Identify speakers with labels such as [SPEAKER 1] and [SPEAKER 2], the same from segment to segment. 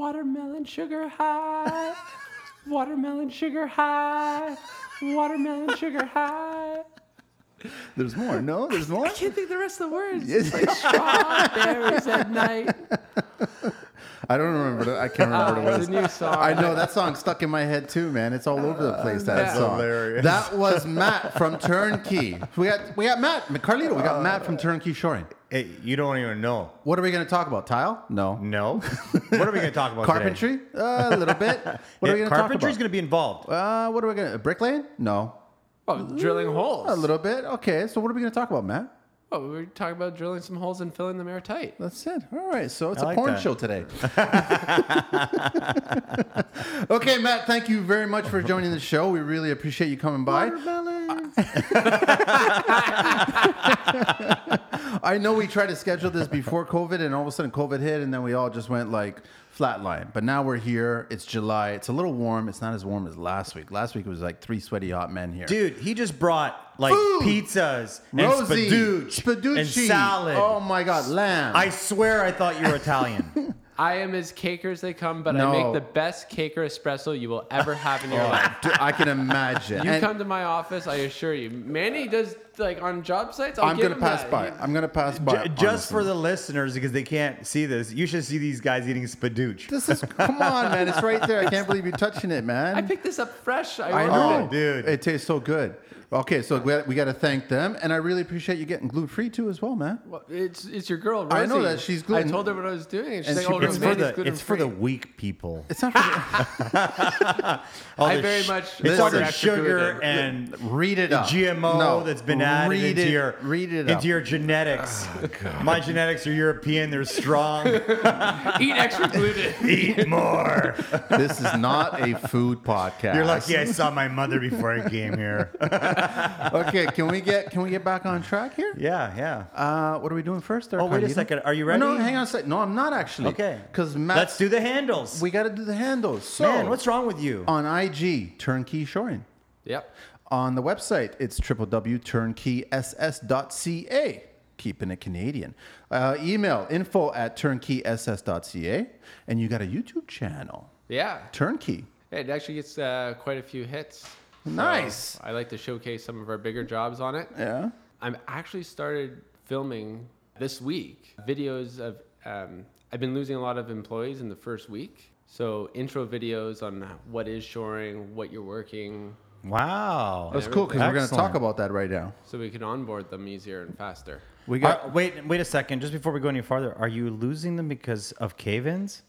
[SPEAKER 1] Watermelon sugar high. Watermelon sugar high. Watermelon sugar high.
[SPEAKER 2] There's more. No, there's more.
[SPEAKER 1] I can't think the rest of the words.
[SPEAKER 2] Yes.
[SPEAKER 1] It's like strawberries at night.
[SPEAKER 2] I don't remember. the- I can't remember what it
[SPEAKER 1] It's
[SPEAKER 2] was.
[SPEAKER 1] a new song.
[SPEAKER 2] I know that song stuck in my head too, man. It's all over the place. That
[SPEAKER 1] That's
[SPEAKER 2] song.
[SPEAKER 3] hilarious.
[SPEAKER 2] That was Matt from Turnkey. We got we got Matt Carlito. We got Matt
[SPEAKER 3] Uh,
[SPEAKER 2] from Turnkey Shoring.
[SPEAKER 3] Hey, you don't even know.
[SPEAKER 2] What are we going to talk about? Tile? No.
[SPEAKER 3] No. what are we going to talk about? today?
[SPEAKER 2] Carpentry? Uh, a little bit. What are we
[SPEAKER 3] Yeah,
[SPEAKER 2] going to talk about?
[SPEAKER 3] Carpentry's going to be involved.
[SPEAKER 2] uh, what are we going to bricklaying? No.
[SPEAKER 1] Oh, drilling holes.
[SPEAKER 2] A little bit. Okay. So what are we going to talk about, Matt?
[SPEAKER 1] Oh, we were talking about drilling some holes and filling them airtight.
[SPEAKER 2] That's it. All right. So it's
[SPEAKER 3] I
[SPEAKER 2] a
[SPEAKER 3] like
[SPEAKER 2] porn
[SPEAKER 3] that.
[SPEAKER 2] show today. okay, Matt. Thank you very much for joining the show. We really appreciate you coming by. I know we tried to schedule this before COVID, and all of a sudden COVID hit, and then we all just went like flatline. But now we're here. It's July. It's a little warm. It's not as warm as last week. Last week it was like three sweaty hot men here.
[SPEAKER 3] Dude, he just brought like
[SPEAKER 2] Food.
[SPEAKER 3] pizzas and
[SPEAKER 2] Rosie,
[SPEAKER 3] spadooch, and
[SPEAKER 2] Spaducci.
[SPEAKER 3] salad.
[SPEAKER 2] Oh my God, lamb.
[SPEAKER 3] I swear I thought you were Italian.
[SPEAKER 1] I am as caker as they come, but I
[SPEAKER 2] No.
[SPEAKER 1] make the best caker espresso you will ever have in your life.
[SPEAKER 2] Dude, I can imagine.
[SPEAKER 1] You
[SPEAKER 2] And-
[SPEAKER 1] come to my office, I assure you. Manny does like on job sites. I'll
[SPEAKER 2] I'm
[SPEAKER 1] give
[SPEAKER 2] gonna
[SPEAKER 1] him
[SPEAKER 2] pass
[SPEAKER 1] that.
[SPEAKER 2] by. I'm gonna pass by.
[SPEAKER 3] J- just for the listeners, because they can't see this, you should see these guys eating spadooch.
[SPEAKER 2] this is come on, man. It's right there. I can't believe you're touching it, man.
[SPEAKER 1] I picked this up fresh. I,
[SPEAKER 2] I
[SPEAKER 1] ordered
[SPEAKER 2] know,
[SPEAKER 1] it.
[SPEAKER 3] dude.
[SPEAKER 2] It tastes so good. Okay, so we, we got to thank them, and I really appreciate you getting gluten free too as well, man.
[SPEAKER 1] Well, It's it's your girl. Rosie.
[SPEAKER 2] I know that she's
[SPEAKER 1] I
[SPEAKER 2] gluten-
[SPEAKER 1] told her what I was doing. And she's
[SPEAKER 2] And
[SPEAKER 1] like,
[SPEAKER 2] she
[SPEAKER 1] "Oh, no,
[SPEAKER 3] It's for
[SPEAKER 1] Manny's
[SPEAKER 3] the it's for the
[SPEAKER 1] gluten-free."
[SPEAKER 3] weak people.
[SPEAKER 2] It's not. For,
[SPEAKER 3] All
[SPEAKER 1] I
[SPEAKER 3] the
[SPEAKER 1] very
[SPEAKER 3] sh-
[SPEAKER 1] much
[SPEAKER 3] it's all
[SPEAKER 2] order
[SPEAKER 3] the
[SPEAKER 1] extra food
[SPEAKER 3] sugar
[SPEAKER 1] and-
[SPEAKER 3] and
[SPEAKER 2] read it up.
[SPEAKER 3] GMO
[SPEAKER 2] No,
[SPEAKER 3] that's been added
[SPEAKER 2] read
[SPEAKER 3] into
[SPEAKER 2] it-
[SPEAKER 3] your
[SPEAKER 2] read it
[SPEAKER 3] into
[SPEAKER 2] up. Ah,
[SPEAKER 3] your genetics. My genetics are European. They're strong.
[SPEAKER 1] eat extra gluten.
[SPEAKER 3] Eat more.
[SPEAKER 2] This is not a food podcast.
[SPEAKER 3] You're lucky I saw my mother before I came here.
[SPEAKER 2] okay, can we get can we get back on track here?
[SPEAKER 3] Yeah, yeah.
[SPEAKER 2] Uh, what are we doing first? There,
[SPEAKER 3] Oh, wait a
[SPEAKER 2] Carlito?
[SPEAKER 3] second. Are you
[SPEAKER 2] Oh, No,
[SPEAKER 3] ready?
[SPEAKER 2] hang on a second. No, I'm not actually.
[SPEAKER 3] Okay.
[SPEAKER 2] Because Matt,
[SPEAKER 3] Let's do the handles.
[SPEAKER 2] we got to do the handles. So,
[SPEAKER 3] Man, what's wrong with you?
[SPEAKER 2] on IG? Turnkey Shoring.
[SPEAKER 1] yep.
[SPEAKER 2] On the website, it's www.turnkeyss.ca, keeping it Canadian. Uh, email info at turnkeyss.ca, and you got a YouTube channel,
[SPEAKER 1] Yeah.
[SPEAKER 2] Turnkey.
[SPEAKER 1] It actually gets uh, quite a few hits. So
[SPEAKER 2] Nice.
[SPEAKER 1] I like to showcase some of our bigger jobs on it.
[SPEAKER 2] Yeah.
[SPEAKER 1] I'm actually started filming this week videos of. Um, I've been losing a lot of employees in the first week, so intro videos on what is shoring, what you're working,
[SPEAKER 3] Wow.
[SPEAKER 2] That's cool because we're going to
[SPEAKER 3] Excellent.
[SPEAKER 2] talk about that right now.
[SPEAKER 1] so we can onboard them easier and faster.
[SPEAKER 2] We got.
[SPEAKER 3] Are- wait, wait a second. Just before we go any farther, are you losing them because of cave-ins?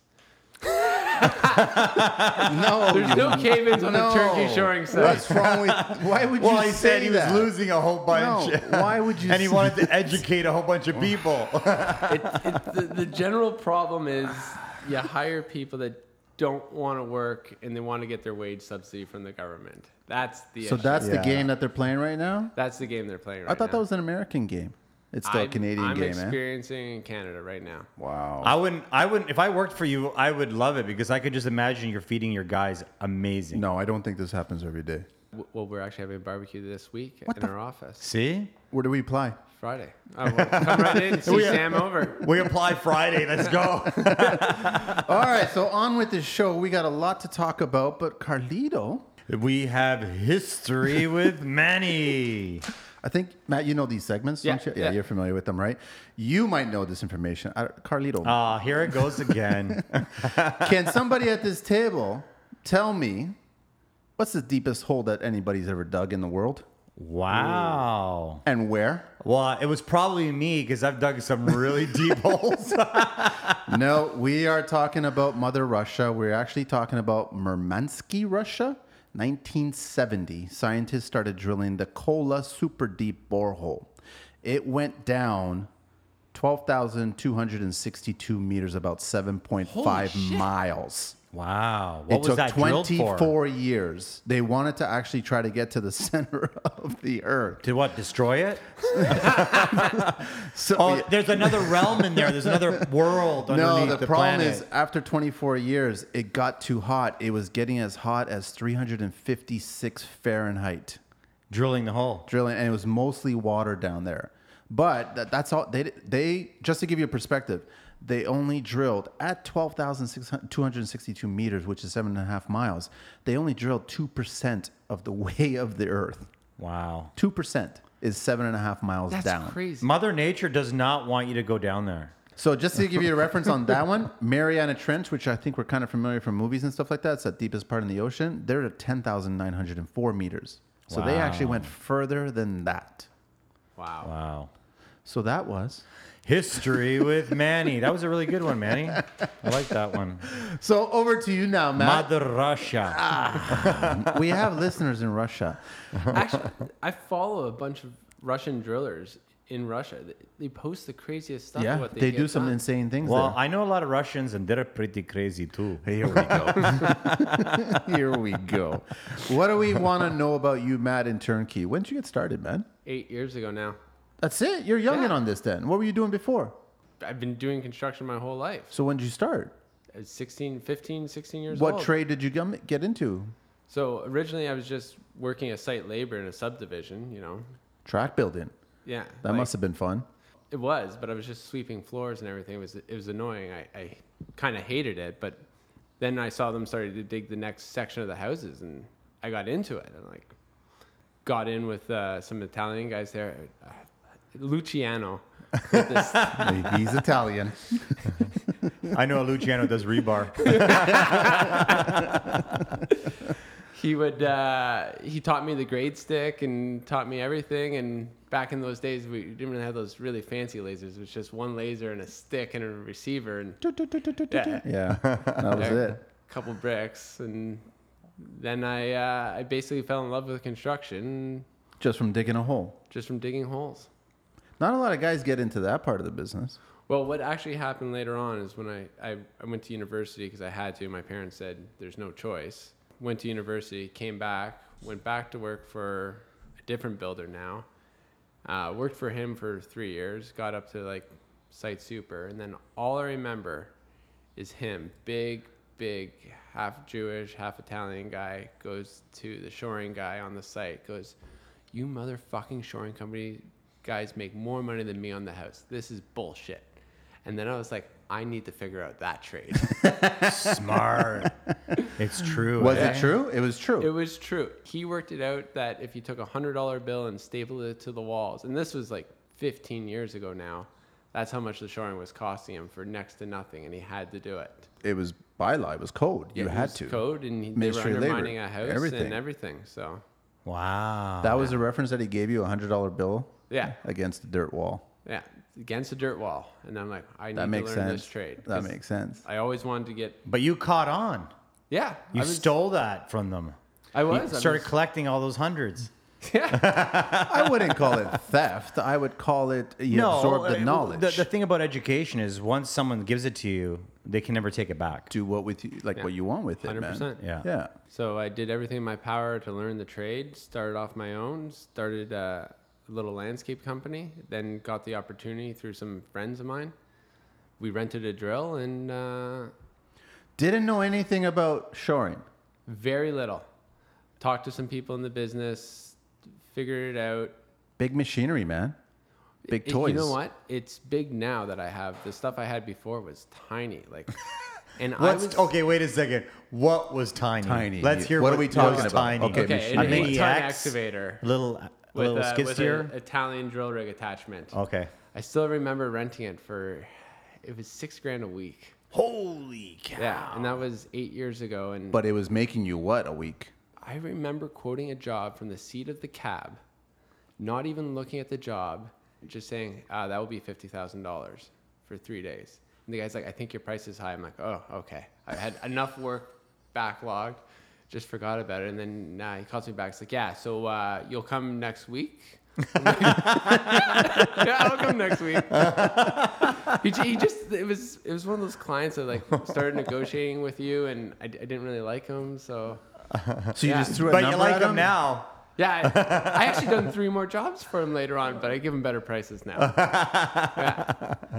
[SPEAKER 2] no.
[SPEAKER 1] There's no cave-ins on
[SPEAKER 2] no.
[SPEAKER 1] the turkey shoring site.
[SPEAKER 2] What's wrong with. Why would you say that?
[SPEAKER 3] losing a whole
[SPEAKER 2] No, why would you
[SPEAKER 3] and he
[SPEAKER 2] say-
[SPEAKER 3] wanted to educate a whole bunch of people.
[SPEAKER 1] It, it, the, the general problem is you hire people that don't want to work and they want to get their wage subsidy from the government. That's the
[SPEAKER 2] So
[SPEAKER 1] issue.
[SPEAKER 2] that's the
[SPEAKER 3] Yeah.
[SPEAKER 2] game that they're playing right now?
[SPEAKER 1] That's the game they're playing right
[SPEAKER 2] I thought
[SPEAKER 1] now.
[SPEAKER 2] that was an American game. It's still a Canadian
[SPEAKER 1] I'm
[SPEAKER 2] game, eh? man.
[SPEAKER 1] experiencing in Canada right now.
[SPEAKER 2] Wow.
[SPEAKER 3] I wouldn't. I wouldn't. If I worked for you, I would love it because I could just imagine you're feeding your guys amazing.
[SPEAKER 2] No, I don't think this happens every day.
[SPEAKER 1] W- Well, we're actually having barbecue this week in our office
[SPEAKER 3] See,
[SPEAKER 2] Where do we apply?
[SPEAKER 1] Friday. Oh, well, come right in, see
[SPEAKER 3] We-
[SPEAKER 1] Sam over.
[SPEAKER 3] we apply Friday. Let's go.
[SPEAKER 2] All right, so on with this show. We got a lot to talk about, but Carlito,
[SPEAKER 3] we have history with Manny.
[SPEAKER 2] I think Matt, you know these segments,
[SPEAKER 1] Yeah,
[SPEAKER 2] don't you? Yeah,
[SPEAKER 1] yeah.
[SPEAKER 2] you're familiar with them, right? You might know this information. I, Carlito,
[SPEAKER 3] Ah, here it goes again.
[SPEAKER 2] can somebody at this table tell me what's the deepest hole that anybody's ever dug in the world
[SPEAKER 3] wow.
[SPEAKER 2] and where?
[SPEAKER 3] Well, it was probably me because I've dug some really deep holes.
[SPEAKER 2] no, we are talking about Mother Russia. We're actually talking about Murmansky, Russia. 1970, scientists started drilling the Kola super deep borehole. It went down 12,262 meters, about 7.5 miles
[SPEAKER 3] Wow. What
[SPEAKER 2] it
[SPEAKER 3] was
[SPEAKER 2] took
[SPEAKER 3] that drilled for?
[SPEAKER 2] 24 years. They wanted to actually try to get to the center of the earth.
[SPEAKER 3] To what? Destroy it?
[SPEAKER 2] So,
[SPEAKER 3] Oh,
[SPEAKER 2] yeah.
[SPEAKER 3] there's another realm in there. There's another world
[SPEAKER 2] No,
[SPEAKER 3] underneath
[SPEAKER 2] the,
[SPEAKER 3] the,
[SPEAKER 2] problem
[SPEAKER 3] planet.
[SPEAKER 2] is after 24 years, it got too hot. It was getting as hot as 356 Fahrenheit
[SPEAKER 3] drilling the hole.
[SPEAKER 2] drilling, and it was mostly water down there. But that, that's all they they just to give you a perspective, They only drilled at 12,262 meters, which is seven and a half miles. They only drilled 2% of the way of the Earth.
[SPEAKER 3] Wow.
[SPEAKER 2] 2% is seven and a half miles
[SPEAKER 1] That's
[SPEAKER 2] down.
[SPEAKER 1] crazy.
[SPEAKER 3] Mother Nature does not want you to go down there.
[SPEAKER 2] So just to give you a reference on that one, Mariana Trench, which I think we're kind of familiar from movies and stuff like that, it's the deepest part in the ocean. They're at 10,904 meters. So they actually went further than that.
[SPEAKER 1] wow.
[SPEAKER 3] Wow.
[SPEAKER 2] So that was.
[SPEAKER 3] History with Manny. That was a really good one, Manny. I like that one.
[SPEAKER 2] So over to you now, Matt.
[SPEAKER 3] Mother Russia.
[SPEAKER 2] Ah. we have listeners in Russia.
[SPEAKER 1] Actually, I follow a bunch of Russian drillers in Russia. They, they post the craziest stuff.
[SPEAKER 2] yeah,
[SPEAKER 1] what
[SPEAKER 2] they,
[SPEAKER 1] they,
[SPEAKER 2] do some
[SPEAKER 1] insane.
[SPEAKER 2] insane things.
[SPEAKER 3] Well, I know a lot of Russians, and they're pretty crazy too.
[SPEAKER 2] there. here we go. here we go. What do we want to know about you, Matt, in Turnkey? When did you get started, man?
[SPEAKER 1] Eight years ago now.
[SPEAKER 2] That's it. You're youngin'
[SPEAKER 1] Yeah.
[SPEAKER 2] on this then. What were you doing before?
[SPEAKER 1] I've been doing construction my whole life.
[SPEAKER 2] So when did you start?
[SPEAKER 1] At 16, 15, 16 years
[SPEAKER 2] What
[SPEAKER 1] old.
[SPEAKER 2] trade did you gum- get into?
[SPEAKER 1] So originally I was just working as site labor in a subdivision, you know.
[SPEAKER 2] Track building.
[SPEAKER 1] Yeah.
[SPEAKER 2] That must have been fun.
[SPEAKER 1] It was, but I was just sweeping floors and everything. It was it was annoying. I, I kind of hated it, but then I saw them starting to dig the next section of the houses, and I got into it. And like, got in with uh, some Italian guys there, uh, Luciano. with this-
[SPEAKER 2] He's Italian.
[SPEAKER 3] I know Luciano does rebar.
[SPEAKER 1] he would uh, he taught me the grade stick and taught me everything. And back in those days, we didn't really have those really fancy lasers. It was just one laser and a stick and a receiver and Yeah.
[SPEAKER 2] Yeah, that was
[SPEAKER 1] Yeah.
[SPEAKER 2] it.
[SPEAKER 1] couple bricks and then I uh, I basically fell in love with construction
[SPEAKER 2] Just from digging a hole.
[SPEAKER 1] just from digging holes.
[SPEAKER 2] Not a lot of guys get into that part of the business.
[SPEAKER 1] Well, what actually happened later on is when I, I, I went to university because I had to. My parents said there's no choice. Went to university, came back, went back to work for a different builder now. Uh, worked for him for three years, got up to like site super. And then all I remember is him, big, big, half Jewish, half Italian guy, goes to the shoring guy on the site, goes, You motherfucking shoring company guys make more money than me on the house. This is bullshit. And then I was like, I need to figure out that trade.
[SPEAKER 3] Smart. It's true.
[SPEAKER 2] Was
[SPEAKER 3] eh?
[SPEAKER 2] it true? It was
[SPEAKER 1] it
[SPEAKER 2] true.
[SPEAKER 1] was true. He worked it out that if you took a hundred dollar bill and stapled it to the walls, and this was like 15 years ago now, that's how much the shoring was costing him for next to nothing, and he had to do it.
[SPEAKER 2] It, was bylaw. It was code. you
[SPEAKER 1] It
[SPEAKER 2] had
[SPEAKER 1] was
[SPEAKER 2] to.
[SPEAKER 1] code, and he, they were
[SPEAKER 2] Ministry of Labor,
[SPEAKER 1] undermining a house
[SPEAKER 2] everything.
[SPEAKER 1] and everything. So
[SPEAKER 3] Wow.
[SPEAKER 2] That was a reference that he gave you a hundred dollar bill.
[SPEAKER 1] Yeah.
[SPEAKER 2] Against the dirt wall.
[SPEAKER 1] yeah, against a dirt wall, and I'm like, I need
[SPEAKER 2] That makes
[SPEAKER 1] to learn
[SPEAKER 2] sense.
[SPEAKER 1] this trade.
[SPEAKER 2] That
[SPEAKER 1] 'Cause
[SPEAKER 2] makes sense.
[SPEAKER 1] I always wanted to get
[SPEAKER 3] but you caught on.
[SPEAKER 1] yeah.
[SPEAKER 3] You
[SPEAKER 1] I was,
[SPEAKER 3] stole that from them.
[SPEAKER 1] I
[SPEAKER 3] You
[SPEAKER 1] was I
[SPEAKER 3] started
[SPEAKER 1] was-
[SPEAKER 3] collecting all those hundreds.
[SPEAKER 2] I wouldn't call it theft. I would call it you absorb
[SPEAKER 3] uh,
[SPEAKER 2] the
[SPEAKER 3] well,
[SPEAKER 2] knowledge.
[SPEAKER 3] The, the thing about education is once someone gives it to you, they can never take it back.
[SPEAKER 2] Do what with you like what you want with it, man.
[SPEAKER 1] 100%.
[SPEAKER 3] Yeah.
[SPEAKER 2] Yeah.
[SPEAKER 1] So I did everything in my power to learn the trade. Started off my own. Started uh, a little landscape company. Then got the opportunity through some friends of mine. We rented a drill and uh,
[SPEAKER 2] Didn't know anything about shoring.
[SPEAKER 1] very little. Talked to some people in the business. Figured it out.
[SPEAKER 2] Big machinery, man. Big
[SPEAKER 1] It-
[SPEAKER 2] toys.
[SPEAKER 1] You know what? It's big now that I have. The stuff I had before was tiny. Like, and I
[SPEAKER 3] What's,
[SPEAKER 1] was
[SPEAKER 3] okay, wait a second. What was tiny?
[SPEAKER 2] Tiny.
[SPEAKER 3] Let's hear
[SPEAKER 2] What
[SPEAKER 3] what,
[SPEAKER 2] are we
[SPEAKER 3] was
[SPEAKER 2] talking about?
[SPEAKER 3] Tiny.
[SPEAKER 2] Okay,
[SPEAKER 1] okay.
[SPEAKER 2] machine.
[SPEAKER 1] It,
[SPEAKER 3] Mini
[SPEAKER 1] it's a ton
[SPEAKER 3] X,
[SPEAKER 1] excavator
[SPEAKER 3] Little, a
[SPEAKER 1] with
[SPEAKER 2] uh,
[SPEAKER 3] little
[SPEAKER 1] a,
[SPEAKER 3] skid
[SPEAKER 1] with
[SPEAKER 3] steer.
[SPEAKER 1] an Italian drill rig attachment.
[SPEAKER 3] okay.
[SPEAKER 1] I still remember renting it for it was six grand a week.
[SPEAKER 3] Holy cow.
[SPEAKER 1] Yeah, and that was eight years ago. And
[SPEAKER 2] But it was making you what a week?
[SPEAKER 1] I remember quoting a job from the seat of the cab, not even looking at the job, just saying, ah, "That will be fifty thousand dollars for three days." And the guy's like, "I think your price is high." I'm like, "Oh, okay." I had enough work backlogged, just forgot about it. And then nah, he calls me back. He's like, "Yeah, so uh, you'll come next week." yeah, I'll come next week. he, ju- he just it was it was one of those clients that like started negotiating with you, and I, d- I didn't really like him, so
[SPEAKER 2] So you
[SPEAKER 1] Yeah.
[SPEAKER 2] just threw a
[SPEAKER 3] But
[SPEAKER 2] number
[SPEAKER 3] you like
[SPEAKER 2] at
[SPEAKER 3] them now.
[SPEAKER 1] yeah. I, I actually done three more jobs for him later on, but I give him better prices now.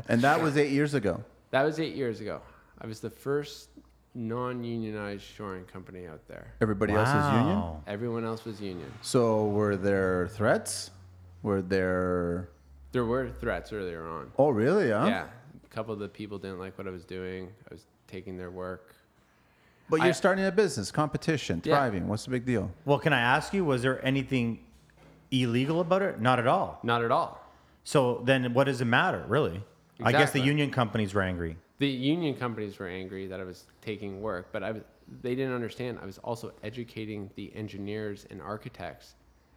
[SPEAKER 2] and that was eight years ago.
[SPEAKER 1] That was eight years ago. I was the first non-unionized shoring company out there.
[SPEAKER 2] Everybody else is union.
[SPEAKER 3] Wow.
[SPEAKER 1] Everyone else was union.
[SPEAKER 2] So were there threats? Were there?
[SPEAKER 1] There were threats earlier on.
[SPEAKER 2] Oh, really? Huh?
[SPEAKER 1] Yeah, couple of the people didn't like what I was doing. I was taking their work.
[SPEAKER 2] But you're
[SPEAKER 1] I-
[SPEAKER 2] starting a business, competition,
[SPEAKER 1] Yeah.
[SPEAKER 2] thriving. What's the big deal?
[SPEAKER 3] Well, can I ask you, was there anything illegal about it? Not at all.
[SPEAKER 1] Not at all.
[SPEAKER 3] So then what does it matter, really? I guess
[SPEAKER 1] Exactly.
[SPEAKER 3] the union companies were angry.
[SPEAKER 1] The union companies were angry that I was taking work, but I was, they didn't understand. I was also educating the engineers and architects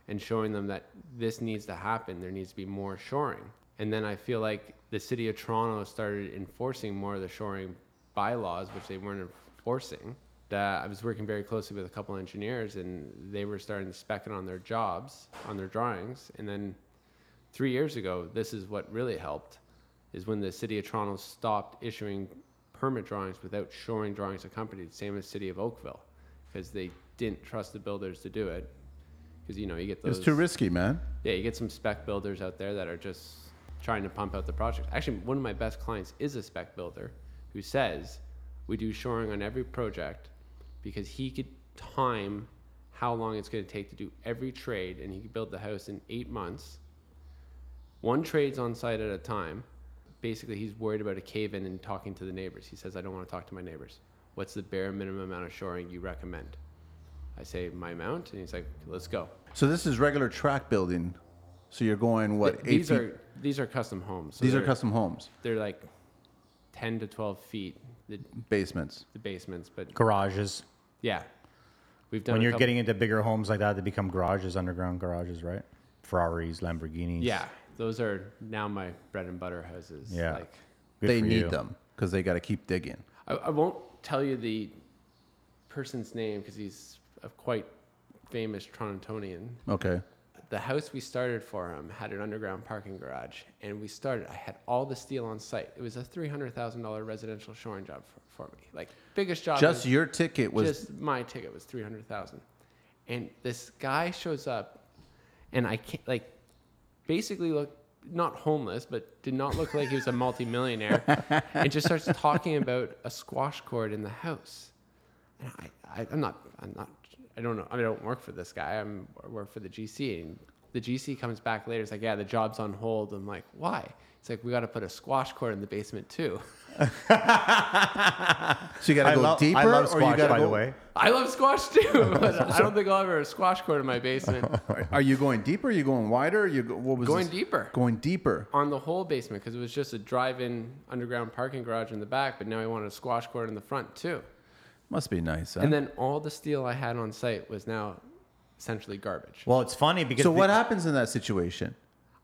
[SPEAKER 1] and showing them that this needs to happen. There needs to be more shoring. And then I feel like the city of Toronto started enforcing more of the shoring bylaws, which they weren't enforcing. That I was working very closely with a couple engineers, and they were starting to spec it on their jobs, on their drawings, and then three years ago, this is what really helped, is when the city of Toronto stopped issuing permit drawings without showing drawings to companies, same as city of Oakville, because they didn't trust the builders to do it. Because you know you get those.
[SPEAKER 2] It's too risky, man.
[SPEAKER 1] Yeah, you get some spec builders out there that are just trying to pump out the project. Actually, one of my best clients is a spec builder who says we do shoring on every project because he could time how long it's going to take to do every trade and he could build the house in eight months. One trade's on site at a time. Basically, he's worried about a cave in and talking to the neighbors. He says, I don't want to talk to my neighbors. What's the bare minimum amount of shoring you recommend? I say, my amount. And he's like, let's go.
[SPEAKER 2] So this is regular track building. So you're going what?
[SPEAKER 1] Th- these
[SPEAKER 2] feet-
[SPEAKER 1] are these are custom homes. So
[SPEAKER 2] these are
[SPEAKER 1] they're-
[SPEAKER 2] custom homes,
[SPEAKER 1] They're like ten to twelve feet the,
[SPEAKER 2] basements.
[SPEAKER 1] the basements, but
[SPEAKER 3] Garages.
[SPEAKER 1] yeah, we've done.
[SPEAKER 3] When
[SPEAKER 1] a
[SPEAKER 3] you're
[SPEAKER 1] couple-
[SPEAKER 3] getting into bigger homes like that, they become garages, underground garages, right? Ferraris, Lamborghinis.
[SPEAKER 1] yeah, those are now my bread and butter houses.
[SPEAKER 3] Yeah.
[SPEAKER 1] like
[SPEAKER 3] Good
[SPEAKER 2] they
[SPEAKER 3] for
[SPEAKER 2] need
[SPEAKER 3] you.
[SPEAKER 2] them because they got to keep digging.
[SPEAKER 1] I, I won't tell you the person's name because he's a quite famous Torontonian.
[SPEAKER 2] Okay.
[SPEAKER 1] The house we started for him had an underground parking garage, and we started. I had all the steel on site. It was a three hundred thousand dollar residential shoring job for, for me, like biggest job.
[SPEAKER 2] Just
[SPEAKER 1] in-
[SPEAKER 2] your ticket was
[SPEAKER 1] just my ticket was 300,000. And this guy shows up and I can't like basically look not homeless, but did not look like he was a multimillionaire and just starts talking about a squash court in the house. And I, I I'm not I'm not I don't know. I don't work for this guy. I'm I work for the GC and the GC comes back later. It's like, yeah, the job's on hold. I'm like, why? It's like we got to put a squash court in the basement too.
[SPEAKER 2] so you got
[SPEAKER 3] I
[SPEAKER 2] to go
[SPEAKER 3] love,
[SPEAKER 2] deeper,
[SPEAKER 3] I love
[SPEAKER 2] or
[SPEAKER 3] squash,
[SPEAKER 2] you got to
[SPEAKER 3] by
[SPEAKER 2] go,
[SPEAKER 3] the way.
[SPEAKER 1] I love squash too, but I don't think I'll ever have a squash court in my basement.
[SPEAKER 2] Are you going deeper? Are you going wider? Are you go, what was
[SPEAKER 1] Going
[SPEAKER 2] this?
[SPEAKER 1] deeper.
[SPEAKER 2] Going deeper.
[SPEAKER 1] on the whole basement because it was just a drive-in underground parking garage in the back, but now I wanted a squash court in the front too.
[SPEAKER 2] Must be nice. Huh?
[SPEAKER 1] And then all the steel I had on site was now essentially garbage.
[SPEAKER 3] Well, it's funny because
[SPEAKER 2] so
[SPEAKER 3] the-
[SPEAKER 2] what happens in that situation?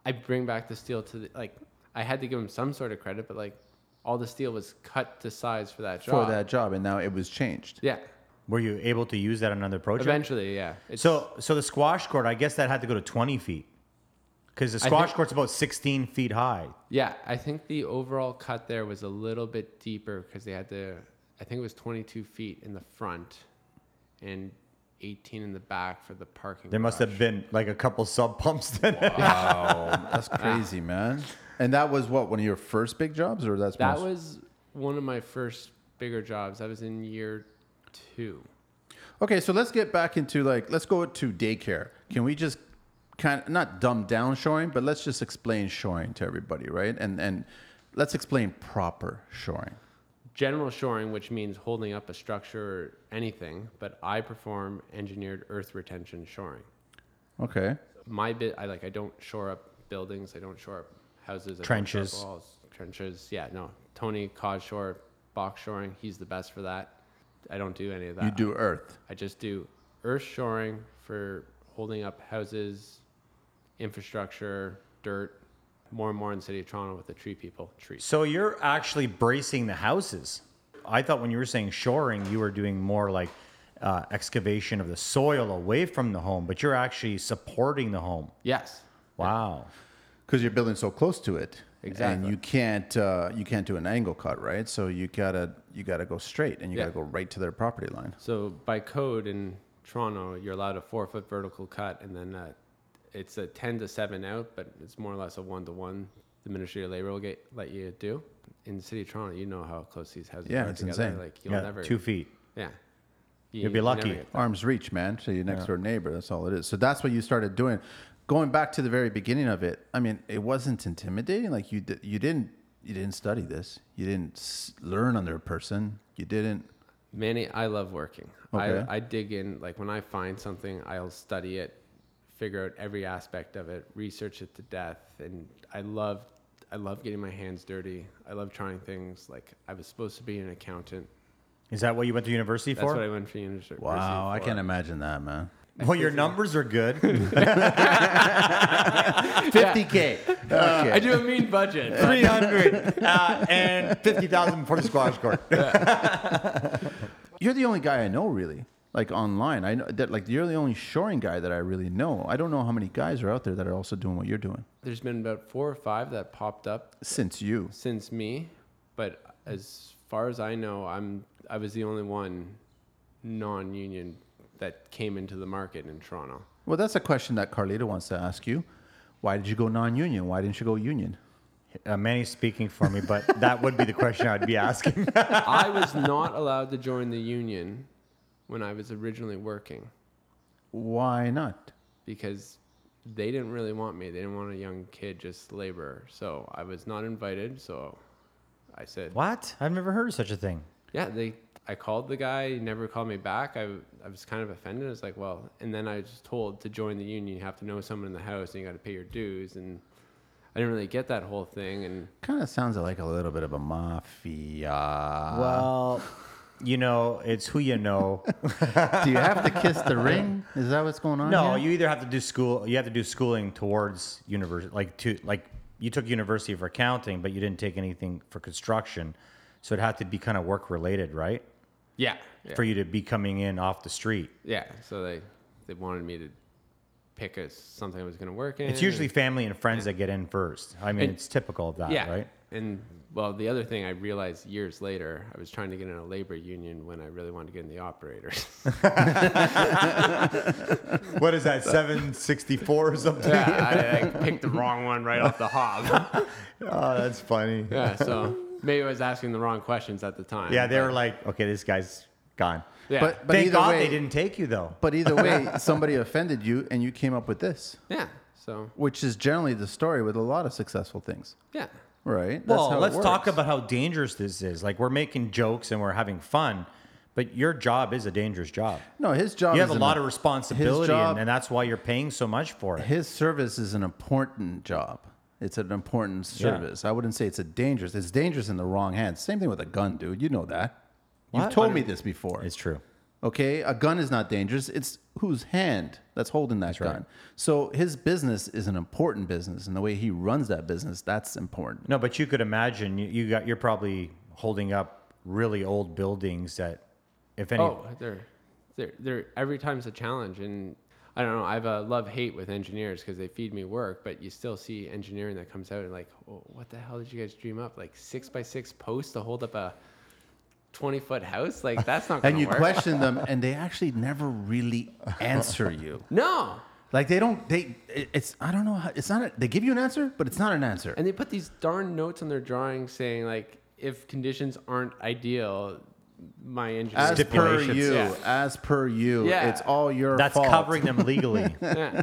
[SPEAKER 1] I bring back the steel to the like. I had to give him some sort of credit, but like all the steel was cut to size for that
[SPEAKER 2] for
[SPEAKER 1] job.
[SPEAKER 2] that job, and now it was changed.
[SPEAKER 1] yeah.
[SPEAKER 3] were you able to use that on another project?
[SPEAKER 1] Eventually, yeah. It's,
[SPEAKER 3] So, so the squash court, I guess that had to go to 20 feet because the
[SPEAKER 1] I
[SPEAKER 3] squash
[SPEAKER 1] think-
[SPEAKER 3] court's about 16 feet high.
[SPEAKER 1] yeah, I think the overall cut there was a little bit deeper because they had to. I think it was 22 feet in the front, and 18 in the back for the parking.
[SPEAKER 3] There must
[SPEAKER 1] garage.
[SPEAKER 3] have been like a couple sub pumps then.
[SPEAKER 2] Oh, That's crazy, man. And that was what one of your first big jobs, or that's
[SPEAKER 1] That
[SPEAKER 2] most-
[SPEAKER 1] was one of my first bigger jobs. I was in year two.
[SPEAKER 2] okay. So let's get back into like let's go to daycare. Can we just kind of not dumb down shoring, but let's just explain shoring to everybody, right? And and let's explain proper shoring.
[SPEAKER 1] General shoring, which means holding up a structure or anything, but I perform engineered earth retention shoring.
[SPEAKER 2] Okay.
[SPEAKER 1] My bit, I like, I don't shore up buildings, I don't shore up houses, I don't shore up
[SPEAKER 3] Trenches.
[SPEAKER 1] walls, trenches. Yeah, no. Tony Codshore, box shoring, he's the best for that. I don't do any of that.
[SPEAKER 2] You do earth.
[SPEAKER 1] I just do earth shoring for holding up houses, infrastructure, dirt. More and more in the city of Toronto with the tree people, trees.
[SPEAKER 3] so you're actually bracing the houses. I thought when you were saying shoring, you were doing more like uh, excavation of the soil away from the home, but you're actually supporting the home.
[SPEAKER 1] Yes.
[SPEAKER 3] Wow.
[SPEAKER 2] because you're building so close to it
[SPEAKER 1] Exactly.
[SPEAKER 2] and you can't uh, you can't do an angle cut right so you gotta you gotta go straight and you
[SPEAKER 1] Yeah.
[SPEAKER 2] gotta go right to their property line
[SPEAKER 1] So by code in Toronto, you're allowed a four foot vertical cut, and then uh, it's a ten to seven out, but it's more or less a one to one. The Ministry of Labor will get let you do. In the city of Toronto, you know how close these houses
[SPEAKER 2] Yeah,
[SPEAKER 1] are
[SPEAKER 2] it's
[SPEAKER 1] together.
[SPEAKER 2] insane.
[SPEAKER 1] Like you'll
[SPEAKER 3] yeah,
[SPEAKER 1] never.
[SPEAKER 3] two feet.
[SPEAKER 1] yeah. You,
[SPEAKER 3] You'd be
[SPEAKER 1] you never
[SPEAKER 3] lucky.
[SPEAKER 1] get-
[SPEAKER 2] arms reach man to your next door neighbor that's all it is so that's what you started doing going back to the very beginning of it i mean it wasn't intimidating like you di- you didn't You didn't study this. You didn't s- learn under a person. You didn't.
[SPEAKER 1] Manny, I love working.
[SPEAKER 2] Okay.
[SPEAKER 1] I, I dig in. Like when I find something, I'll study it, figure out every aspect of it, research it to death, and I love. I love getting my hands dirty. I love trying things. Like I was supposed to be an accountant.
[SPEAKER 3] Is that what you went to university
[SPEAKER 1] That's
[SPEAKER 3] for?
[SPEAKER 1] what I went for university.
[SPEAKER 2] Wow, I
[SPEAKER 1] for.
[SPEAKER 2] can't imagine that, man.
[SPEAKER 3] well, your numbers are good.
[SPEAKER 2] 50K.
[SPEAKER 1] Uh, I do a mean budget. but-
[SPEAKER 3] 300 uh, and 50,000 for the squash court.
[SPEAKER 2] You're the only guy I know, really, like online. I know that, like, you're the only shoring guy that I really know. I don't know how many guys are out there that are also doing what you're doing
[SPEAKER 1] There's been about four or five that popped up
[SPEAKER 2] since you.
[SPEAKER 1] since me, but as far as I know, I'm I was the only one non-union that came into the market in Toronto.
[SPEAKER 2] Well, that's a question that Carlita wants to ask you. Why did you go non union? Why didn't you go union?
[SPEAKER 3] Uh, Manny's speaking for me, but that would be the question I'd be asking.
[SPEAKER 1] I was not allowed to join the union when I was originally working
[SPEAKER 2] Why not?
[SPEAKER 1] because they didn't really want me. They didn't want a young kid just laborer. So I was not invited. So I said,
[SPEAKER 3] what? I've never heard of such a thing.
[SPEAKER 1] yeah, they. I called the guy. He never called me back. I, I was kind of offended. I was like, well, and then I was told to join the union, you have to know someone in the house, and you got to pay your dues. And I didn't really get that whole thing. And
[SPEAKER 2] Kind of sounds like a little bit of a mafia.
[SPEAKER 3] Well, you know, it's who you know.
[SPEAKER 2] do you have to kiss the ring? Is that what's going on?
[SPEAKER 3] No,
[SPEAKER 2] here?
[SPEAKER 3] you either have to do school. You have to do schooling towards university, like to like you took university for accounting, but you didn't take anything for construction, so it had to be kind of work related, right?
[SPEAKER 1] yeah, yeah,
[SPEAKER 3] For you to be coming in off the street,
[SPEAKER 1] yeah. So they they wanted me to pick a something I was going to work in.
[SPEAKER 2] Mm.
[SPEAKER 3] it's usually family and friends that get in first. I mean, it's typical of that,
[SPEAKER 1] yeah,
[SPEAKER 3] right?
[SPEAKER 1] And well, the other thing I realized years later, I was trying to get in a labor union when I really wanted to get in the operators.
[SPEAKER 3] What is that, seven sixty four or something?
[SPEAKER 1] yeah, I, I picked the wrong one right off the hop.
[SPEAKER 3] Oh, that's funny.
[SPEAKER 1] yeah, so maybe I was asking the wrong questions at the time.
[SPEAKER 3] Yeah, they
[SPEAKER 1] but-
[SPEAKER 3] were like, okay, this guy's gone.
[SPEAKER 1] Yeah.
[SPEAKER 2] But, but
[SPEAKER 3] Thank
[SPEAKER 2] either
[SPEAKER 3] God
[SPEAKER 2] way,
[SPEAKER 3] they didn't take you though.
[SPEAKER 2] But either way, somebody offended you, and you came up with this,
[SPEAKER 1] yeah, so
[SPEAKER 2] which is generally the story with a lot of successful things,
[SPEAKER 1] yeah,
[SPEAKER 2] right? That's how
[SPEAKER 3] Well,
[SPEAKER 2] it
[SPEAKER 3] let's talk
[SPEAKER 2] works.
[SPEAKER 3] about how dangerous this is. Like we're making jokes and we're having fun, but your job is a dangerous job.
[SPEAKER 2] no. His job.
[SPEAKER 3] You have a
[SPEAKER 2] is an-
[SPEAKER 3] lot of
[SPEAKER 2] His
[SPEAKER 3] responsibility,
[SPEAKER 2] job-
[SPEAKER 3] and, and that's why you're paying so much for it.
[SPEAKER 2] His service is an important job. It's an important service. I wouldn't say it's a dangerous. It's dangerous in the wrong hands. Same thing with a gun, dude. You know that. You've
[SPEAKER 3] What?
[SPEAKER 2] told me this before.
[SPEAKER 3] It's true.
[SPEAKER 2] Okay, a gun is not dangerous. It's whose hand that's holding that gun. So his business is an important business, and the way he runs that business, that's important.
[SPEAKER 3] No, but you could imagine you, you got you're probably holding up really old buildings that, if any,
[SPEAKER 1] oh, they're they're they're every time's a challenge, and I don't know. I have a love hate with engineers because they feed me work, but you still see engineering that comes out and like, oh, what the hell did you guys dream up? Like six by six posts to hold up a twenty foot house? Like that's not gonna
[SPEAKER 2] And you
[SPEAKER 1] work.
[SPEAKER 2] question them, and they actually never really answer you.
[SPEAKER 1] no,
[SPEAKER 2] Like they don't. They it- it's I don't know. How, it's not. A, they give you an answer, but it's not an answer.
[SPEAKER 1] and they put these darn notes on their drawings saying like, if conditions aren't ideal, my engineer.
[SPEAKER 2] As per
[SPEAKER 3] Stipulations.
[SPEAKER 2] you,
[SPEAKER 1] Yeah.
[SPEAKER 2] as per you,
[SPEAKER 1] Yeah.
[SPEAKER 2] it's all your
[SPEAKER 3] that's
[SPEAKER 2] fault.
[SPEAKER 3] covering them legally.
[SPEAKER 1] yeah.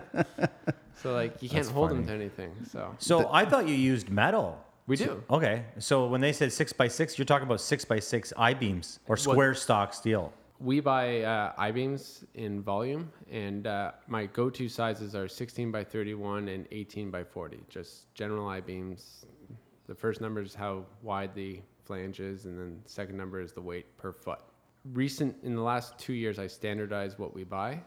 [SPEAKER 1] So like you can't hold them to anything. So
[SPEAKER 3] so I thought you used metal.
[SPEAKER 1] we do.
[SPEAKER 3] Okay, so when they said six by six, you're talking about six by six I beams or square stock steel.
[SPEAKER 1] We buy uh, I beams in volume, and uh, my go to sizes are 16 by 31 and 18 by 40. Just general I beams. The first number is how wide the flange is, and then the second number is the weight per foot. Recent in the last two years, I standardized what we buy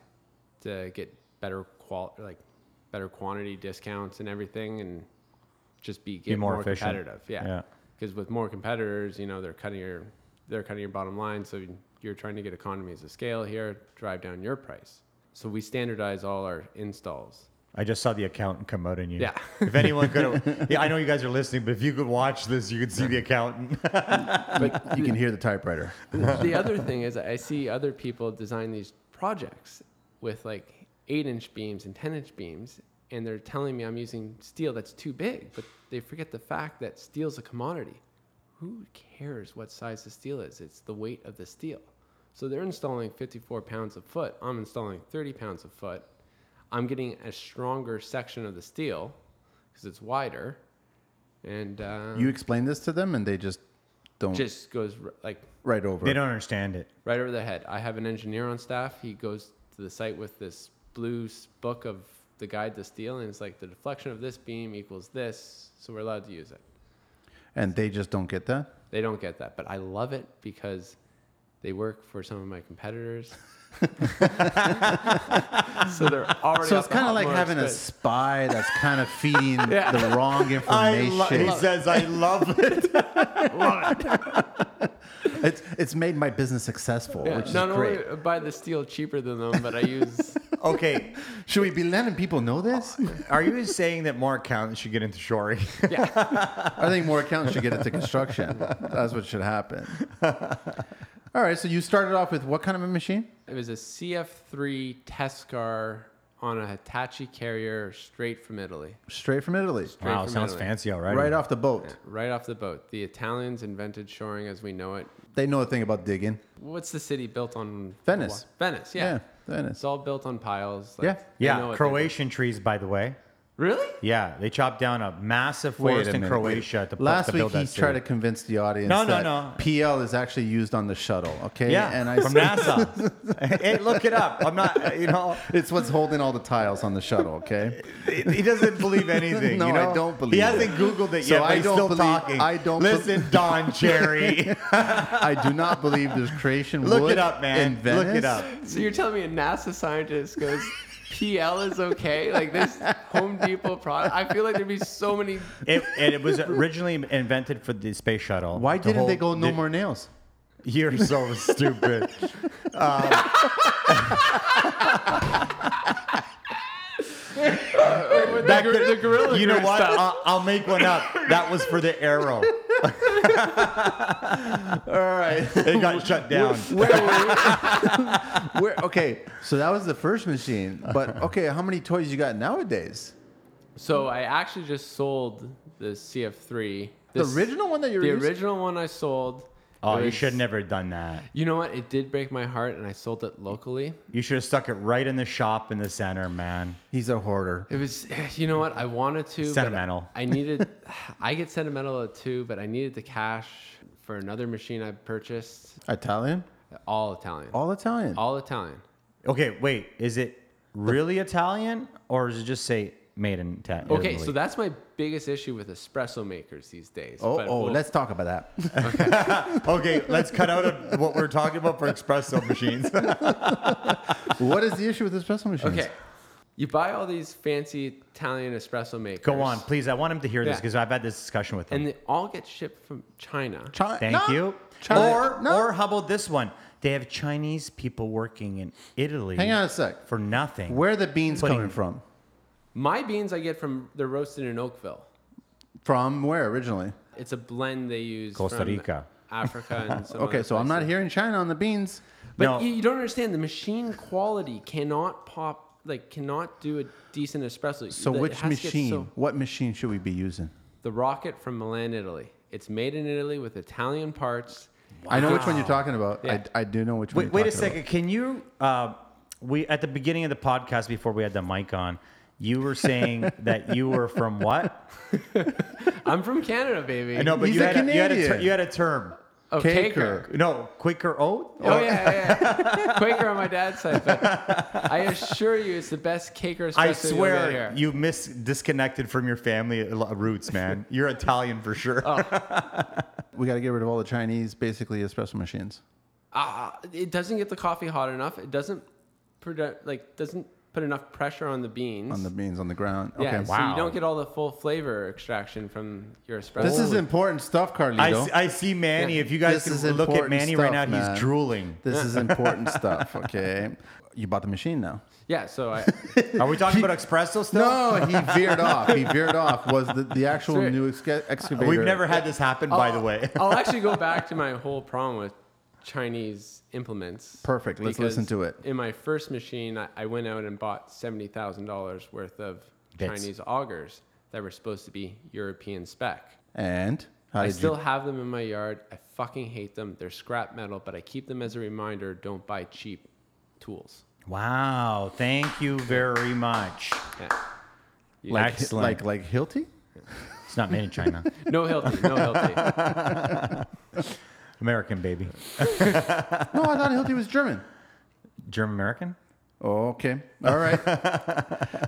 [SPEAKER 1] to get better qual like better quantity discounts and everything, and just be, get
[SPEAKER 3] more
[SPEAKER 1] more,
[SPEAKER 3] efficient.
[SPEAKER 1] competitive. Yeah.
[SPEAKER 3] Yeah.
[SPEAKER 1] Because with more competitors, you know, they're cutting your they're cutting your bottom line, so you're trying to get economies of scale here, drive down your price. So we standardize all our installs.
[SPEAKER 3] I just saw the accountant come out in you.
[SPEAKER 1] Yeah.
[SPEAKER 3] If anyone could have, yeah, I know you guys are listening, but if you could watch this, you could see the accountant.
[SPEAKER 2] You can hear the typewriter.
[SPEAKER 1] the other thing is I see other people design these projects with like 8-inch beams and 10-inch beams and they're telling me I'm using steel that's too big, but they forget the fact that steel's a commodity. Who cares what size the steel is? It's the weight of the steel. So they're installing 54 pounds a foot. I'm installing 30 pounds a foot. I'm getting a stronger section of the steel because it's wider and uh,
[SPEAKER 2] You explain this to them and they just don't
[SPEAKER 1] just goes r- like
[SPEAKER 2] right over.
[SPEAKER 3] They don't understand it.
[SPEAKER 1] right over the head. I have an engineer on staff. He goes to the site with this blue s- book of the guide to steel, and it's like the deflection of this beam equals this, so we're allowed to use it.
[SPEAKER 2] and they just don't get that.
[SPEAKER 1] They don't get that, but I love it because they work for some of my competitors. so they're already.
[SPEAKER 2] So
[SPEAKER 1] up
[SPEAKER 2] it's kind
[SPEAKER 1] the
[SPEAKER 2] of like
[SPEAKER 1] hotline
[SPEAKER 2] having a
[SPEAKER 1] space.
[SPEAKER 2] spy that's kind of feeding the wrong information.
[SPEAKER 3] says, I love it.
[SPEAKER 2] it's it's made my business successful,
[SPEAKER 1] Yeah,
[SPEAKER 2] which is
[SPEAKER 1] not
[SPEAKER 2] great.
[SPEAKER 1] only buy the steel cheaper than them, but I use.
[SPEAKER 3] Okay.
[SPEAKER 2] Should we be letting people know this?
[SPEAKER 3] Are you saying that more accountants should get into shoring?
[SPEAKER 2] I think more accountants should get into construction. That's what should happen. All right, so you started off with what kind of a machine?
[SPEAKER 1] It was a CF3 test car on a Hitachi carrier straight from Italy.
[SPEAKER 2] Straight from Italy,
[SPEAKER 1] Straight
[SPEAKER 3] wow,
[SPEAKER 1] from
[SPEAKER 3] sounds
[SPEAKER 1] Italy.
[SPEAKER 3] fancy already.
[SPEAKER 2] right off the boat.
[SPEAKER 1] Right off the boat. The Italians invented shoring as we know it.
[SPEAKER 2] They know a thing about digging.
[SPEAKER 1] What's the city built on?
[SPEAKER 2] Venice.
[SPEAKER 1] Wa- Venice, yeah.
[SPEAKER 2] Yeah, Venice.
[SPEAKER 1] It's all built on piles.
[SPEAKER 2] Yeah.
[SPEAKER 1] they know
[SPEAKER 3] Yeah,
[SPEAKER 1] what they're doing.
[SPEAKER 3] Croatian trees, by the way.
[SPEAKER 1] Really?
[SPEAKER 3] Yeah, they chopped down a massive
[SPEAKER 2] Wait a
[SPEAKER 3] forest in
[SPEAKER 2] minute.
[SPEAKER 3] Croatia to, pu-
[SPEAKER 2] Last
[SPEAKER 3] to
[SPEAKER 2] week
[SPEAKER 3] build
[SPEAKER 2] he
[SPEAKER 3] that
[SPEAKER 2] tried
[SPEAKER 3] city.
[SPEAKER 2] to convince the audience
[SPEAKER 3] No, no,
[SPEAKER 2] that
[SPEAKER 3] no.
[SPEAKER 2] PL is actually used on the shuttle. Okay,
[SPEAKER 3] yeah,
[SPEAKER 2] and I
[SPEAKER 3] from NASA. hey, look it up. I'm not, you know,
[SPEAKER 2] it's what's holding all the tiles on the shuttle. Okay,
[SPEAKER 3] he he doesn't believe anything.
[SPEAKER 2] No,
[SPEAKER 3] you
[SPEAKER 2] I
[SPEAKER 3] know?
[SPEAKER 2] don't believe
[SPEAKER 3] He
[SPEAKER 2] it.
[SPEAKER 3] hasn't Googled it
[SPEAKER 2] So
[SPEAKER 3] yet, but
[SPEAKER 2] I
[SPEAKER 3] he's
[SPEAKER 2] don't
[SPEAKER 3] still
[SPEAKER 2] believe-
[SPEAKER 3] talking.
[SPEAKER 2] I don't bel-
[SPEAKER 3] Listen, Don Cherry.
[SPEAKER 2] I do not believe there's creation
[SPEAKER 3] Look
[SPEAKER 2] wood
[SPEAKER 3] it up, man.
[SPEAKER 2] in Venice.
[SPEAKER 3] Look it up.
[SPEAKER 1] So you're telling me a NASA scientist goes, PL is okay? Like this Home Depot product? I feel like there'd be so many.
[SPEAKER 3] It, and it was originally invented for the space shuttle.
[SPEAKER 2] Why
[SPEAKER 3] to
[SPEAKER 2] didn't they
[SPEAKER 3] hold-
[SPEAKER 2] go no
[SPEAKER 3] the-
[SPEAKER 2] more nails?
[SPEAKER 3] You're so stupid.
[SPEAKER 1] That the, the gorilla
[SPEAKER 3] you know
[SPEAKER 1] Grodd
[SPEAKER 3] what?
[SPEAKER 1] stuff.
[SPEAKER 3] I'll, I'll make one up. That was for the arrow.
[SPEAKER 2] All right.
[SPEAKER 3] It got shut down.
[SPEAKER 2] Where, okay, so that was the first machine. But okay, how many toys you got nowadays?
[SPEAKER 1] So I actually just sold the CF3.
[SPEAKER 2] The
[SPEAKER 1] This-
[SPEAKER 2] original one that you were
[SPEAKER 1] The
[SPEAKER 2] using?
[SPEAKER 1] original one I sold.
[SPEAKER 3] Oh,
[SPEAKER 1] It
[SPEAKER 3] you
[SPEAKER 1] was-
[SPEAKER 3] should never have done that.
[SPEAKER 1] You know what? It did break my heart, and I sold it locally.
[SPEAKER 3] You should have stuck it right in the shop in the center, man.
[SPEAKER 2] He's a hoarder.
[SPEAKER 1] It was, eh, you know what? I wanted to. but
[SPEAKER 3] Sentimental.
[SPEAKER 1] I needed, I get sentimental too, but I needed the cash for another machine I purchased.
[SPEAKER 2] Italian?
[SPEAKER 1] All Italian. All,
[SPEAKER 2] All Italian.
[SPEAKER 1] Italian.
[SPEAKER 3] Okay, wait. Is it really Italian or does it just say made in Ita- Italy?
[SPEAKER 1] Okay, so that's my biggest issue with espresso makers these days.
[SPEAKER 2] oh,
[SPEAKER 1] but
[SPEAKER 2] oh,
[SPEAKER 1] we'll-
[SPEAKER 2] let's talk about that.
[SPEAKER 3] okay, let's cut out of what we're talking about for espresso machines.
[SPEAKER 2] what is the issue with espresso machines?
[SPEAKER 1] Okay. You buy all these fancy Italian espresso makers.
[SPEAKER 3] go on, please. I want him to hear this
[SPEAKER 1] Yeah.
[SPEAKER 3] because I've had this discussion with him.
[SPEAKER 1] And they all get shipped from China.
[SPEAKER 2] Chi-
[SPEAKER 3] Thank
[SPEAKER 2] no.
[SPEAKER 3] you.
[SPEAKER 2] China-
[SPEAKER 3] or
[SPEAKER 2] no.
[SPEAKER 3] or how about this one? They have Chinese people working in Italy.
[SPEAKER 2] Hang on a sec.
[SPEAKER 3] For nothing.
[SPEAKER 2] Where are the beans
[SPEAKER 3] Putting-
[SPEAKER 2] coming from?
[SPEAKER 1] My beans I get from they're roasted in Oakville.
[SPEAKER 2] From where originally?
[SPEAKER 1] It's a blend they use
[SPEAKER 3] Costa
[SPEAKER 1] from
[SPEAKER 3] Rica.
[SPEAKER 1] Africa, and some
[SPEAKER 2] Okay,
[SPEAKER 1] other
[SPEAKER 2] so I'm
[SPEAKER 1] places.
[SPEAKER 2] not hearing China on the beans.
[SPEAKER 1] But
[SPEAKER 3] No.
[SPEAKER 1] you, you don't understand the machine quality cannot pop like cannot do a decent espresso.
[SPEAKER 2] So
[SPEAKER 1] The- it
[SPEAKER 2] which
[SPEAKER 1] has to get
[SPEAKER 2] machine?
[SPEAKER 1] so-
[SPEAKER 2] What machine should we be using?
[SPEAKER 1] the rocket from Milan, Italy. It's made in Italy with Italian parts.
[SPEAKER 2] I know which one you're talking about.
[SPEAKER 1] Yeah.
[SPEAKER 2] I, I do know which one.
[SPEAKER 3] Wait,
[SPEAKER 2] you're
[SPEAKER 3] wait a
[SPEAKER 2] talking about.
[SPEAKER 3] second. Can you? Uh, we at the beginning of the podcast before we had the mic on, you were saying that you were from what?
[SPEAKER 1] I'm from Canada, baby.
[SPEAKER 3] I know, but
[SPEAKER 2] He's
[SPEAKER 3] you
[SPEAKER 2] a
[SPEAKER 3] had, a, you, had a ter-
[SPEAKER 2] Canadian.
[SPEAKER 3] you had a term.
[SPEAKER 1] Oh,
[SPEAKER 2] Caker.
[SPEAKER 3] No, Quaker oat.
[SPEAKER 1] Oh yeah, yeah, yeah. Quaker on my dad's side, but I assure you, it's the best Quaker espresso
[SPEAKER 3] I
[SPEAKER 1] you'll get
[SPEAKER 3] swear
[SPEAKER 1] here.
[SPEAKER 3] you mis disconnected from your family roots, man. You're Italian for sure.
[SPEAKER 2] We got to get rid of all the Chinese, basically espresso machines.
[SPEAKER 1] Ah, it doesn't get the coffee hot enough. It doesn't produ- like doesn't put enough pressure on the beans.
[SPEAKER 2] on the beans on the ground. Okay.
[SPEAKER 1] yeah, so
[SPEAKER 3] wow.
[SPEAKER 1] you don't get all the full flavor extraction from your espresso.
[SPEAKER 2] This is important stuff, Carlito.
[SPEAKER 3] I, see, I see Manny. If you guys
[SPEAKER 2] This is
[SPEAKER 3] can look at
[SPEAKER 2] important
[SPEAKER 3] Manny right now,
[SPEAKER 2] stuff, man.
[SPEAKER 3] he's drooling.
[SPEAKER 2] this is important stuff, okay? You bought the machine now.
[SPEAKER 1] yeah. So I,
[SPEAKER 3] Are we talking about espresso still?
[SPEAKER 2] No, he veered off. He veered off. Was the, the actual
[SPEAKER 1] Sir.
[SPEAKER 2] new exca- excavator?
[SPEAKER 3] We've never had this happen, by the
[SPEAKER 2] Oh.
[SPEAKER 3] way.
[SPEAKER 1] I'll actually go back to my whole problem with Chinese implements.
[SPEAKER 2] Perfect. Let's
[SPEAKER 1] because
[SPEAKER 2] listen to it.
[SPEAKER 1] In my first machine, I, I went out and bought seventy thousand dollars worth of
[SPEAKER 3] Bits.
[SPEAKER 1] Chinese augers that were supposed to be European spec.
[SPEAKER 2] And how
[SPEAKER 1] I
[SPEAKER 2] did
[SPEAKER 1] still
[SPEAKER 2] you?
[SPEAKER 1] have them in my yard. I fucking hate them. They're scrap metal, but I keep them as a reminder don't buy cheap tools.
[SPEAKER 3] Wow. Thank you very much.
[SPEAKER 1] Yeah.
[SPEAKER 2] Like,
[SPEAKER 3] Excellent.
[SPEAKER 2] like like Hilti?
[SPEAKER 3] It's not made in China.
[SPEAKER 1] No healthy, no healthy.
[SPEAKER 3] American baby.
[SPEAKER 2] No, I thought Hilti was German.
[SPEAKER 3] German American?
[SPEAKER 2] Okay. All right.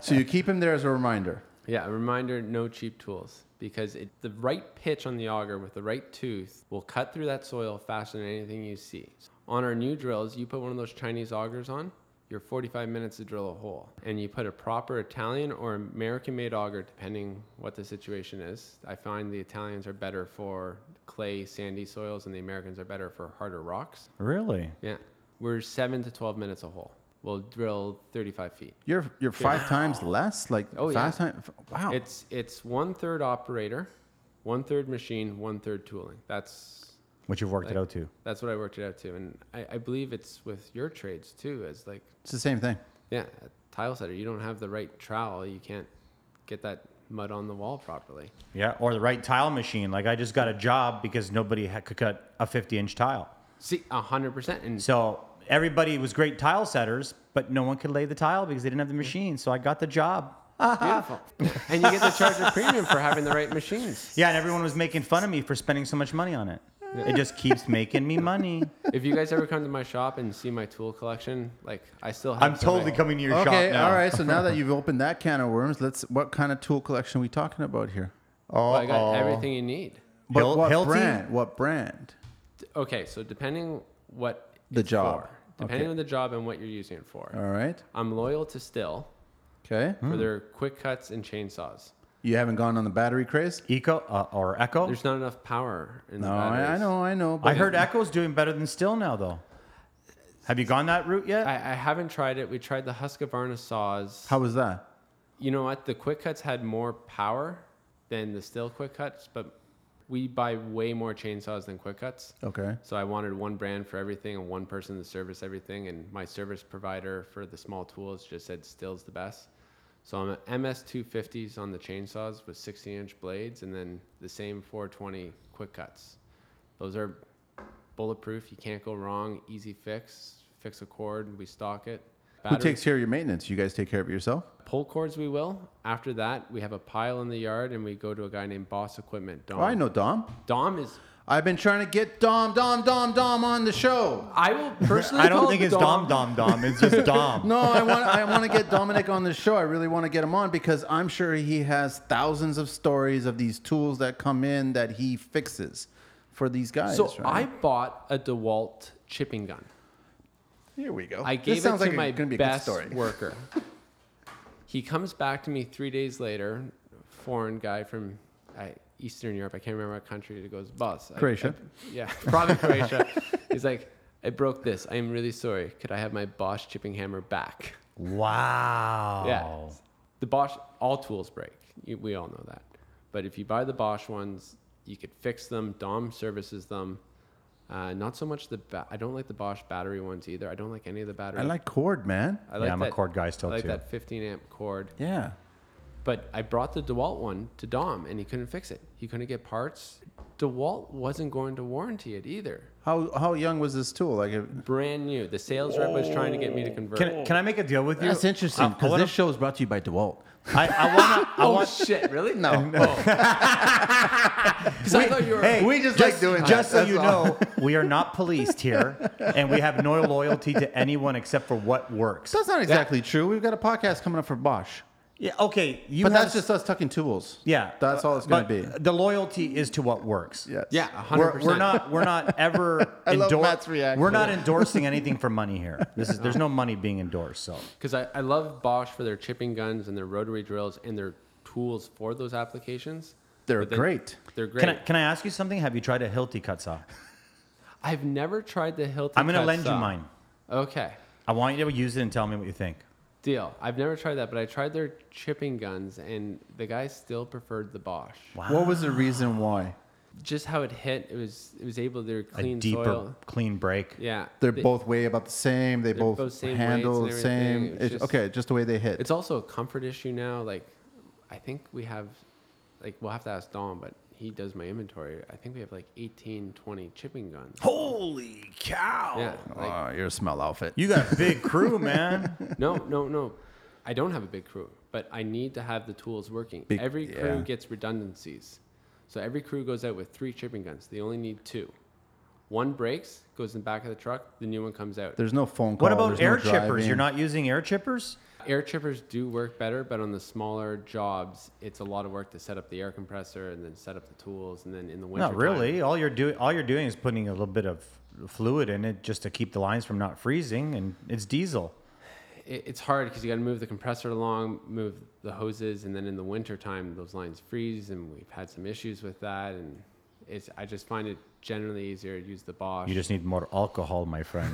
[SPEAKER 2] so you keep him there as a reminder.
[SPEAKER 1] Yeah, a reminder no cheap tools because it, the right pitch on the auger with the right tooth will cut through that soil faster than anything you see. On our new drills, you put one of those Chinese augers on, you're 45 minutes to drill a hole. And you put a proper Italian or American made auger, depending what the situation is. I find the Italians are better for clay, sandy soils, and the Americans are better for harder rocks.
[SPEAKER 3] Really?
[SPEAKER 1] Yeah, we're 7 to 12 minutes a hole. We'll drill 35 feet.
[SPEAKER 2] You're you're five times less. Like
[SPEAKER 1] Oh,
[SPEAKER 2] five
[SPEAKER 1] yeah.
[SPEAKER 2] times. Wow.
[SPEAKER 1] It's it's one third operator, one third machine, one third tooling. That's
[SPEAKER 3] Which you've worked it out to.
[SPEAKER 1] that's what I worked it out to, and I, I believe it's with your trades too. As like,
[SPEAKER 2] it's the same thing.
[SPEAKER 1] yeah, a tile setter, you don't have the right trowel, you can't get that mud on the wall properly.
[SPEAKER 3] Yeah. Or the right tile machine. Like I just got a job because nobody ha- could cut a 50 inch tile.
[SPEAKER 1] See, hundred percent, and
[SPEAKER 3] So everybody was great tile setters, but no one could lay the tile because they didn't have the machine. So I got the job.
[SPEAKER 1] beautiful. and you get to charge a premium for having the right machines.
[SPEAKER 3] Yeah, and everyone was making fun of me for spending so much money on it. It just keeps making me money.
[SPEAKER 1] If you guys ever come to my shop and see my tool collection, like I still have.
[SPEAKER 3] I'm
[SPEAKER 1] some of
[SPEAKER 3] totally
[SPEAKER 1] my-
[SPEAKER 3] coming to your shop
[SPEAKER 2] Okay.
[SPEAKER 3] now.
[SPEAKER 2] All right. So now that you've opened that can of worms, let's. What kind of tool collection are we talking about here?
[SPEAKER 1] Well, I got everything you need.
[SPEAKER 2] But
[SPEAKER 3] Hil-
[SPEAKER 2] what
[SPEAKER 3] Hilti?
[SPEAKER 2] brand? What brand?
[SPEAKER 1] Okay, so depending what
[SPEAKER 2] The
[SPEAKER 1] it's
[SPEAKER 2] job.
[SPEAKER 1] for, depending
[SPEAKER 2] Okay.
[SPEAKER 1] on the job and what you're using it for.
[SPEAKER 2] All right. Mm.
[SPEAKER 1] I'm loyal to Still
[SPEAKER 2] Okay.
[SPEAKER 1] for their quick cuts and chainsaws.
[SPEAKER 2] You haven't gone on the battery craze?
[SPEAKER 3] Eco uh, or Echo?
[SPEAKER 1] There's not enough power in the
[SPEAKER 2] No, I, I
[SPEAKER 1] batteries.
[SPEAKER 2] know, I know. But
[SPEAKER 3] I heard Echo's doing better than Still now, though. Have you gone that route yet?
[SPEAKER 1] I, I haven't tried it. We tried the Husqvarna saws.
[SPEAKER 2] How was that?
[SPEAKER 1] you know what? The quick cuts had more power than the Still quick cuts, but we buy way more chainsaws than quick cuts.
[SPEAKER 2] Okay.
[SPEAKER 1] So I wanted one brand for everything and one person to service everything. And my service provider for the small tools just said Still's the best. So I'm at MS250s on the chainsaws with 16 inch blades and then the same 420 quick cuts. Those are bulletproof. You can't go wrong. Easy fix. Fix a cord. We stock it.
[SPEAKER 2] Who
[SPEAKER 1] Battery-
[SPEAKER 2] takes care of your maintenance? You guys take care of it yourself?
[SPEAKER 1] pull cords? We will. After that, we have a pile in the yard and we go to a guy named Boss Equipment. Dom.
[SPEAKER 2] Oh, I know Dom.
[SPEAKER 1] Dom is.
[SPEAKER 2] I've been trying to get Dom, Dom, Dom, Dom on the show.
[SPEAKER 1] I will personally.
[SPEAKER 3] I don't
[SPEAKER 1] call
[SPEAKER 3] think
[SPEAKER 1] him
[SPEAKER 3] it's Dom Dom Dom. It's just Dom.
[SPEAKER 2] No, I want I want to get Dominic on the show. I really want to get him on because I'm sure he has thousands of stories of these tools that come in that he fixes for these guys.
[SPEAKER 1] So I
[SPEAKER 2] right?
[SPEAKER 1] bought a DeWalt chipping gun.
[SPEAKER 2] here we go.
[SPEAKER 1] I gave it to my
[SPEAKER 2] gonna
[SPEAKER 1] best worker. He comes back to me three days later, foreign guy from uh, Eastern Europe. I can't remember what country it goes. Boss. I-
[SPEAKER 2] Croatia.
[SPEAKER 1] I- yeah, probably Croatia. He's like, I broke this. I am really sorry. Could I have my Bosch chipping hammer back?
[SPEAKER 3] Wow.
[SPEAKER 1] Yeah. The Bosch, all tools break. You, we all know that. But if you buy the Bosch ones, you could fix them. Dom services them. Uh, not so much the. Ba- I don't like the Bosch battery ones either. I don't like any of the battery.
[SPEAKER 2] I like cord, man.
[SPEAKER 1] I like
[SPEAKER 3] I'm a
[SPEAKER 1] that,
[SPEAKER 3] cord guy still,
[SPEAKER 1] I like
[SPEAKER 3] too.
[SPEAKER 1] that 15 amp cord.
[SPEAKER 2] Yeah.
[SPEAKER 1] But I brought the DeWalt one to Dom, and he couldn't fix it. He couldn't get parts. DeWalt wasn't going to warranty it either.
[SPEAKER 2] How how young was this tool? Like if-
[SPEAKER 1] Brand new. The sales rep was trying to get me to convert.
[SPEAKER 3] Can, can I make a deal with you?
[SPEAKER 2] that's
[SPEAKER 3] I-
[SPEAKER 2] interesting
[SPEAKER 3] I,
[SPEAKER 2] because
[SPEAKER 3] wanna-
[SPEAKER 2] this show is brought to you by DeWalt.
[SPEAKER 3] I, I wanna, I
[SPEAKER 1] oh
[SPEAKER 3] want,
[SPEAKER 1] shit! Really?
[SPEAKER 2] No.
[SPEAKER 1] Because I thought you were.
[SPEAKER 3] Hey,
[SPEAKER 2] We just like doing
[SPEAKER 3] Just
[SPEAKER 2] that,
[SPEAKER 3] so you
[SPEAKER 2] that's all.
[SPEAKER 3] know, we are not policed here, and we have no loyalty to anyone except for what works.
[SPEAKER 2] That's not exactly true. We've got a podcast coming up for Bosch,
[SPEAKER 3] Yeah. Okay. You
[SPEAKER 2] but
[SPEAKER 3] have-
[SPEAKER 2] that's just us tucking tools.
[SPEAKER 3] yeah. uh,
[SPEAKER 2] that's all it's going to
[SPEAKER 3] but
[SPEAKER 2] be.
[SPEAKER 3] The loyalty is to what works.
[SPEAKER 2] Yes.
[SPEAKER 1] Yeah,
[SPEAKER 3] We're,
[SPEAKER 1] 100%.
[SPEAKER 3] we're not we're not ever
[SPEAKER 2] I love
[SPEAKER 3] endor-
[SPEAKER 2] Matt's reaction.
[SPEAKER 3] we're not endorsing anything for money here. This is there's no money being endorsed. So
[SPEAKER 1] because I, I love Bosch for their chipping guns and their rotary drills and their tools for those applications.
[SPEAKER 2] They're
[SPEAKER 1] But then-
[SPEAKER 2] great.
[SPEAKER 1] They're great.
[SPEAKER 3] can I, can I ask you something? Have you tried a Hilti cut saw?
[SPEAKER 1] I, have never tried the Hilti.
[SPEAKER 3] I'm going to
[SPEAKER 1] cut
[SPEAKER 3] lend you
[SPEAKER 1] saw.
[SPEAKER 3] mine.
[SPEAKER 1] Okay,
[SPEAKER 3] I want you to use it and tell me what you think.
[SPEAKER 1] deal. I've never tried that, but I tried their chipping guns, and the guy still preferred the Bosch.
[SPEAKER 2] What was the reason why?
[SPEAKER 1] Just how it hit, it was it was able to clean
[SPEAKER 3] a deeper
[SPEAKER 1] soil.
[SPEAKER 3] clean break.
[SPEAKER 1] Yeah,
[SPEAKER 2] They're
[SPEAKER 1] They-
[SPEAKER 2] both way about the same. They both,
[SPEAKER 1] both same
[SPEAKER 2] handle the
[SPEAKER 1] weights and everything.
[SPEAKER 2] same.
[SPEAKER 1] It's
[SPEAKER 2] It's
[SPEAKER 1] just-
[SPEAKER 2] okay, just the way they hit.
[SPEAKER 1] It's also a comfort issue now. Like, I think we have, like, we'll have to ask Dom, but he does my inventory. I think we have like 18, 20 chipping guns.
[SPEAKER 3] Holy cow!
[SPEAKER 1] Yeah, like,
[SPEAKER 2] oh, you're a smell outfit.
[SPEAKER 3] You got a big crew, man.
[SPEAKER 1] No, no, no. I don't have a big crew, but I need to have the tools working.
[SPEAKER 2] Big-
[SPEAKER 1] every crew
[SPEAKER 2] yeah.
[SPEAKER 1] gets redundancies. So every crew goes out with three chipping guns. They only need two. One breaks, goes in the back of the truck, the new one comes out.
[SPEAKER 2] There's no phone call.
[SPEAKER 3] What about
[SPEAKER 2] there's
[SPEAKER 3] air
[SPEAKER 2] no
[SPEAKER 3] chippers?
[SPEAKER 2] driving.
[SPEAKER 3] You're not using air chippers?
[SPEAKER 1] Air chippers do work better, but on the smaller jobs, it's a lot of work to set up the air compressor and then set up the tools and then in the winter.
[SPEAKER 3] Not really. All you're doing, all you're doing, is putting a little bit of fluid in it just to keep the lines from not freezing, and it's diesel.
[SPEAKER 1] it, it's hard because you got to move the compressor along, move the hoses, and then in the winter time those lines freeze, and we've had some issues with that. And it's I just find it generally easier to use the Bosch.
[SPEAKER 3] You just need more alcohol, my friend.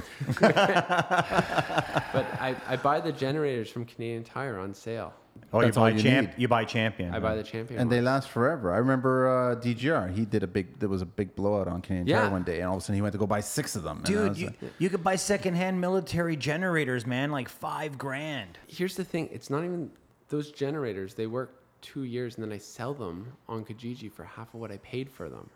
[SPEAKER 1] but I, I buy the generators from Canadian Tire on sale.
[SPEAKER 3] Oh,
[SPEAKER 2] That's
[SPEAKER 3] you buy
[SPEAKER 2] all you
[SPEAKER 3] champ.
[SPEAKER 2] need.
[SPEAKER 3] You buy champion.
[SPEAKER 1] I buy the Champion.
[SPEAKER 2] And they
[SPEAKER 1] ones.
[SPEAKER 2] last forever. I remember uh, DGR. He did a big. There was a big blowout on Canadian Tire
[SPEAKER 1] Yeah.
[SPEAKER 2] one day, and all of a sudden he went to go buy six of them. and I
[SPEAKER 3] Dude,
[SPEAKER 2] was
[SPEAKER 3] you,
[SPEAKER 2] like-
[SPEAKER 3] you could buy secondhand military generators, man, like five grand.
[SPEAKER 1] Here's the thing: it's not even those generators. They work two years, and then I sell them on Kijiji for half of what I paid for them.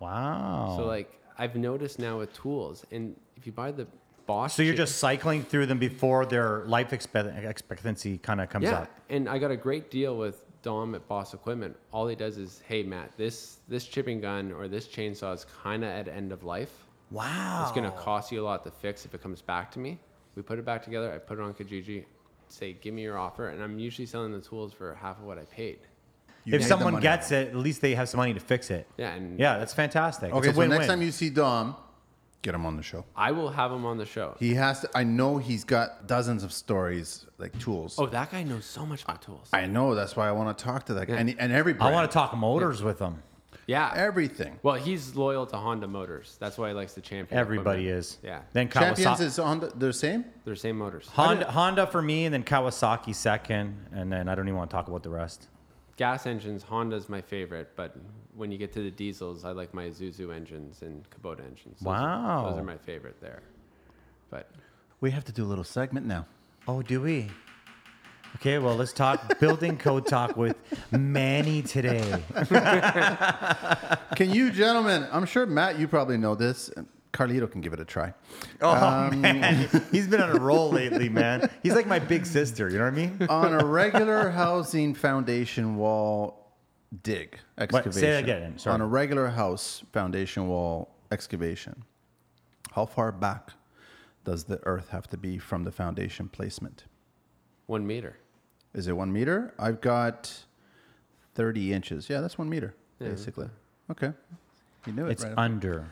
[SPEAKER 3] Wow.
[SPEAKER 1] So like I've noticed now with tools, and if you buy the Bosch,
[SPEAKER 3] So you're
[SPEAKER 1] cha-
[SPEAKER 3] just cycling through them before their life expect- expectancy kind of comes
[SPEAKER 1] yeah.
[SPEAKER 3] up.
[SPEAKER 1] And I got a great deal with Dom at Boss Equipment. All he does is, hey Matt, this this chipping gun or this chainsaw is kind of at end of life.
[SPEAKER 3] Wow.
[SPEAKER 1] It's gonna cost you a lot to fix if it comes back to me. We put it back together. I put it on Kijiji. Say, give me your offer, and I'm usually selling the tools for half of what I paid.
[SPEAKER 2] You
[SPEAKER 3] if
[SPEAKER 2] made the
[SPEAKER 3] someone
[SPEAKER 2] money.
[SPEAKER 3] gets it, at least they have some money to fix it.
[SPEAKER 1] Yeah, and
[SPEAKER 3] Yeah, that's fantastic.
[SPEAKER 2] okay,
[SPEAKER 3] it's a
[SPEAKER 2] so
[SPEAKER 3] win-win.
[SPEAKER 2] next time you see Dom, get him on the show.
[SPEAKER 1] I will have him on the show.
[SPEAKER 2] He has to. I know he's got dozens of stories like tools.
[SPEAKER 1] Oh, that guy knows so much about tools.
[SPEAKER 2] I know. That's why I want to talk to that guy. And, and every
[SPEAKER 3] I
[SPEAKER 2] brand,
[SPEAKER 3] want to talk motors with them.
[SPEAKER 1] yeah.
[SPEAKER 2] everything.
[SPEAKER 1] well, he's loyal to Honda Motors. That's why he likes the champion.
[SPEAKER 3] Everybody
[SPEAKER 1] equipment.
[SPEAKER 3] is.
[SPEAKER 1] Yeah.
[SPEAKER 3] Then
[SPEAKER 2] Champions
[SPEAKER 3] Kawasaki.
[SPEAKER 2] is on the, the same.
[SPEAKER 1] They're same motors.
[SPEAKER 3] Honda, Honda for me, and then Kawasaki second, and then I don't even want to talk about the rest.
[SPEAKER 1] gas engines, Honda's my favorite, but when you get to the diesels, I like my Isuzu engines and Kubota engines. Those
[SPEAKER 3] Wow.
[SPEAKER 1] Are, those are my favorite there. But
[SPEAKER 2] We have to do a little segment now.
[SPEAKER 3] Oh, do we? Okay, well, let's talk building code talk with Manny today.
[SPEAKER 2] Can you, gentlemen? I'm sure Matt, you probably know this. Carlito can give it a try.
[SPEAKER 3] Oh
[SPEAKER 1] Um,
[SPEAKER 3] man, he's been on a roll lately, man. He's like my big sister. You know what I mean?
[SPEAKER 2] on a regular housing foundation wall dig excavation.
[SPEAKER 3] Say that again, sorry.
[SPEAKER 2] On a regular house foundation wall excavation, how far back does the earth have to be from the foundation placement?
[SPEAKER 1] one meter.
[SPEAKER 2] Is it one meter? I've got 30 inches. Yeah, that's one meter, basically. Okay. You knew it.
[SPEAKER 3] It's
[SPEAKER 2] right away.
[SPEAKER 3] under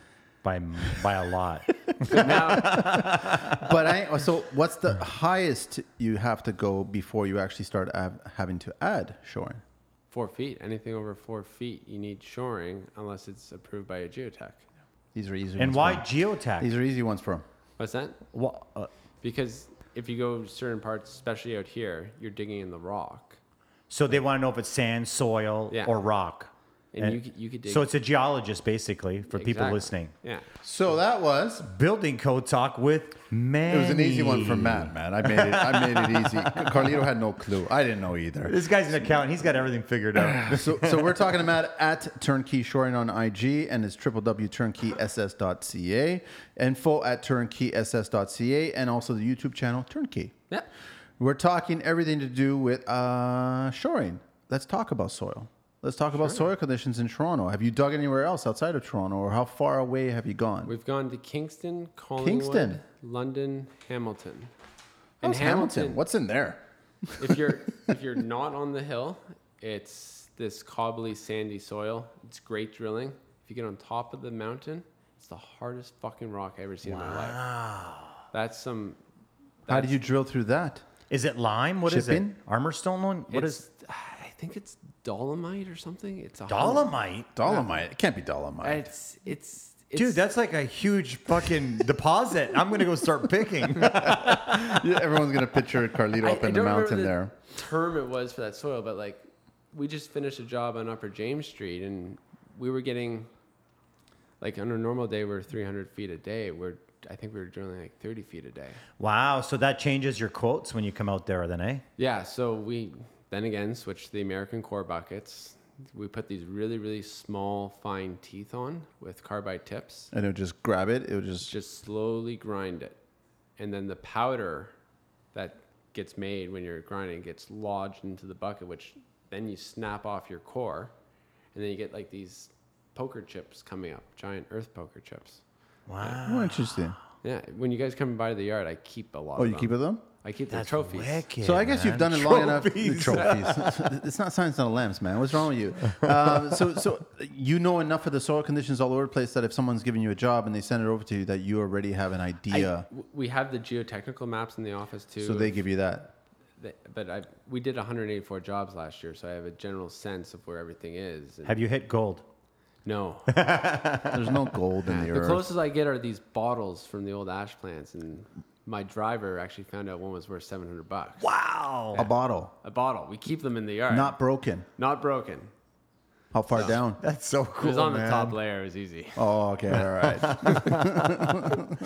[SPEAKER 3] by by a lot.
[SPEAKER 2] but I, uh, so what's the highest you have to go before you actually start av- having to add shoring?
[SPEAKER 1] Four feet. Anything over four feet, you need shoring unless it's approved by a geotech.
[SPEAKER 2] These are easy
[SPEAKER 3] and
[SPEAKER 2] ones
[SPEAKER 3] why
[SPEAKER 2] for him.
[SPEAKER 3] geotech?
[SPEAKER 2] These are easy ones for him.
[SPEAKER 1] What's that?
[SPEAKER 3] Wha- uh,
[SPEAKER 1] Because if you go certain parts, especially out here, you're digging in the rock.
[SPEAKER 3] So they want to know if it's sand, soil,
[SPEAKER 1] Yeah.
[SPEAKER 3] or rock.
[SPEAKER 1] And
[SPEAKER 3] And
[SPEAKER 1] you, c- you could dig.
[SPEAKER 3] So it's a geologist, basically, for people
[SPEAKER 1] Exactly.
[SPEAKER 3] listening.
[SPEAKER 1] Yeah.
[SPEAKER 2] So that was.
[SPEAKER 3] Building code talk with Manny.
[SPEAKER 2] It was an easy one for Matt, man. I made it. I made it easy. Carlito had no clue. I didn't know either.
[SPEAKER 3] This guy's an accountant. He's got everything figured out.
[SPEAKER 2] So, so we're talking to Matt at Turnkey Shoring on IG and it's www.turnkeyss.ca, info at turnkeyss.ca, and also the YouTube channel Turnkey.
[SPEAKER 1] Yeah.
[SPEAKER 2] We're talking everything to do with uh, shoring. Let's talk about soil. Let's talk about soil conditions in Toronto. Have you dug anywhere else outside of Toronto, or how far away have you gone?
[SPEAKER 1] We've gone to Kingston, Collingwood,
[SPEAKER 2] Kingston.
[SPEAKER 1] London, Hamilton.
[SPEAKER 2] How's Hamilton? What's in there?
[SPEAKER 1] if you're if you're not on the hill, it's this cobbly sandy soil. It's great drilling. If you get on top of the mountain, it's the hardest fucking rock I ever seen in my life. That's some
[SPEAKER 2] How did you drill through that?
[SPEAKER 3] is it lime? What is
[SPEAKER 2] Chipping?
[SPEAKER 3] it? Armor stone one? What is
[SPEAKER 1] it's- I think it's dolomite or something. It's a
[SPEAKER 3] dolomite?
[SPEAKER 2] Dolomite. It can't be dolomite.
[SPEAKER 1] It's it's, it's
[SPEAKER 3] Dude, that's like a huge fucking deposit. I'm gonna go start picking.
[SPEAKER 2] Yeah, everyone's gonna picture Carlito
[SPEAKER 1] I-
[SPEAKER 2] up
[SPEAKER 1] I
[SPEAKER 2] in the
[SPEAKER 1] don't remember
[SPEAKER 2] mountain there.
[SPEAKER 1] Term it was for that soil, but like we just finished a job on Upper James Street, and we were getting like on a normal day we're 300 feet a day. We're I think we were drilling like 30 feet a day.
[SPEAKER 3] wow, so that changes your quotes when you come out there, then, eh?
[SPEAKER 1] Yeah, so we then again switched to the American core buckets. We put these really, really small, fine teeth on with carbide tips.
[SPEAKER 2] And it would just grab it. It would just
[SPEAKER 1] Just slowly grind it. And then the powder that gets made when you're grinding gets lodged into the bucket, which then you snap off your core, and then you get like these poker chips coming up, giant earth poker chips. Ah.
[SPEAKER 3] Wow.
[SPEAKER 2] Oh, interesting.
[SPEAKER 1] Yeah, when you guys come by the yard, I keep a lot.
[SPEAKER 2] Oh,
[SPEAKER 1] of
[SPEAKER 2] you keep it them?
[SPEAKER 1] I keep the trophies.
[SPEAKER 2] So I guess you've done it long enough. The
[SPEAKER 3] Trophies.
[SPEAKER 2] trophies. it's not science, not lamps, man. What's wrong with you? Um, so, so you know enough of the soil conditions all over the place that if someone's giving you a job and they send it over to you, that you already have an
[SPEAKER 1] I-
[SPEAKER 2] idea.
[SPEAKER 1] w- we have the geotechnical maps in the office too.
[SPEAKER 2] so they give you that.
[SPEAKER 1] Th- but I we did 184 jobs last year, so I have a general sense of where everything is. And
[SPEAKER 3] Have you hit gold?
[SPEAKER 1] no,
[SPEAKER 2] There's no gold in the
[SPEAKER 1] the
[SPEAKER 2] earth.
[SPEAKER 1] closest I get are these bottles from the old ash plants, and my driver actually found out one was worth 700 bucks.
[SPEAKER 3] Wow.
[SPEAKER 2] a bottle,
[SPEAKER 1] A bottle. We keep them in the yard.
[SPEAKER 2] not broken.
[SPEAKER 1] not broken.
[SPEAKER 2] How far down?
[SPEAKER 3] That's so cool.
[SPEAKER 1] it was on the
[SPEAKER 3] man.
[SPEAKER 1] top layer. It was easy.
[SPEAKER 2] Oh, okay, all right.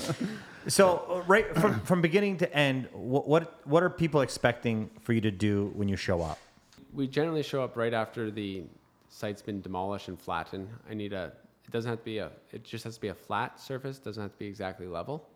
[SPEAKER 3] So uh, right from from beginning to end, what, what what are people expecting for you to do when you show up?
[SPEAKER 1] We generally show up right after the site's been demolished and flattened. I need a. It doesn't have to be a. It just has to be a flat surface. Doesn't have to be exactly level.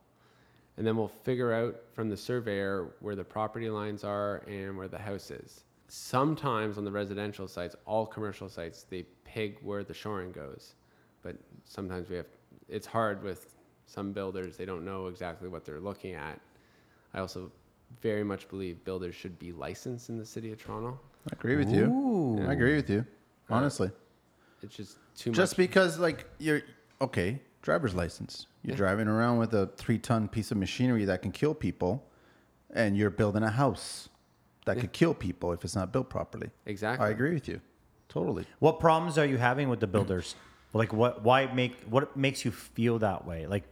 [SPEAKER 1] And then we'll figure out from the surveyor where the property lines are and where the house is. Sometimes on the residential sites, all commercial sites, they pig where the shoring goes. But sometimes we have. It's hard with some builders. They don't know exactly what they're looking at. I also very much believe builders should be licensed in the city of Toronto.
[SPEAKER 2] I agree with you. I agree with you. Honestly,
[SPEAKER 1] It's just too
[SPEAKER 2] just
[SPEAKER 1] much.
[SPEAKER 2] because like you're okay, driver's license. You're driving around with a three ton piece of machinery that can kill people, and you're building a house that could kill people if it's not built properly.
[SPEAKER 1] Exactly.
[SPEAKER 2] I agree with you, totally.
[SPEAKER 3] What problems are you having with the builders? Like what why make what makes you feel that way? Like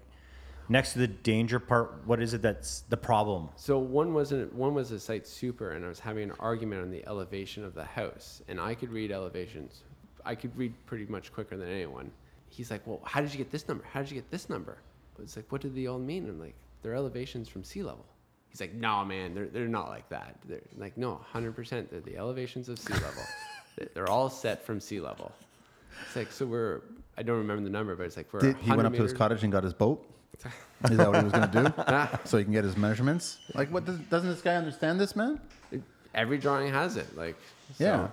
[SPEAKER 3] next to the danger part, what is it that's the problem?
[SPEAKER 1] So one wasn't one was a site super, and I was having an argument on the elevation of the house, and I could read elevations. I could read pretty much quicker than anyone. He's like, "Well, how did you get this number? How did you get this number?" But it's like, "What do they all mean?" I'm like, "They're elevations from sea level." He's like, "No, man, they're they're not like that. They're I'm like, no, hundred percent. They're the elevations of sea level. They're- they're all set from sea level." It's like, so we're I don't remember the number, but it's like we're
[SPEAKER 2] Did, he
[SPEAKER 1] 100
[SPEAKER 2] went up to his
[SPEAKER 1] meters-
[SPEAKER 2] cottage and got his boat. Is that what he was going to do? so he can get his measurements. Like, what does, doesn't this guy understand this, man?
[SPEAKER 1] Every drawing has it. Like, so
[SPEAKER 2] Yeah.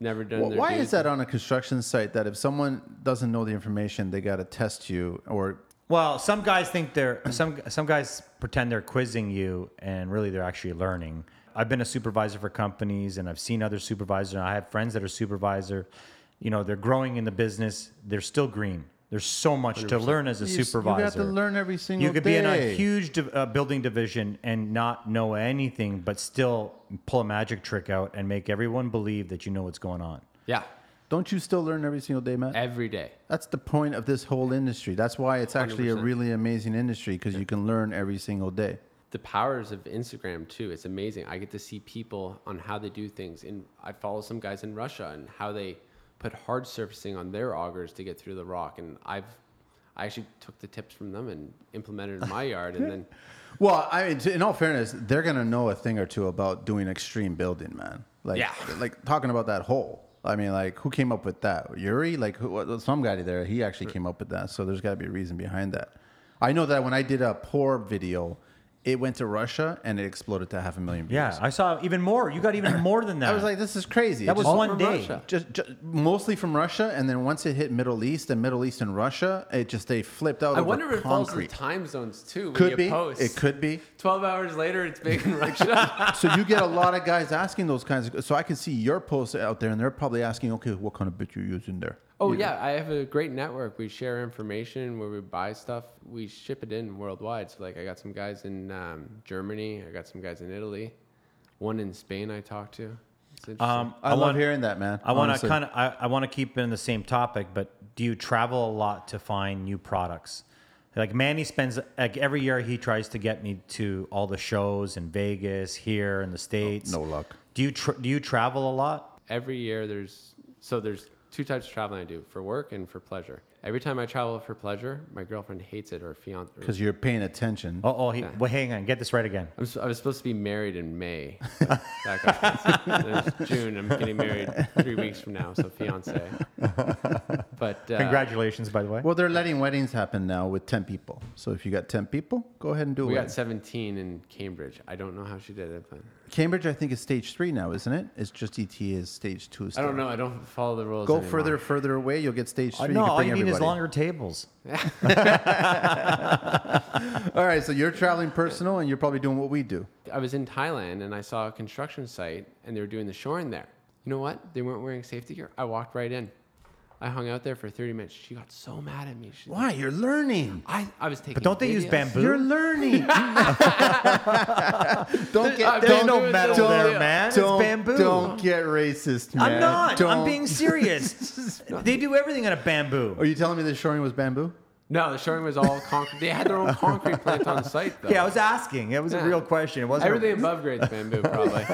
[SPEAKER 1] Never done.
[SPEAKER 2] Well,
[SPEAKER 1] their
[SPEAKER 2] why
[SPEAKER 1] dues.
[SPEAKER 2] is that on a construction site that if someone doesn't know the information, they got to test you or
[SPEAKER 3] Well, some guys think they're some some guys pretend they're quizzing you and really they're actually learning. I've been a supervisor for companies and I've seen other supervisors and I have friends that are supervisor. You know, they're growing in the business, they're still green. There's so much to learn as a
[SPEAKER 2] You s- You
[SPEAKER 3] supervisor.
[SPEAKER 2] got to learn every single
[SPEAKER 3] You could
[SPEAKER 2] day.
[SPEAKER 3] be in a huge div- uh, building division and not know anything, but still pull a magic trick out and make everyone believe that you know what's going on.
[SPEAKER 1] Yeah,
[SPEAKER 2] Don't you still learn every single day, Matt?
[SPEAKER 1] every day.
[SPEAKER 2] That's the point of this whole industry. That's why it's actually a
[SPEAKER 1] 100%.
[SPEAKER 2] really amazing industry because you can learn every single day.
[SPEAKER 1] The powers of Instagram too. It's amazing. I get to see people on how they do things, and I follow some guys in Russia and how they put hard surfacing on their augers to get through the rock. And I've, I actually took the tips from them and implemented in my yard. And then
[SPEAKER 2] Well, I mean, in all fairness, they're gonna know a thing or two about doing extreme building, man. Like,
[SPEAKER 1] Yeah.
[SPEAKER 2] like talking about that hole. I mean, like, who came up with that? Yuri? Like, who, what- some guy there. He actually came up with that. So there's got to be a reason behind that. I know that when I did a poor video, it went to Russia and it exploded to half a million views.
[SPEAKER 3] Yeah, I saw even more. You got even more than that.
[SPEAKER 2] I was like, this is crazy.
[SPEAKER 3] that was
[SPEAKER 2] Just-
[SPEAKER 3] one
[SPEAKER 1] from
[SPEAKER 3] day.
[SPEAKER 1] Russia.
[SPEAKER 2] just, just mostly from Russia, and then once it hit Middle East and Middle East and Russia, it just they flipped out.
[SPEAKER 1] I
[SPEAKER 2] over
[SPEAKER 1] wonder if it falls in
[SPEAKER 2] concrete.
[SPEAKER 1] time zones too. When you
[SPEAKER 2] Could be.
[SPEAKER 1] Post.
[SPEAKER 2] It could be.
[SPEAKER 1] Twelve hours later, it's big in Russia.
[SPEAKER 2] So you get a lot of guys asking those kinds of. So I can see your posts out there, and they're probably asking, okay, what kind of bit you're using there?
[SPEAKER 1] oh yeah, I have a great network. We share information where we buy stuff. We ship it in worldwide. So like, I got some guys in um, Germany. I got some guys in Italy. One in Spain. I talked to. It's interesting.
[SPEAKER 3] Um,
[SPEAKER 2] I, love hearing that, man.
[SPEAKER 3] I want to
[SPEAKER 2] honestly.
[SPEAKER 3] kind of. I, I want to keep it in the same topic, but do you travel a lot to find new products? Like Manny spends like every year he tries to get me to all the shows in Vegas, here in the states.
[SPEAKER 2] no luck.
[SPEAKER 3] Do you tr do you travel a lot?
[SPEAKER 1] every year there's so there's two types of traveling I do for work and for pleasure. Every time I travel for pleasure, my girlfriend hates it or fiance.
[SPEAKER 2] because you're paying attention.
[SPEAKER 3] Oh, oh, he, well, hang on, get this right again.
[SPEAKER 1] I'm, s- I was supposed to be married in May. that got canceled. There's June. I'm getting married three weeks from now, so fiance. But But uh,
[SPEAKER 3] Congratulations, by the way.
[SPEAKER 2] Well, they're letting weddings happen now with 10 people. So if you got 10 people, go ahead and do
[SPEAKER 1] We
[SPEAKER 2] it.
[SPEAKER 1] got 17 in Cambridge. I don't know how she did it, but
[SPEAKER 2] Cambridge, I think, is stage three now, isn't it? It's just ET is stage two.
[SPEAKER 1] I
[SPEAKER 2] Still.
[SPEAKER 1] don't know. I don't follow the rules.
[SPEAKER 2] Go
[SPEAKER 1] anymore.
[SPEAKER 2] further, further away, you'll get stage
[SPEAKER 3] Uh,
[SPEAKER 2] three.
[SPEAKER 3] no,
[SPEAKER 2] can
[SPEAKER 3] all
[SPEAKER 2] bring
[SPEAKER 3] you need is
[SPEAKER 2] everybody.
[SPEAKER 3] longer tables.
[SPEAKER 2] All right, so you're traveling personal and you're probably doing what we do.
[SPEAKER 1] I was in Thailand and I saw a construction site and they were doing the shoring there. You know what? They weren't wearing safety gear. I walked right in. I hung out there for 30 minutes. She got so mad at me. She's like,
[SPEAKER 2] Why? You're learning.
[SPEAKER 1] I, I was taking.
[SPEAKER 3] But don't they use
[SPEAKER 1] videos.
[SPEAKER 3] bamboo?
[SPEAKER 2] You're learning. don't get
[SPEAKER 1] There's
[SPEAKER 2] don't,
[SPEAKER 1] no metal there,
[SPEAKER 3] man. It's
[SPEAKER 2] Don't,
[SPEAKER 3] bamboo.
[SPEAKER 2] Don't get racist, man.
[SPEAKER 3] I'm not. I'm
[SPEAKER 2] Don't- Oh,
[SPEAKER 3] being serious. they do everything out of bamboo.
[SPEAKER 2] Are you telling me the shoring was bamboo?
[SPEAKER 1] No, the shoring was all concrete. they had their own concrete plant on site though.
[SPEAKER 3] Yeah, I was asking. It was a
[SPEAKER 1] Yeah.
[SPEAKER 3] real question. It wasn't. a-
[SPEAKER 1] Everything above grade's bamboo, probably.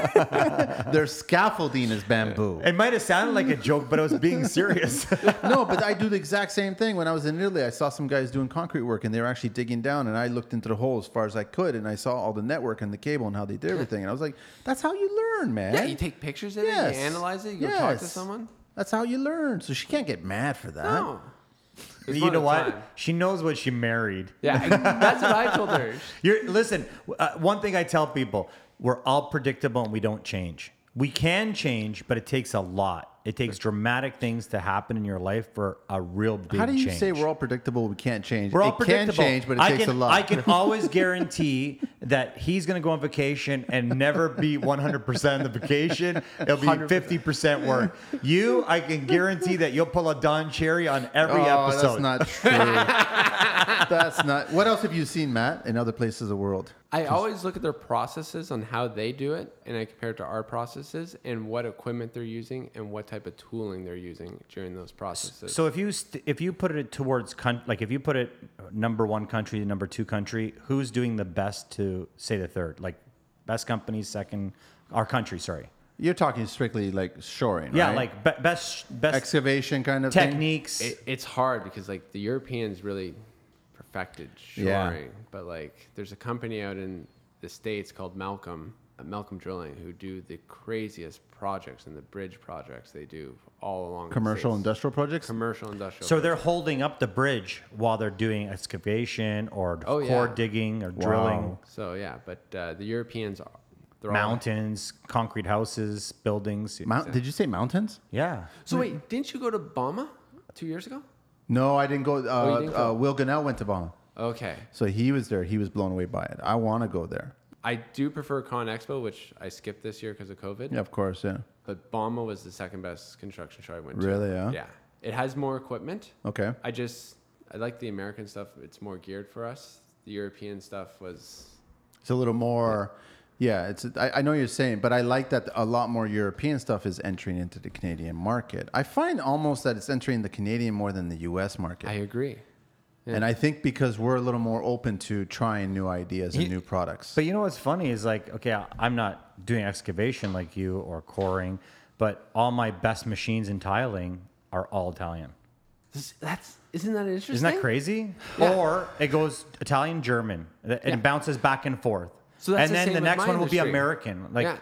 [SPEAKER 2] Their scaffolding is bamboo.
[SPEAKER 3] it might have sounded like a joke, but I was being serious.
[SPEAKER 2] no, but I do the exact same thing. When I was in Italy, I saw some guys doing concrete work and they were actually digging down, and I looked into the hole as far as I could, and I saw all the network and the cable and how they did everything, and I was like, "That's how you learn, man."
[SPEAKER 1] yeah, you take pictures of it,
[SPEAKER 2] Yes.
[SPEAKER 1] you analyze it, you go talk to
[SPEAKER 2] Yes.
[SPEAKER 1] someone.
[SPEAKER 2] That's how you learn. So she can't get mad for that.
[SPEAKER 1] No. It's
[SPEAKER 3] you
[SPEAKER 1] one at
[SPEAKER 3] know
[SPEAKER 1] a
[SPEAKER 3] what?
[SPEAKER 1] time.
[SPEAKER 3] She knows what she married.
[SPEAKER 1] Yeah, that's what I told her.
[SPEAKER 3] You're listen. Uh, one thing I tell people: we're all predictable and we don't change. We can change, but it takes a lot. It takes dramatic things to happen in your life for a real big.
[SPEAKER 2] How do you
[SPEAKER 3] change.
[SPEAKER 2] say we're all predictable? We can't change.
[SPEAKER 3] We're all
[SPEAKER 2] it
[SPEAKER 3] predictable.
[SPEAKER 2] can change, but it
[SPEAKER 3] I
[SPEAKER 2] takes
[SPEAKER 3] can,
[SPEAKER 2] a lot.
[SPEAKER 3] I can always guarantee that he's going to go on vacation and never be 100% of the vacation. It'll be 50% work. You, I can guarantee that you'll pull a Don Cherry on every
[SPEAKER 2] oh,
[SPEAKER 3] episode.
[SPEAKER 2] that's not true. that's not. What else have you seen, Matt, in other places of the world?
[SPEAKER 1] I always look at their processes on how they do it, and I compare it to our processes and what equipment they're using and what type of tooling they're using during those processes.
[SPEAKER 3] so if you st- if you put it towards con- like if you put it number one country to number two country, who's doing the best to say the third? Like best company, second, our country. Sorry.
[SPEAKER 2] You're talking strictly like shoring,
[SPEAKER 3] Yeah,
[SPEAKER 2] right?
[SPEAKER 3] like be- best best
[SPEAKER 2] excavation kind of thing?
[SPEAKER 3] techniques.
[SPEAKER 1] it, it's hard because like the Europeans really perfected shoring,
[SPEAKER 2] Yeah.
[SPEAKER 1] but like there's a company out in the states called Malcolm, uh, Malcolm Drilling, who do the craziest projects and the bridge projects they do all along the
[SPEAKER 2] Commercial
[SPEAKER 1] states.
[SPEAKER 2] industrial projects.
[SPEAKER 1] commercial industrial.
[SPEAKER 3] So they're holding up the bridge while they're doing excavation or
[SPEAKER 1] Oh, yeah.
[SPEAKER 3] core digging or drilling
[SPEAKER 1] so yeah, but uh, the Europeans are they're all-
[SPEAKER 3] mountains, concrete houses, buildings.
[SPEAKER 2] Mount, did you say mountains?
[SPEAKER 3] yeah.
[SPEAKER 1] So wait, didn't you go to Bama two years ago?
[SPEAKER 2] No, I didn't go. Uh,
[SPEAKER 1] Oh, you didn't
[SPEAKER 2] uh, Will Gunnell went to Bahama,
[SPEAKER 1] Okay.
[SPEAKER 2] so he was there. He was blown away by it. I want to go there.
[SPEAKER 1] I do prefer Con Expo, which I skipped this year because of COVID.
[SPEAKER 2] Yeah, of course. Yeah.
[SPEAKER 1] But Bama was the second best construction show I went to.
[SPEAKER 2] Really? Yeah.
[SPEAKER 1] Yeah. It has more equipment.
[SPEAKER 2] Okay.
[SPEAKER 1] I just I like the American stuff. It's more geared for us. The European stuff was
[SPEAKER 2] It's a little more. Yeah, it's. I, I know you're saying, but I like that a lot more European stuff is entering into the Canadian market. I find almost that it's entering the Canadian more than the U.S. market,
[SPEAKER 1] I agree.
[SPEAKER 2] and I think because we're a little more open to trying new ideas and
[SPEAKER 3] You-
[SPEAKER 2] new products.
[SPEAKER 3] But you know what's funny is like, okay, I- I'm not doing excavation like you or coring, but all my best machines in tiling are all Italian.
[SPEAKER 1] This, that's isn't that interesting?
[SPEAKER 3] Isn't that crazy?
[SPEAKER 1] Yeah.
[SPEAKER 3] Or it goes Italian, German, and
[SPEAKER 1] Yeah.
[SPEAKER 3] bounces back and forth.
[SPEAKER 1] So that's
[SPEAKER 3] and
[SPEAKER 1] the
[SPEAKER 3] then
[SPEAKER 1] same
[SPEAKER 3] the
[SPEAKER 1] with
[SPEAKER 3] next
[SPEAKER 1] my
[SPEAKER 3] one will be
[SPEAKER 1] industry.
[SPEAKER 3] American. Like
[SPEAKER 1] Yeah.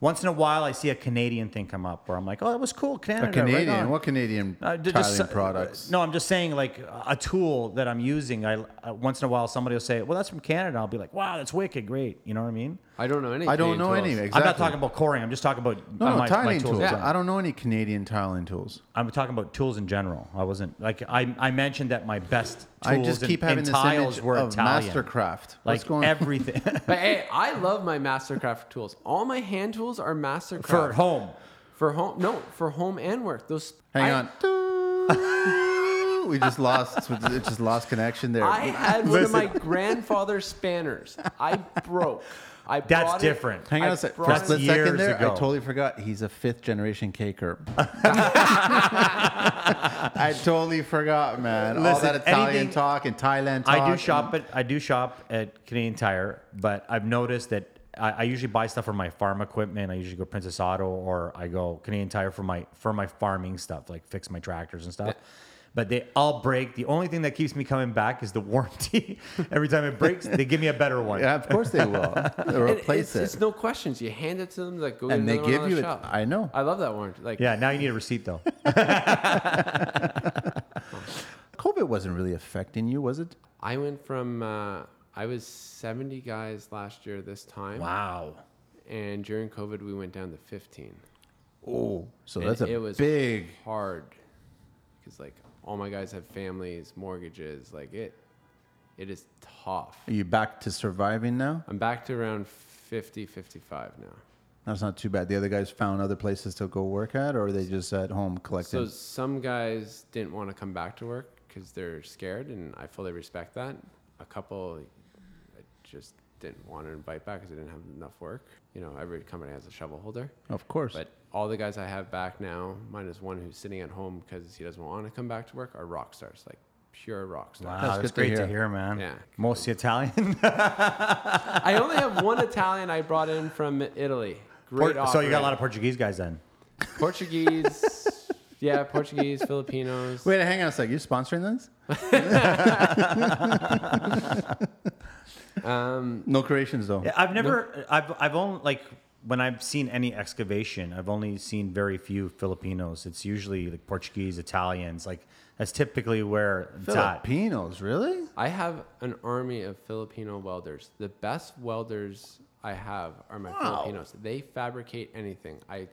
[SPEAKER 3] once in a while, I see a Canadian thing come up where I'm like, oh, that was cool, Canada.
[SPEAKER 2] a
[SPEAKER 3] right
[SPEAKER 2] Canadian,
[SPEAKER 3] on."
[SPEAKER 2] what Canadian
[SPEAKER 3] Uh, d-
[SPEAKER 2] tiling
[SPEAKER 3] just so-
[SPEAKER 2] products?
[SPEAKER 3] No, I'm just saying like a tool that I'm using. I uh, once in a while somebody will say, "Well, that's from Canada." I'll be like, "Wow, that's wicked, great." You know what I mean?
[SPEAKER 1] I don't know any.
[SPEAKER 2] I don't
[SPEAKER 1] Canadian
[SPEAKER 2] know
[SPEAKER 1] tools.
[SPEAKER 2] any. Exactly.
[SPEAKER 3] I'm not talking about coring. I'm just talking about
[SPEAKER 2] no,
[SPEAKER 3] uh,
[SPEAKER 2] no,
[SPEAKER 3] my, my
[SPEAKER 2] tiling
[SPEAKER 3] tools.
[SPEAKER 2] tools.
[SPEAKER 1] Yeah.
[SPEAKER 2] I don't know any Canadian tiling tools.
[SPEAKER 3] I'm talking about tools in general. I wasn't like I, I mentioned that my best tools
[SPEAKER 2] I just
[SPEAKER 3] in-
[SPEAKER 2] keep
[SPEAKER 3] in
[SPEAKER 2] having this
[SPEAKER 3] tiles
[SPEAKER 2] image
[SPEAKER 3] were
[SPEAKER 2] of
[SPEAKER 3] Italian.
[SPEAKER 2] Mastercraft. What's
[SPEAKER 3] Like
[SPEAKER 2] going on?
[SPEAKER 3] everything
[SPEAKER 1] But hey, I love my Mastercraft tools. All my hand tools are Mastercraft
[SPEAKER 3] for home.
[SPEAKER 1] For home, no, for home and work. Those
[SPEAKER 2] Hang
[SPEAKER 1] I-
[SPEAKER 2] on. we just lost. It just lost connection there.
[SPEAKER 1] I had one of
[SPEAKER 3] Listen.
[SPEAKER 1] my grandfather's spanners. I broke. I
[SPEAKER 3] That's
[SPEAKER 1] brought it-
[SPEAKER 3] different.
[SPEAKER 2] Hang on
[SPEAKER 1] I
[SPEAKER 2] a sec. For a
[SPEAKER 1] brought
[SPEAKER 2] split
[SPEAKER 1] it-
[SPEAKER 2] second
[SPEAKER 3] years
[SPEAKER 2] there, I
[SPEAKER 3] ago.
[SPEAKER 2] totally forgot. He's a fifth generation caker. I totally forgot, man. All
[SPEAKER 3] Listen,
[SPEAKER 2] that Italian
[SPEAKER 3] anything-
[SPEAKER 2] talk and Thailand talk.
[SPEAKER 3] I do shop at I do shop at Canadian Tire, but I've noticed that I, I usually buy stuff for my farm equipment. I usually go Princess Auto or I go Canadian Tire for my for my farming stuff, like fix my tractors and stuff. But they all break. The only thing that keeps me coming back is the warranty. Every time it breaks, they give me a better one.
[SPEAKER 2] Yeah, of course they will. They'll
[SPEAKER 1] And
[SPEAKER 2] replace
[SPEAKER 1] it's, It's
[SPEAKER 2] it.
[SPEAKER 1] no questions. You hand it to them, like go.
[SPEAKER 2] And
[SPEAKER 1] get
[SPEAKER 2] they
[SPEAKER 1] another one
[SPEAKER 2] give
[SPEAKER 1] on
[SPEAKER 2] you
[SPEAKER 1] the
[SPEAKER 2] it-
[SPEAKER 1] shop.
[SPEAKER 2] I know.
[SPEAKER 1] I love that warranty. Like
[SPEAKER 3] Yeah, now you need a receipt though.
[SPEAKER 2] it wasn't really affecting you, was it?
[SPEAKER 1] I went from uh, I was 70 guys last year this time,
[SPEAKER 3] Wow.
[SPEAKER 1] and during COVID we went down to 15.
[SPEAKER 2] Oh, so
[SPEAKER 1] And
[SPEAKER 2] that's a
[SPEAKER 1] it was
[SPEAKER 2] big.
[SPEAKER 1] hard because like all my guys have families, mortgages, like it. It is tough.
[SPEAKER 2] Are you back to surviving now?
[SPEAKER 1] I'm back to around 50, 55 now.
[SPEAKER 2] That's not too bad. The other guys found other places to go work at, or are they just at home
[SPEAKER 1] So
[SPEAKER 2] collecting?
[SPEAKER 1] some guys didn't want to come back to work because they're scared, and I fully respect that. A couple, I just didn't want to invite back because I didn't have enough work. You know, every company has a shovel holder.
[SPEAKER 2] of course.
[SPEAKER 1] But all the guys I have back now, minus one who's sitting at home because he doesn't want to come back to work, are rock stars, like pure rock
[SPEAKER 3] Wow,
[SPEAKER 1] stars.
[SPEAKER 2] That's
[SPEAKER 3] that's,
[SPEAKER 2] good to
[SPEAKER 3] great to
[SPEAKER 2] hear.
[SPEAKER 3] hear, man.
[SPEAKER 1] Yeah.
[SPEAKER 3] Mostly Italian.
[SPEAKER 1] I only have one Italian I brought in from Italy. Great.
[SPEAKER 3] Port- so you got a lot
[SPEAKER 1] operator.
[SPEAKER 3] of Portuguese guys then.
[SPEAKER 1] Portuguese. yeah, Portuguese, Filipinos.
[SPEAKER 2] Wait, hang on a sec. You sponsoring this?
[SPEAKER 1] Um,
[SPEAKER 2] no creations though.
[SPEAKER 3] Yeah, I've never, I've, I've only like when I've seen any excavation, I've only seen very few Filipinos. It's usually like Portuguese, Italians. Like that's typically where it's at.
[SPEAKER 2] Filipinos, really?
[SPEAKER 1] I have an army of Filipino welders. The best welders I have are my Filipinos. They fabricate anything. I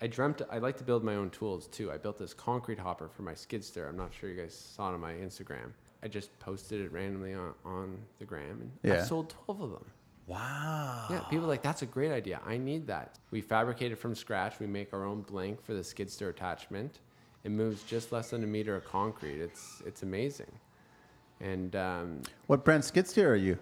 [SPEAKER 1] I dreamt I like to build my own tools too. I built this concrete hopper for my skid steer. I'm not sure you guys saw it on my Instagram. I just posted it randomly on, on the gram and I
[SPEAKER 2] Yeah.
[SPEAKER 1] sold 12 of them.
[SPEAKER 3] Wow.
[SPEAKER 1] Yeah, people are like that's a great idea. I need that. We fabricate it from scratch. We make our own blank for the skid steer attachment. It moves just less than a meter of concrete. It's it's amazing. And um,
[SPEAKER 2] What brand skid steer are you?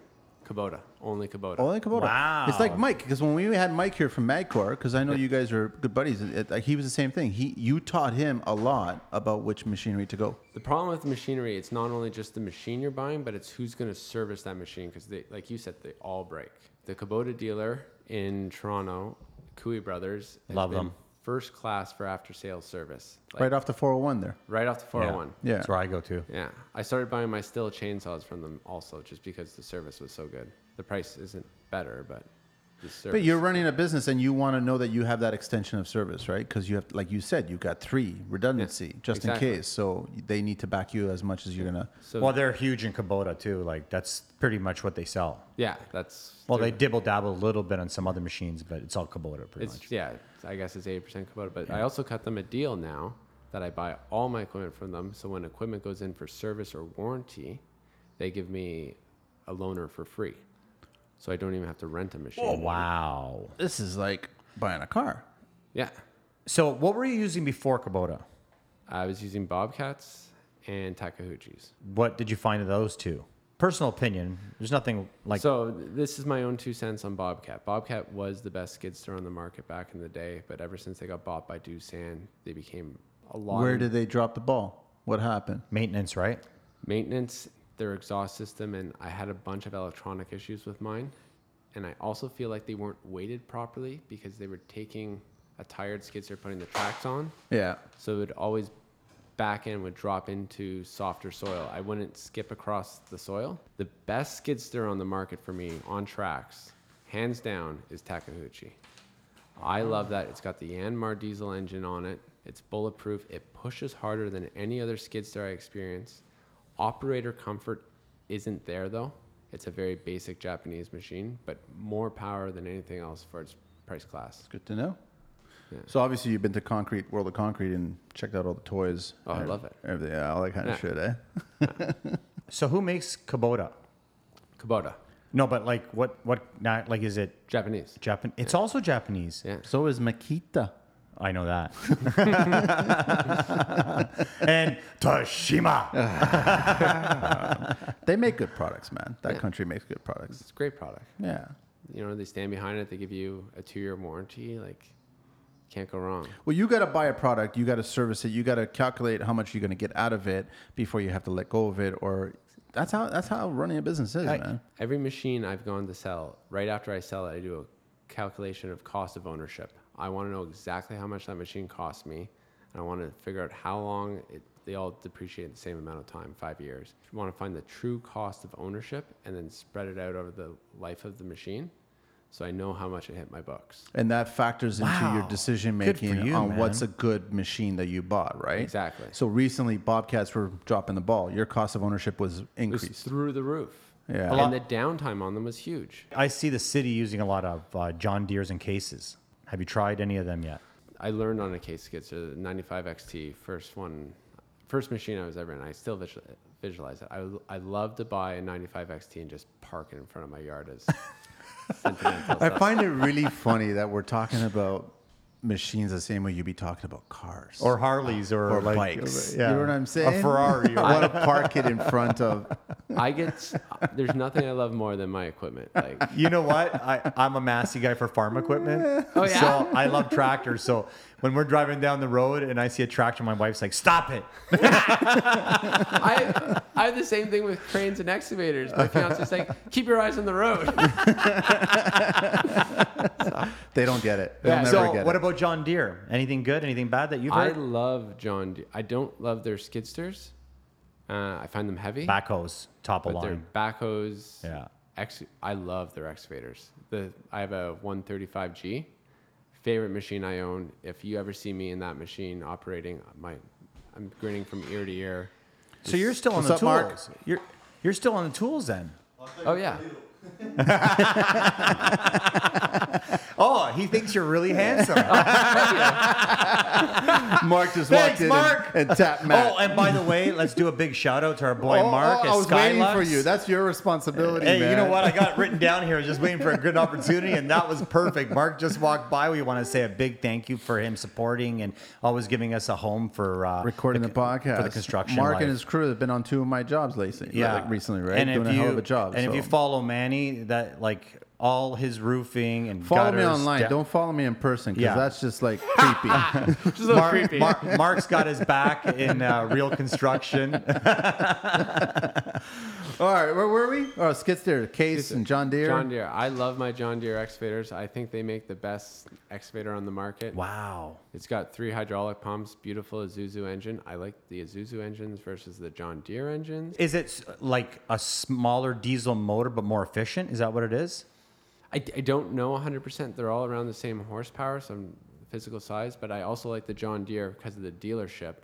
[SPEAKER 1] Kubota, only Kubota.
[SPEAKER 2] Only Kubota.
[SPEAKER 3] Wow.
[SPEAKER 2] It's like Mike because when we had Mike here from Magcor, because I know you guys are good buddies. It, it- like, he was the same thing. He you taught him a lot about which machinery to go.
[SPEAKER 1] the problem with machinery, it's not only just the machine you're buying, but it's who's going to service that machine because they, like you said, they all break. The Kubota dealer in Toronto, Cooey Brothers, has
[SPEAKER 3] Love
[SPEAKER 1] been
[SPEAKER 3] them.
[SPEAKER 1] First class for after sales service, like,
[SPEAKER 2] right off the 401 there.
[SPEAKER 1] right off the 401.
[SPEAKER 2] Yeah.
[SPEAKER 3] That's where I go to.
[SPEAKER 1] Yeah, I started buying my steel chainsaws from them also, just because the service was so good. The price isn't better, but the service.
[SPEAKER 2] But you're running a business and you want to know that you have that extension of service, right? Because you have, like you said, you've got three redundancy just
[SPEAKER 1] exactly.
[SPEAKER 2] in case. So they need to back you as much as you're gonna.
[SPEAKER 1] so
[SPEAKER 3] well, they're huge in Kubota too. Like that's pretty much what they sell.
[SPEAKER 1] yeah, that's
[SPEAKER 3] Well, they dibble dabble a little bit on some other machines, but it's all Kubota pretty
[SPEAKER 1] It's
[SPEAKER 3] much.
[SPEAKER 1] yeah, it's- I guess it's eighty percent Kubota. But I also cut them a deal now that I buy all my equipment from them. So when equipment goes in for service or warranty, they give me a loaner for free. So I don't even have to rent a machine.
[SPEAKER 3] Wow.
[SPEAKER 2] This is like buying a car.
[SPEAKER 1] Yeah,
[SPEAKER 3] So what were you using before Kubota?
[SPEAKER 1] I was using Bobcats and Takahuchis.
[SPEAKER 3] What did you find of those two? Personal opinion. There's nothing like
[SPEAKER 1] so th- this is my own two cents on Bobcat. Bobcat was the best skid steer on the market back in the day, but ever since they got bought by Doosan, they became a lot.
[SPEAKER 2] Where did they drop the ball? What happened?
[SPEAKER 3] maintenance, right?
[SPEAKER 1] maintenance their exhaust system and i had a bunch of electronic issues with mine and i also feel like they weren't weighted properly because they were taking a tired skid steer putting the tracks on
[SPEAKER 2] Yeah.
[SPEAKER 1] so it would always back end would drop into softer soil i wouldn't skip across the soil the best skid steer on the market for me on tracks hands down is takahuchi I love that. It's got the Yanmar diesel engine on it. It's bulletproof. It pushes harder than any other skid steer I experience. Operator comfort isn't there though. It's a very basic Japanese machine, but more power than anything else for its price class.
[SPEAKER 2] It's good to know. So obviously you've been to Concrete World of Concrete and checked out all the toys.
[SPEAKER 1] Oh, I
[SPEAKER 2] and
[SPEAKER 1] love it.
[SPEAKER 2] everything- yeah, all that kind
[SPEAKER 1] Yeah.
[SPEAKER 2] of shit, eh?
[SPEAKER 3] So who makes Kubota?
[SPEAKER 1] Kubota,
[SPEAKER 3] No, but like what what not like is it
[SPEAKER 1] Japanese.
[SPEAKER 3] Japan? It's also Japanese.
[SPEAKER 1] Yeah.
[SPEAKER 2] So is Makita.
[SPEAKER 3] I know that. and Toshima.
[SPEAKER 2] They make good products, man. That country makes good products.
[SPEAKER 1] It's a great product.
[SPEAKER 2] Yeah.
[SPEAKER 1] You know, they stand behind it. They give you a two-year warranty. Like, can't go wrong.
[SPEAKER 2] Well, you got to buy a product, you got to service it, you got to calculate how much you're going to get out of it before you have to let go of it. Or that's how that's how running a business is,
[SPEAKER 3] I-
[SPEAKER 2] man.
[SPEAKER 1] Every machine I've gone to sell, right after I sell it, I do a calculation of cost of ownership. I want to know exactly how much that machine cost me, and I want to figure out how long it, they all depreciate the same amount of time, five years. You want to find the true cost of ownership and then spread it out over the life of the machine. so I know how much I hit my bucks.
[SPEAKER 2] And that factors into your
[SPEAKER 3] Wow.
[SPEAKER 2] decision
[SPEAKER 3] Good for
[SPEAKER 2] making
[SPEAKER 3] you,
[SPEAKER 2] on
[SPEAKER 3] man.
[SPEAKER 2] what's a good machine that you bought, right?
[SPEAKER 1] Exactly.
[SPEAKER 2] So recently, Bobcats were dropping the ball. Your cost of ownership was
[SPEAKER 1] It was
[SPEAKER 2] increased.
[SPEAKER 1] through the roof.
[SPEAKER 2] Yeah.
[SPEAKER 1] And the downtime on them was huge.
[SPEAKER 3] I see the city using a lot of uh, John Deere's and cases. Have you tried any of them yet?
[SPEAKER 1] I learned on a case skitzer, the 95 XT, first one, first machine I was ever in. I still visual, visualize it. I, I love to buy a 95 XT and just park it in front of my yard as sentimental
[SPEAKER 2] I
[SPEAKER 1] stuff.
[SPEAKER 2] find it really funny that we're talking about machines the same way you'd be talking about cars
[SPEAKER 3] Or Harleys or,
[SPEAKER 2] or
[SPEAKER 3] like,
[SPEAKER 2] bikes.
[SPEAKER 3] yeah.
[SPEAKER 2] You know what I'm saying?
[SPEAKER 3] A Ferrari. Or,
[SPEAKER 2] I want to park it in front of.
[SPEAKER 1] I get, s- there's nothing I love more than my equipment. Like,
[SPEAKER 3] you know what? I, I'm a Massey guy for farm equipment.
[SPEAKER 1] Oh, yeah?
[SPEAKER 3] So I love tractors. So when we're driving down the road and I see a tractor, my wife's like, stop it.
[SPEAKER 1] I, I have the same thing with cranes and excavators. My fiance's like, keep your eyes on the road.
[SPEAKER 2] They don't get it. They'll
[SPEAKER 1] Yeah,
[SPEAKER 2] never
[SPEAKER 3] so
[SPEAKER 2] get
[SPEAKER 3] what
[SPEAKER 2] it.
[SPEAKER 3] about John Deere? Anything good? Anything bad that you've
[SPEAKER 1] I
[SPEAKER 3] heard?
[SPEAKER 1] love John Deere. I don't love their skidsters. Uh, I find them heavy.
[SPEAKER 3] Backhoes, top of
[SPEAKER 1] but their
[SPEAKER 3] line.
[SPEAKER 1] backhoes.
[SPEAKER 3] Yeah.
[SPEAKER 1] Ex- I love their excavators. The I have a 135G, favorite machine I own. If you ever see me in that machine operating, my I'm grinning from ear to ear.
[SPEAKER 3] So you're still on
[SPEAKER 2] What's
[SPEAKER 3] the
[SPEAKER 2] up,
[SPEAKER 3] tools.
[SPEAKER 2] Mark?
[SPEAKER 3] You're you're still on the tools then.
[SPEAKER 1] Oh yeah,
[SPEAKER 3] Oh, he thinks you're really handsome.
[SPEAKER 2] Mark just walked
[SPEAKER 3] Thanks,
[SPEAKER 2] in
[SPEAKER 3] Mark.
[SPEAKER 2] And, and tapped Matt.
[SPEAKER 3] oh, and by the way, let's do a big shout out to our boy
[SPEAKER 2] Oh,
[SPEAKER 3] Mark
[SPEAKER 2] oh,
[SPEAKER 3] at
[SPEAKER 2] I was
[SPEAKER 3] Skylux.
[SPEAKER 2] waiting for you. That's your responsibility.
[SPEAKER 3] Hey, you know
[SPEAKER 2] man.
[SPEAKER 3] what? I got it written down here. I was just waiting for a good opportunity, and that was perfect. Mark just walked by. We want to say a big thank you for him supporting and always giving us a home for uh,
[SPEAKER 2] recording the, podcast
[SPEAKER 3] for the construction.
[SPEAKER 2] Mark
[SPEAKER 3] life.
[SPEAKER 2] and his crew have been on two of my jobs lately.
[SPEAKER 3] yeah,
[SPEAKER 2] like recently, right?
[SPEAKER 3] And
[SPEAKER 2] Doing
[SPEAKER 3] if
[SPEAKER 2] a
[SPEAKER 3] you,
[SPEAKER 2] hell of a job.
[SPEAKER 3] And
[SPEAKER 2] so.
[SPEAKER 3] if you follow Manny, that like all his roofing and
[SPEAKER 2] follow me
[SPEAKER 3] gutters-
[SPEAKER 2] online,
[SPEAKER 3] Yeah.
[SPEAKER 2] don't follow me in person because
[SPEAKER 3] Yeah.
[SPEAKER 2] that's just like creepy.
[SPEAKER 1] just a little
[SPEAKER 3] Mark,
[SPEAKER 1] creepy.
[SPEAKER 3] Mark, Mark's got his back in uh, real construction.
[SPEAKER 2] All right, where were we? Oh, Skidster, Case, and John Deere.
[SPEAKER 1] John Deere. I love my John Deere excavators. I think they make the best excavator on the market.
[SPEAKER 3] wow.
[SPEAKER 1] It's got three hydraulic pumps, beautiful Isuzu engine. I like the Isuzu engines versus the John Deere engines.
[SPEAKER 3] Is it s- like a smaller diesel motor but more efficient? Is that what it is?
[SPEAKER 1] I, I don't know 100%. They're all around the same horsepower, some physical size, but I also like the John Deere because of the dealership.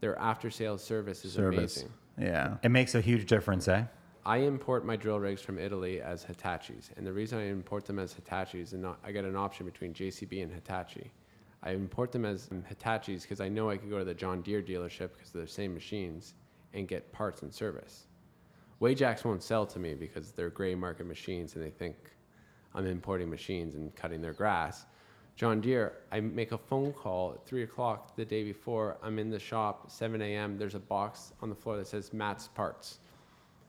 [SPEAKER 1] Their after sales service is
[SPEAKER 2] Service.
[SPEAKER 1] amazing.
[SPEAKER 2] Yeah.
[SPEAKER 3] It makes a huge difference, eh?
[SPEAKER 1] I import my drill rigs from Italy as Hitachis, and the reason I import them as Hitachis and not, I get an option between JCB and Hitachi. I import them as Hitachis because I know I could go to the John Deere dealership because they're the same machines and get parts and service. Wajax won't sell to me because they're gray market machines and they think I'm importing machines and cutting their grass. John Deere, I make a phone call at three o'clock the day before. I'm in the shop, 7 a.m. There's a box on the floor that says Matt's Parts.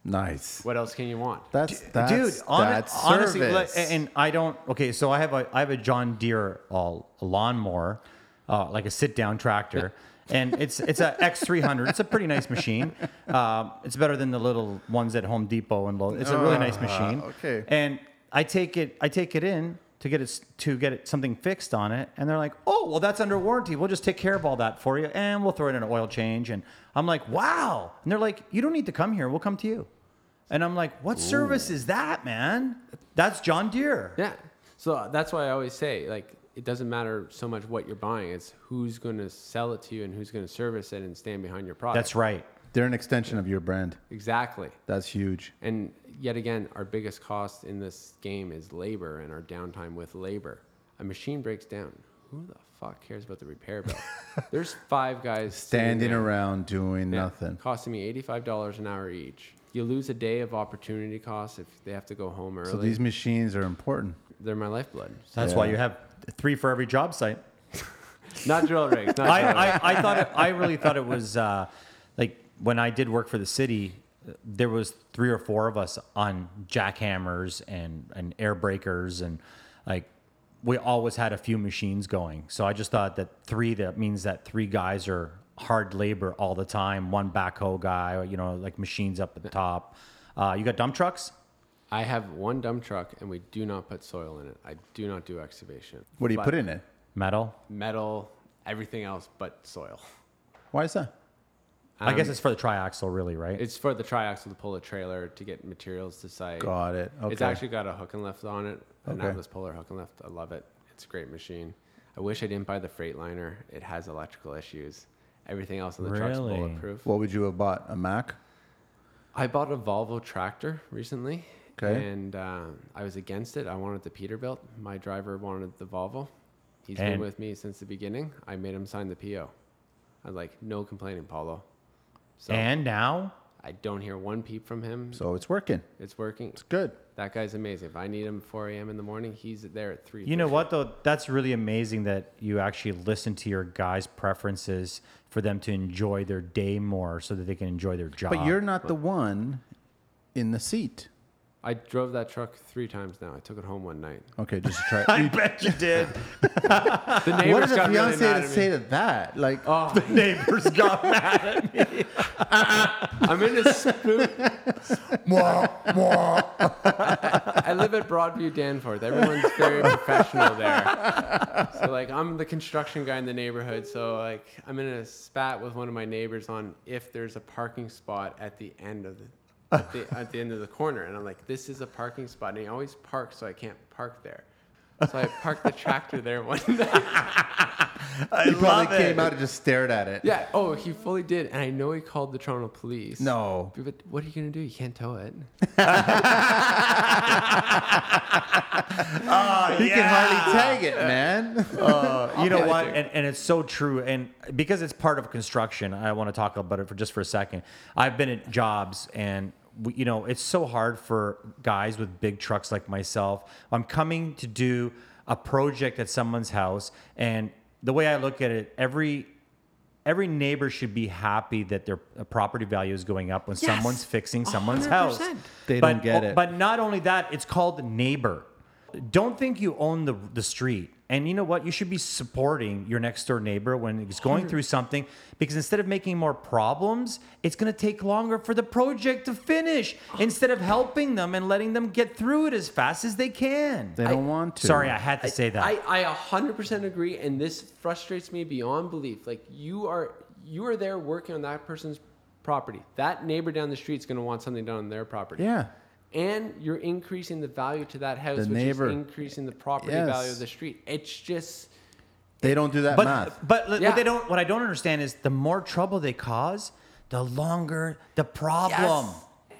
[SPEAKER 2] Nice.
[SPEAKER 1] What else can you want?
[SPEAKER 2] That's that's
[SPEAKER 3] Dude, hon-
[SPEAKER 2] that's
[SPEAKER 3] honestly,
[SPEAKER 2] service.
[SPEAKER 3] like- and I don't. Okay, so I have a I have a John Deere uh, lawnmower, uh, like a sit down tractor, and it's it's a X three hundred. It's a pretty nice machine. Um, it's better than the little ones at Home Depot and Lowe's. It's a really nice machine.
[SPEAKER 2] Ah, okay.
[SPEAKER 3] and I take it I take it in to get it s- to get it something fixed on it, and they're like, oh well, that's under warranty. We'll just take care of all that for you, and we'll throw it in an oil change. And I'm like, wow. And they're like, you don't need to come here. We'll come to you. And I'm like, what service is that, man? That's John Deere.
[SPEAKER 1] Yeah. So uh, that's why I always say, like, it doesn't matter so much what you're buying, it's who's going to sell it to you and who's going to service it and stand behind your product.
[SPEAKER 3] That's right.
[SPEAKER 2] They're an extension of your brand.
[SPEAKER 1] Exactly.
[SPEAKER 2] That's huge.
[SPEAKER 1] And yet again, our biggest cost in this game is labor and our downtime with labor. A machine breaks down. Who the fuck cares about the repair bill? There's five guys sitting
[SPEAKER 2] Standing
[SPEAKER 1] there.
[SPEAKER 2] around doing
[SPEAKER 1] Yeah.
[SPEAKER 2] nothing.
[SPEAKER 1] Costing me $85 an hour each. You lose a day of opportunity costs if they have to go home early.
[SPEAKER 2] So these machines are important.
[SPEAKER 1] They're my lifeblood.
[SPEAKER 3] That's
[SPEAKER 2] Yeah.
[SPEAKER 3] why you have three for every job site.
[SPEAKER 1] Not drill rigs. Not
[SPEAKER 3] I,
[SPEAKER 1] drill rigs.
[SPEAKER 3] I, I thought it, I really thought it was uh, like when I did work for the city, there was three or four of us on jackhammers and and air breakers and like we always had a few machines going. So I just thought that three that means that three guys are hard labor all the time. One backhoe guy, or, you know, like machines up at the top. Uh, you got dump trucks.
[SPEAKER 1] I have one dump truck and we do not put soil in it. I do not do excavation.
[SPEAKER 2] What do you
[SPEAKER 1] But
[SPEAKER 2] put in it?
[SPEAKER 3] Metal.
[SPEAKER 1] Metal, everything else but soil. Um,
[SPEAKER 2] Why is that?
[SPEAKER 3] I guess it's for the triaxle, really, right?
[SPEAKER 1] It's for the triaxle to pull a trailer to get materials to site.
[SPEAKER 2] Got it. Okay.
[SPEAKER 1] It's actually got a hook and lift on it, an
[SPEAKER 2] Okay.
[SPEAKER 1] Atlas Polar hook and lift. I love it. It's a great machine. I wish I didn't buy the Freightliner. It has electrical issues. Everything else on the truck's
[SPEAKER 3] Really?
[SPEAKER 1] bulletproof.
[SPEAKER 2] What would you have bought? A Mac?
[SPEAKER 1] I bought a Volvo tractor recently.
[SPEAKER 2] Okay.
[SPEAKER 1] And um, I was against it. I wanted the Peterbilt. My driver wanted the Volvo. He's been
[SPEAKER 3] And-
[SPEAKER 1] with me since the beginning. I made him sign the PO. I was like, no complaining, Paulo. So
[SPEAKER 3] and now,
[SPEAKER 1] I don't hear one peep from him.
[SPEAKER 2] So it's working.
[SPEAKER 1] It's working.
[SPEAKER 2] It's good.
[SPEAKER 1] That guy's amazing. If I need him 4 a.m. in the morning, he's there at 3.
[SPEAKER 3] you know what though? That's really amazing that you actually listen to your guys' preferences for them to enjoy their day more, so that they can enjoy their job.
[SPEAKER 2] But you're not the one in the seat.
[SPEAKER 1] I drove that truck three times now. I took it home one night.
[SPEAKER 2] Okay, just to try.
[SPEAKER 3] I bet you did.
[SPEAKER 1] The
[SPEAKER 2] what
[SPEAKER 1] neighbors
[SPEAKER 2] did the
[SPEAKER 1] got really
[SPEAKER 2] fiance
[SPEAKER 1] mad
[SPEAKER 2] to
[SPEAKER 1] at
[SPEAKER 2] say
[SPEAKER 1] me.
[SPEAKER 2] to that? Like,
[SPEAKER 1] Oh,
[SPEAKER 3] Neighbors got mad.
[SPEAKER 1] I'm in a spook. I live at Broadview Danforth. Everyone's very professional there. So like I'm the construction guy in the neighborhood. So like I'm in a spat with one of my neighbors on if there's a parking spot at the end of the at the, at the end of the corner. And I'm like, this is a parking spot. And he always parks, so I can't park there. So I parked the tractor there one night.
[SPEAKER 2] he probably came out and just stared at it.
[SPEAKER 1] Yeah. Oh, he fully did. And I know he called the Toronto police.
[SPEAKER 2] No.
[SPEAKER 1] But what are you gonna do? You can't tow it.
[SPEAKER 2] He can hardly tag it, man.
[SPEAKER 3] Uh, you know
[SPEAKER 1] Yeah, I
[SPEAKER 3] what?
[SPEAKER 1] do.
[SPEAKER 3] And, and it's so true. And because it's part of construction, I want to talk about it for just for a second. I've been at jobs and we, you know, it's so hard for guys with big trucks like myself. I'm coming to do a project at someone's house and the way I look at it, every every neighbor should be happy that their uh, property value is going up when someone's fixing someone's house.
[SPEAKER 1] 100%.
[SPEAKER 2] They
[SPEAKER 3] but,
[SPEAKER 2] don't get it.
[SPEAKER 3] But not only that, it's called neighbor. Don't think you own the the street. And you know what? You should be supporting your next door neighbor when he's going through something because instead of making more problems, it's going to take longer for the project to finish instead of helping them and letting them get through it as fast as they can.
[SPEAKER 2] They don't want to.
[SPEAKER 3] Sorry, I had to say that.
[SPEAKER 1] I, I 100% agree, and this frustrates me beyond belief. Like you are, you are there working on that person's property. That neighbor down the street's going to want something done on their property.
[SPEAKER 2] Yeah.
[SPEAKER 1] And you're increasing the value to that house,
[SPEAKER 2] The
[SPEAKER 1] which
[SPEAKER 2] neighbor.
[SPEAKER 1] is increasing the property
[SPEAKER 2] Yes.
[SPEAKER 1] value of the street. It's just
[SPEAKER 2] They don't do that
[SPEAKER 3] but
[SPEAKER 2] math.
[SPEAKER 3] but li-
[SPEAKER 1] Yeah.
[SPEAKER 3] what they don't what I don't understand is the more trouble they cause, the longer the problem.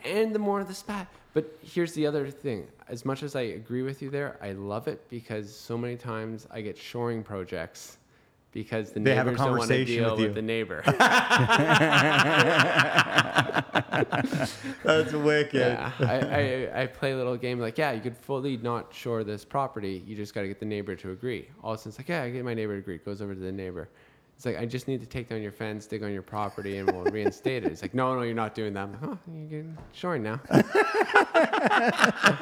[SPEAKER 1] and the more of the spat. But here's the other thing. As much as I agree with you there, I love it because so many times I get shoring projects because the
[SPEAKER 3] They have a
[SPEAKER 1] neighbors don't want to
[SPEAKER 3] conversation
[SPEAKER 1] deal
[SPEAKER 3] with
[SPEAKER 1] with,
[SPEAKER 3] you.
[SPEAKER 1] the neighbor.
[SPEAKER 3] That's wicked.
[SPEAKER 1] yeah, I, I, I play a little game like, yeah, you could fully not shore this property. You just got to get the neighbor to agree. All of a sudden, it's like, yeah, I get my neighbor to agree. It goes over to the neighbor. It's like, I just need to take down your fence, dig on your property, and we'll reinstate it. It's like, no, no, you're not doing that. I'm like, oh, you're getting shoring now.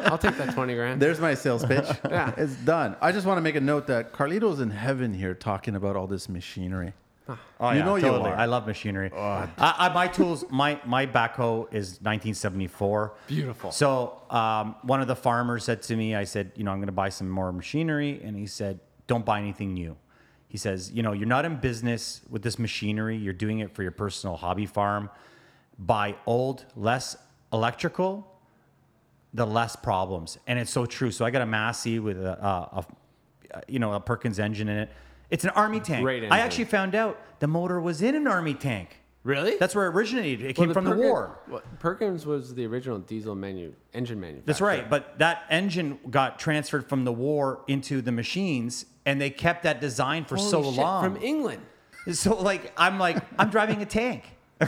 [SPEAKER 1] I'll take that 20 grand.
[SPEAKER 2] There's my sales pitch.
[SPEAKER 1] Yeah.
[SPEAKER 2] It's done. I just want to make a note that Carlito's in heaven here talking about all this machinery.
[SPEAKER 3] Oh,
[SPEAKER 2] You
[SPEAKER 3] yeah,
[SPEAKER 2] know you
[SPEAKER 3] totally. Oh.
[SPEAKER 2] are.
[SPEAKER 3] I love machinery. I, I, my tools, my my backhoe is 1974.
[SPEAKER 1] Beautiful.
[SPEAKER 3] So um, one of the farmers said to me, I said, you know, I'm going to buy some more machinery, and he said, don't buy anything new. He says, you know, you're not in business with this machinery. You're doing it for your personal hobby farm. Buy old, less electrical, the less problems. And it's so true. So I got a Massey with a, a, a you know, a Perkins engine in it. It's an army tank.
[SPEAKER 1] Great
[SPEAKER 3] I
[SPEAKER 1] engine.
[SPEAKER 3] actually found out the motor was in an army tank.
[SPEAKER 1] Really?
[SPEAKER 3] That's where it originated. It came from the
[SPEAKER 1] Perkins-
[SPEAKER 3] war.
[SPEAKER 1] well, Perkins was the original diesel menu engine manufacturer.
[SPEAKER 3] That's right. But that engine got transferred from the war into the machines, and they kept that design for
[SPEAKER 1] Holy
[SPEAKER 3] so
[SPEAKER 1] shit,
[SPEAKER 3] long.
[SPEAKER 1] from England.
[SPEAKER 3] So like I'm like I'm driving a tank.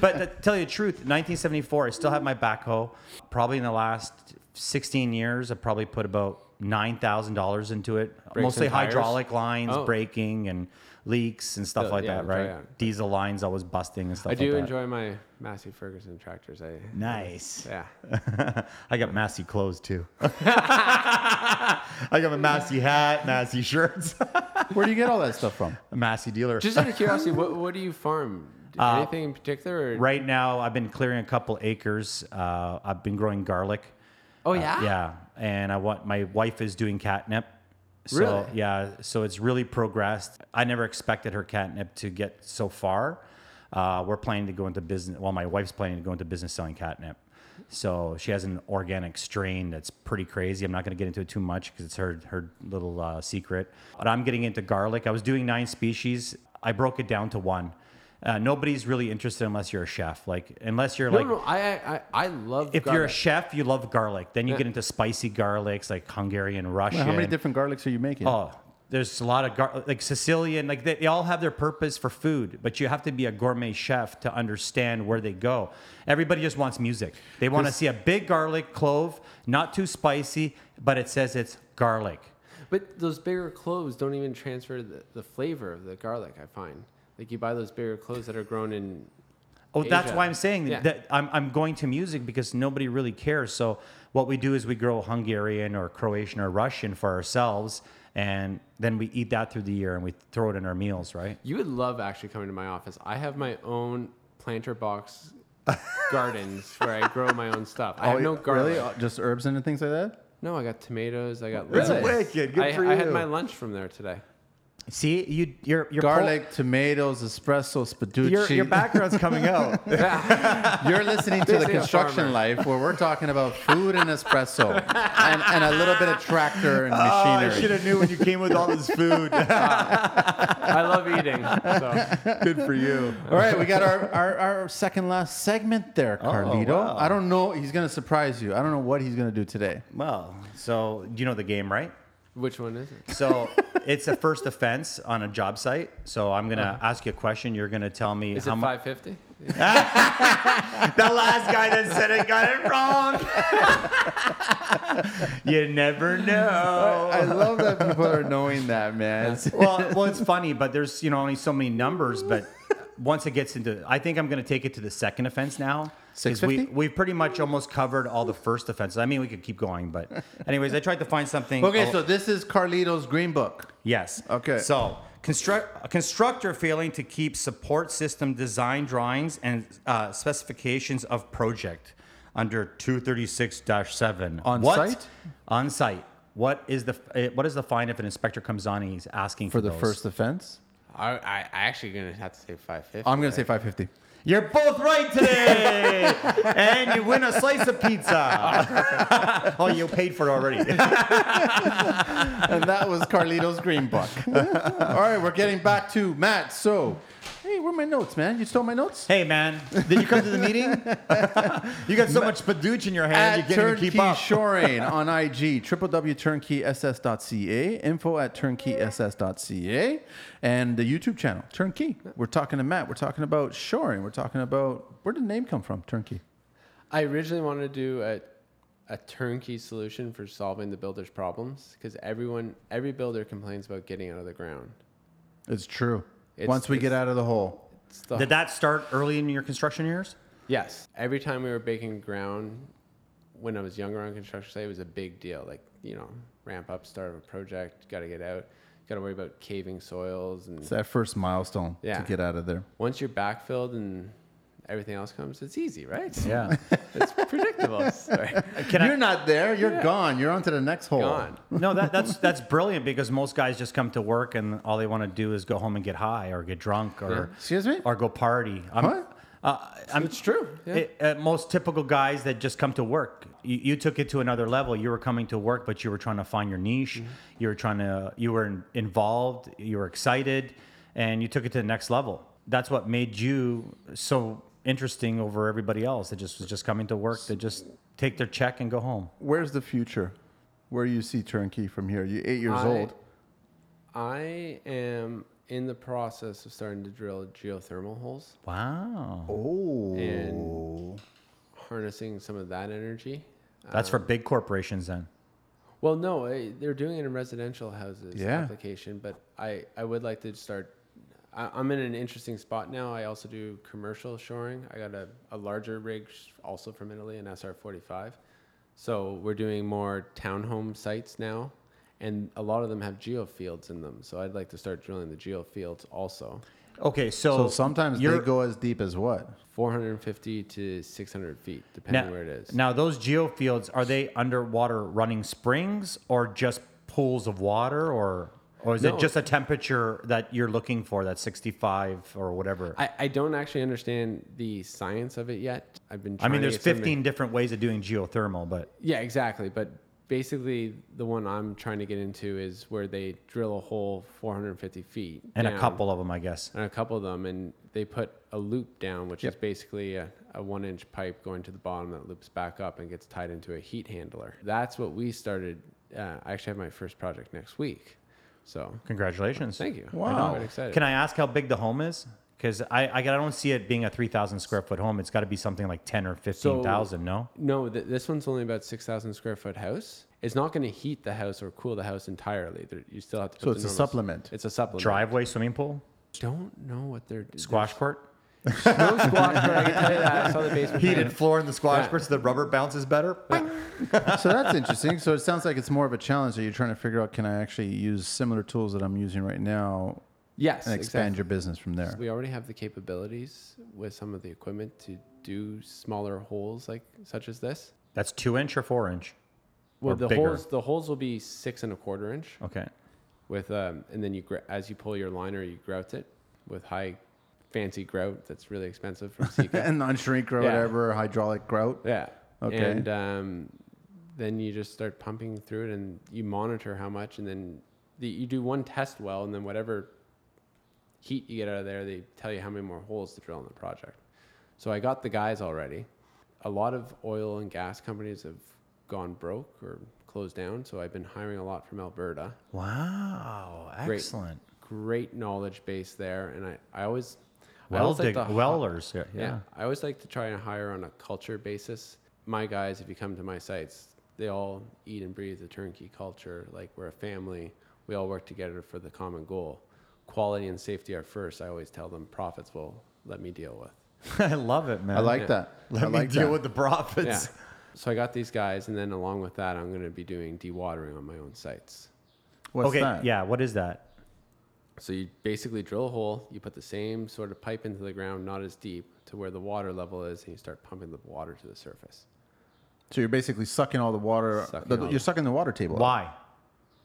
[SPEAKER 3] but to tell you the truth, 1974, I still have my backhoe. Probably in the last 16 years, I probably put about nine thousand dollars into it, mostly
[SPEAKER 1] and tires?
[SPEAKER 3] hydraulic lines,
[SPEAKER 1] Oh.
[SPEAKER 3] braking, and leaks and stuff
[SPEAKER 1] Oh,
[SPEAKER 3] like
[SPEAKER 1] yeah,
[SPEAKER 3] that. Right?
[SPEAKER 1] yeah.
[SPEAKER 3] Diesel lines always busting and stuff.
[SPEAKER 1] I do
[SPEAKER 3] like
[SPEAKER 1] enjoy my Massey Ferguson tractors. I
[SPEAKER 3] That. Nice.
[SPEAKER 1] yeah.
[SPEAKER 3] I got Massey clothes too. I got my Massey hat, Massey shirts,
[SPEAKER 2] Where do you get all that stuff from?
[SPEAKER 3] Massey dealer.
[SPEAKER 1] Just out of curiosity, what what do you farm?
[SPEAKER 2] Uh,
[SPEAKER 1] Anything in particular? Or?
[SPEAKER 3] Right now, I've been clearing a couple acres. Uh, I've been growing garlic.
[SPEAKER 1] Oh yeah.
[SPEAKER 3] Yeah, and I want my wife is doing catnip, So
[SPEAKER 1] Really?
[SPEAKER 3] yeah, so it's really progressed. I never expected her catnip to get so far. Uh, we're planning to go into business. Well, my wife's planning to go into business selling catnip. So she has an organic strain that's pretty crazy. I'm not going to get into it too much because it's her her little uh, secret. But I'm getting into garlic. I was doing nine species. I broke it down to one. Uh, nobody's really interested unless you're a chef. Like unless you're
[SPEAKER 1] No,
[SPEAKER 3] like
[SPEAKER 1] no, I, I, I- I love.
[SPEAKER 3] if you're
[SPEAKER 1] garlic.
[SPEAKER 3] a chef, you love garlic. Then you get into spicy garlics like Hungarian, Russian.
[SPEAKER 2] How many different garlics are you making?
[SPEAKER 3] Oh, there's a lot of gar- like Sicilian. Like they, they all have their purpose for food, but you have to be a gourmet chef to understand where they go. Everybody just wants music. They want to see a big garlic clove, not too spicy, but it says it's garlic.
[SPEAKER 1] But those bigger cloves don't even transfer the, the flavor of the garlic. I find like you buy those bigger cloves that are grown in.
[SPEAKER 3] Oh, that's
[SPEAKER 1] Asia.
[SPEAKER 3] why I'm saying
[SPEAKER 1] Yeah.
[SPEAKER 3] that I'm, I'm going to music because nobody really cares. So what we do is we grow Hungarian or Croatian or Russian for ourselves, and then we eat that through the year and we throw it in our meals, right?
[SPEAKER 1] You would love actually coming to my office. I have my own planter box gardens where I grow my own stuff. I have no garlic.
[SPEAKER 2] Really? Oh, Just herbs and things like that?
[SPEAKER 1] No, I got tomatoes. I got.
[SPEAKER 2] That's
[SPEAKER 1] lettuce.
[SPEAKER 2] wicked. Good
[SPEAKER 1] I,
[SPEAKER 2] for
[SPEAKER 1] I had
[SPEAKER 2] you.
[SPEAKER 1] my lunch from there today.
[SPEAKER 3] See, you you're, you're
[SPEAKER 2] Garlic, tomatoes, espresso, spaducci.
[SPEAKER 3] your, your background's coming out.
[SPEAKER 2] You're listening to the
[SPEAKER 1] Basically a
[SPEAKER 2] construction
[SPEAKER 1] farmer.
[SPEAKER 2] life where we're talking about food and espresso and, and a little bit of tractor and machinery.
[SPEAKER 3] have knew when you came with all this food.
[SPEAKER 1] I love eating. So.
[SPEAKER 3] Good for you.
[SPEAKER 2] All right, we got our, our, our second last segment there, Carlito.
[SPEAKER 3] wow.
[SPEAKER 2] I don't know. He's going to surprise you. I don't know what he's going to do today.
[SPEAKER 3] Well, so you know the game, right?
[SPEAKER 1] Which one is it?
[SPEAKER 3] So it's a first offense on a job site. So I'm gonna ask you a question. You're gonna tell me
[SPEAKER 1] Uh-huh. Is
[SPEAKER 3] how
[SPEAKER 1] it
[SPEAKER 3] much.
[SPEAKER 1] five fifty?
[SPEAKER 3] The last guy that said it got it wrong. you never know.
[SPEAKER 2] I love that people are knowing that, man.
[SPEAKER 3] well, well, it's funny, but there's you know only so many numbers. But once it gets into, I think I'm going to take it to the second offense now. 'cause We
[SPEAKER 2] 650?
[SPEAKER 3] we've pretty much almost covered all the first offenses. I mean, we could keep going, but anyways, I tried to find something.
[SPEAKER 2] Okay,
[SPEAKER 3] oh,
[SPEAKER 2] so this is Carlito's green book.
[SPEAKER 3] yes.
[SPEAKER 2] Okay.
[SPEAKER 3] So construct a constructor failing to keep support system design drawings and uh, specifications of project under 236-7
[SPEAKER 2] On
[SPEAKER 3] What-
[SPEAKER 2] site?
[SPEAKER 3] On site. What is the eh, what is the fine if an inspector comes on and he's asking for,
[SPEAKER 2] For the
[SPEAKER 3] those?
[SPEAKER 2] first offense,
[SPEAKER 1] I, I I actually gonna have to say five fifty.
[SPEAKER 2] I'm going to say 550.
[SPEAKER 3] You're both right today, and you win a slice of pizza. oh, you paid for it already.
[SPEAKER 2] and that was Carlito's green book. All right, we're getting back to Matt. So, hey, where are my notes, man? You stole my notes?
[SPEAKER 3] hey, man, did you come to the meeting? you got so much badooch in your hand,
[SPEAKER 2] at
[SPEAKER 3] you can't even
[SPEAKER 2] Turnkey
[SPEAKER 3] keep up.
[SPEAKER 2] Shoring on IG, www.turnkeyss.ca, info at turnkeyss.ca, and the YouTube channel, Turnkey. We're talking to Matt. We're talking about shoring. We're talking about where did the name come from, Turnkey?
[SPEAKER 1] I originally wanted to do a, a turnkey solution for solving the builder's problems because everyone, every builder complains about getting out of the ground.
[SPEAKER 2] It's true.
[SPEAKER 1] It's-
[SPEAKER 2] Once we get
[SPEAKER 1] it's-
[SPEAKER 2] out of the hole,
[SPEAKER 1] It's the-
[SPEAKER 3] Did that start early in your construction years?
[SPEAKER 1] yes. Every time we were baking ground when I was younger on construction site, it was a big deal. Like, you know, ramp up, start of a project, got to get out, got to worry about caving soils. And
[SPEAKER 2] it's that first milestone
[SPEAKER 1] Yeah.
[SPEAKER 2] to get out of there.
[SPEAKER 1] once you're backfilled and everything else comes, it's easy, right?
[SPEAKER 3] Yeah.
[SPEAKER 1] It's predictable. Sorry.
[SPEAKER 3] Can
[SPEAKER 2] you're
[SPEAKER 3] I?
[SPEAKER 2] not there. You're gone. You're on to the next hole.
[SPEAKER 1] Gone.
[SPEAKER 3] No, that, that's that's brilliant because most guys just come to work and all they want to do is go home and get high or get drunk or
[SPEAKER 2] Excuse me?
[SPEAKER 3] or go party. I'm,
[SPEAKER 2] Huh?
[SPEAKER 3] Uh, I'm,
[SPEAKER 1] It's true. Yeah.
[SPEAKER 3] It, uh, most typical guys that just come to work. You, you took it to another level. You were coming to work, but you were trying to find your niche.
[SPEAKER 2] Mm-hmm.
[SPEAKER 3] You were trying to. You were in, involved. You were excited, and you took it to the next level. That's what made you so interesting over everybody else that just was just coming to work to just take their check and go home.
[SPEAKER 2] Where's the future? Where you see Turnkey from here? You're eight years
[SPEAKER 1] I-
[SPEAKER 2] old.
[SPEAKER 1] I am in the process of starting to drill geothermal holes
[SPEAKER 3] Wow,
[SPEAKER 2] Oh.
[SPEAKER 1] and harnessing some of that energy.
[SPEAKER 3] that's for big corporations then.
[SPEAKER 1] Well, no, eh, they're doing it in residential houses
[SPEAKER 2] Yeah.
[SPEAKER 1] application, but I, I would like to start. I, I'm in an interesting spot now. I also do commercial shoring. I got a, a larger rig, sh- also from Italy, an SR45. So we're doing more townhome sites now, and a lot of them have geofields in them. So I'd like to start drilling the geofields also.
[SPEAKER 3] Okay, so,
[SPEAKER 2] So sometimes
[SPEAKER 3] you're-
[SPEAKER 2] they go as deep as what?
[SPEAKER 1] 450 to 600 feet, depending
[SPEAKER 3] now,
[SPEAKER 1] where it is.
[SPEAKER 3] Now those geofields are they underwater running springs or just pools of water or or is
[SPEAKER 1] No.
[SPEAKER 3] it just a temperature that you're looking for that's 65 or whatever? I,
[SPEAKER 1] I, I don't actually understand the science of it yet. I've been. Trying
[SPEAKER 3] mean,
[SPEAKER 1] to
[SPEAKER 3] there's
[SPEAKER 1] get something-
[SPEAKER 3] 15 different ways of doing geothermal, but
[SPEAKER 1] Yeah, exactly. But basically, the one I'm trying to get into is where they drill a hole 450 feet
[SPEAKER 3] and a
[SPEAKER 1] down,
[SPEAKER 3] couple of them, I guess.
[SPEAKER 1] and a couple of them, and they put a loop down, which is basically a, a one-inch pipe going to the bottom that loops back up and gets tied into a heat handler. That's what we started. Uh, I actually have my first project next week, so
[SPEAKER 3] Congratulations.
[SPEAKER 1] thank you.
[SPEAKER 2] Wow.
[SPEAKER 1] I'm quite excited.
[SPEAKER 3] Can I ask how big the home is? Because I, I I don't see it being a 3,000 square foot home. It's got to be something like 10 or 15,000, no?
[SPEAKER 1] No, th- this one's only about 6,000 square foot house. It's not going to heat the house or cool the house entirely. There, you still have to. Put
[SPEAKER 2] So
[SPEAKER 1] the
[SPEAKER 2] it's a
[SPEAKER 1] normal-
[SPEAKER 2] supplement.
[SPEAKER 1] It's a supplement.
[SPEAKER 3] Driveway, swimming pool,
[SPEAKER 1] Don't know what they're
[SPEAKER 3] squash court.
[SPEAKER 1] there's No squash, but I can tell you that. I saw the basement.
[SPEAKER 4] Heated
[SPEAKER 1] plan.
[SPEAKER 4] floor in the squash
[SPEAKER 1] Yeah.
[SPEAKER 4] court so the rubber bounces better.
[SPEAKER 2] so that's interesting. So it sounds like it's more of a challenge that you're trying to figure out can I actually use similar tools that I'm using right now
[SPEAKER 1] Yes,
[SPEAKER 2] and expand
[SPEAKER 1] exactly.
[SPEAKER 2] your business from there?
[SPEAKER 1] We already have the capabilities with some of the equipment to do smaller holes like such as this.
[SPEAKER 3] That's two inch or four inch.
[SPEAKER 1] Well,
[SPEAKER 3] Or
[SPEAKER 1] the
[SPEAKER 3] bigger.
[SPEAKER 1] holes the holes will be six and a quarter inch
[SPEAKER 3] Okay.
[SPEAKER 1] with um, and then you gr- as you pull your liner you grout it with high fancy grout that's really expensive from Sika.
[SPEAKER 2] And non shrink or
[SPEAKER 1] Yeah.
[SPEAKER 2] whatever, hydraulic grout.
[SPEAKER 1] Yeah.
[SPEAKER 2] Okay.
[SPEAKER 1] And um, then you just start pumping through it, and you monitor how much, and then the, you do one test well, and then whatever heat you get out of there, they tell you how many more holes to drill in the project. So I got the guys already. A lot of oil and gas companies have gone broke or closed down, so I've been hiring a lot from Alberta.
[SPEAKER 3] Wow.
[SPEAKER 1] Great.
[SPEAKER 3] Excellent.
[SPEAKER 1] Great knowledge base there, and I, I always I always
[SPEAKER 3] Welding,
[SPEAKER 1] to hi-
[SPEAKER 3] welders. Yeah.
[SPEAKER 1] yeah. I always like to try and hire on a culture basis. My guys, if you come to my sites, they all eat and breathe the turnkey culture. Like we're a family. We all work together for the common goal. Quality and safety are first. I always tell them profits will let me deal with.
[SPEAKER 3] I love it, man.
[SPEAKER 2] I like
[SPEAKER 1] Yeah.
[SPEAKER 2] that.
[SPEAKER 4] Let
[SPEAKER 2] I
[SPEAKER 4] me
[SPEAKER 2] like
[SPEAKER 4] deal
[SPEAKER 2] that.
[SPEAKER 4] with the profits.
[SPEAKER 1] Yeah. So I got these guys, and then along with that, I'm going to be doing dewatering on my own sites.
[SPEAKER 2] What's
[SPEAKER 3] okay.
[SPEAKER 2] that?
[SPEAKER 3] Yeah. What is that?
[SPEAKER 1] So you basically drill a hole, you put the same sort of pipe into the ground, not as deep, to where the water level is, and you start pumping the water to the surface.
[SPEAKER 2] So you're basically sucking all the water.
[SPEAKER 1] Sucking
[SPEAKER 2] the-
[SPEAKER 1] all
[SPEAKER 2] you're
[SPEAKER 1] the-
[SPEAKER 2] sucking the water table. out.
[SPEAKER 3] Why?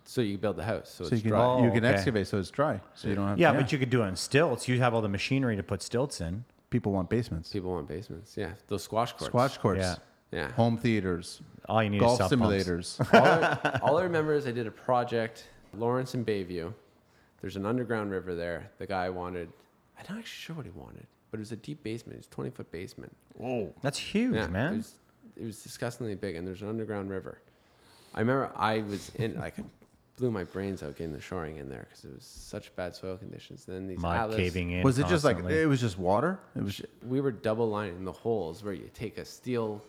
[SPEAKER 1] So you build the house. So,
[SPEAKER 2] So you
[SPEAKER 1] it's
[SPEAKER 2] can
[SPEAKER 1] dry.
[SPEAKER 3] Oh,
[SPEAKER 2] you can
[SPEAKER 3] okay.
[SPEAKER 2] excavate so it's dry. So you don't have
[SPEAKER 3] Yeah, but you could do it in stilts. You have all the machinery to put stilts in.
[SPEAKER 2] people want basements.
[SPEAKER 1] People want basements. Yeah, those squash courts.
[SPEAKER 2] Squash courts.
[SPEAKER 3] Yeah.
[SPEAKER 1] Yeah.
[SPEAKER 2] Home theaters.
[SPEAKER 3] All you need
[SPEAKER 2] golf
[SPEAKER 3] is self pumps.
[SPEAKER 2] simulators.
[SPEAKER 1] All, I, all I remember is I did a project, Lawrence and Bayview. There's an underground river there. The guy wanted, I'm not actually sure what he wanted, but it was a deep basement. It's 20 foot basement.
[SPEAKER 3] That's huge,
[SPEAKER 1] Yeah, It
[SPEAKER 3] man.
[SPEAKER 1] was, it was disgustingly big, and there's an underground river. I remember I was in like. Blew my brains out getting the shoring in there because it was such bad soil conditions. Then these
[SPEAKER 3] Mud
[SPEAKER 1] outlets-
[SPEAKER 3] caving in.
[SPEAKER 2] was it just like
[SPEAKER 3] constantly.
[SPEAKER 2] it was just water? It was
[SPEAKER 1] We were double lining the holes where you take a steel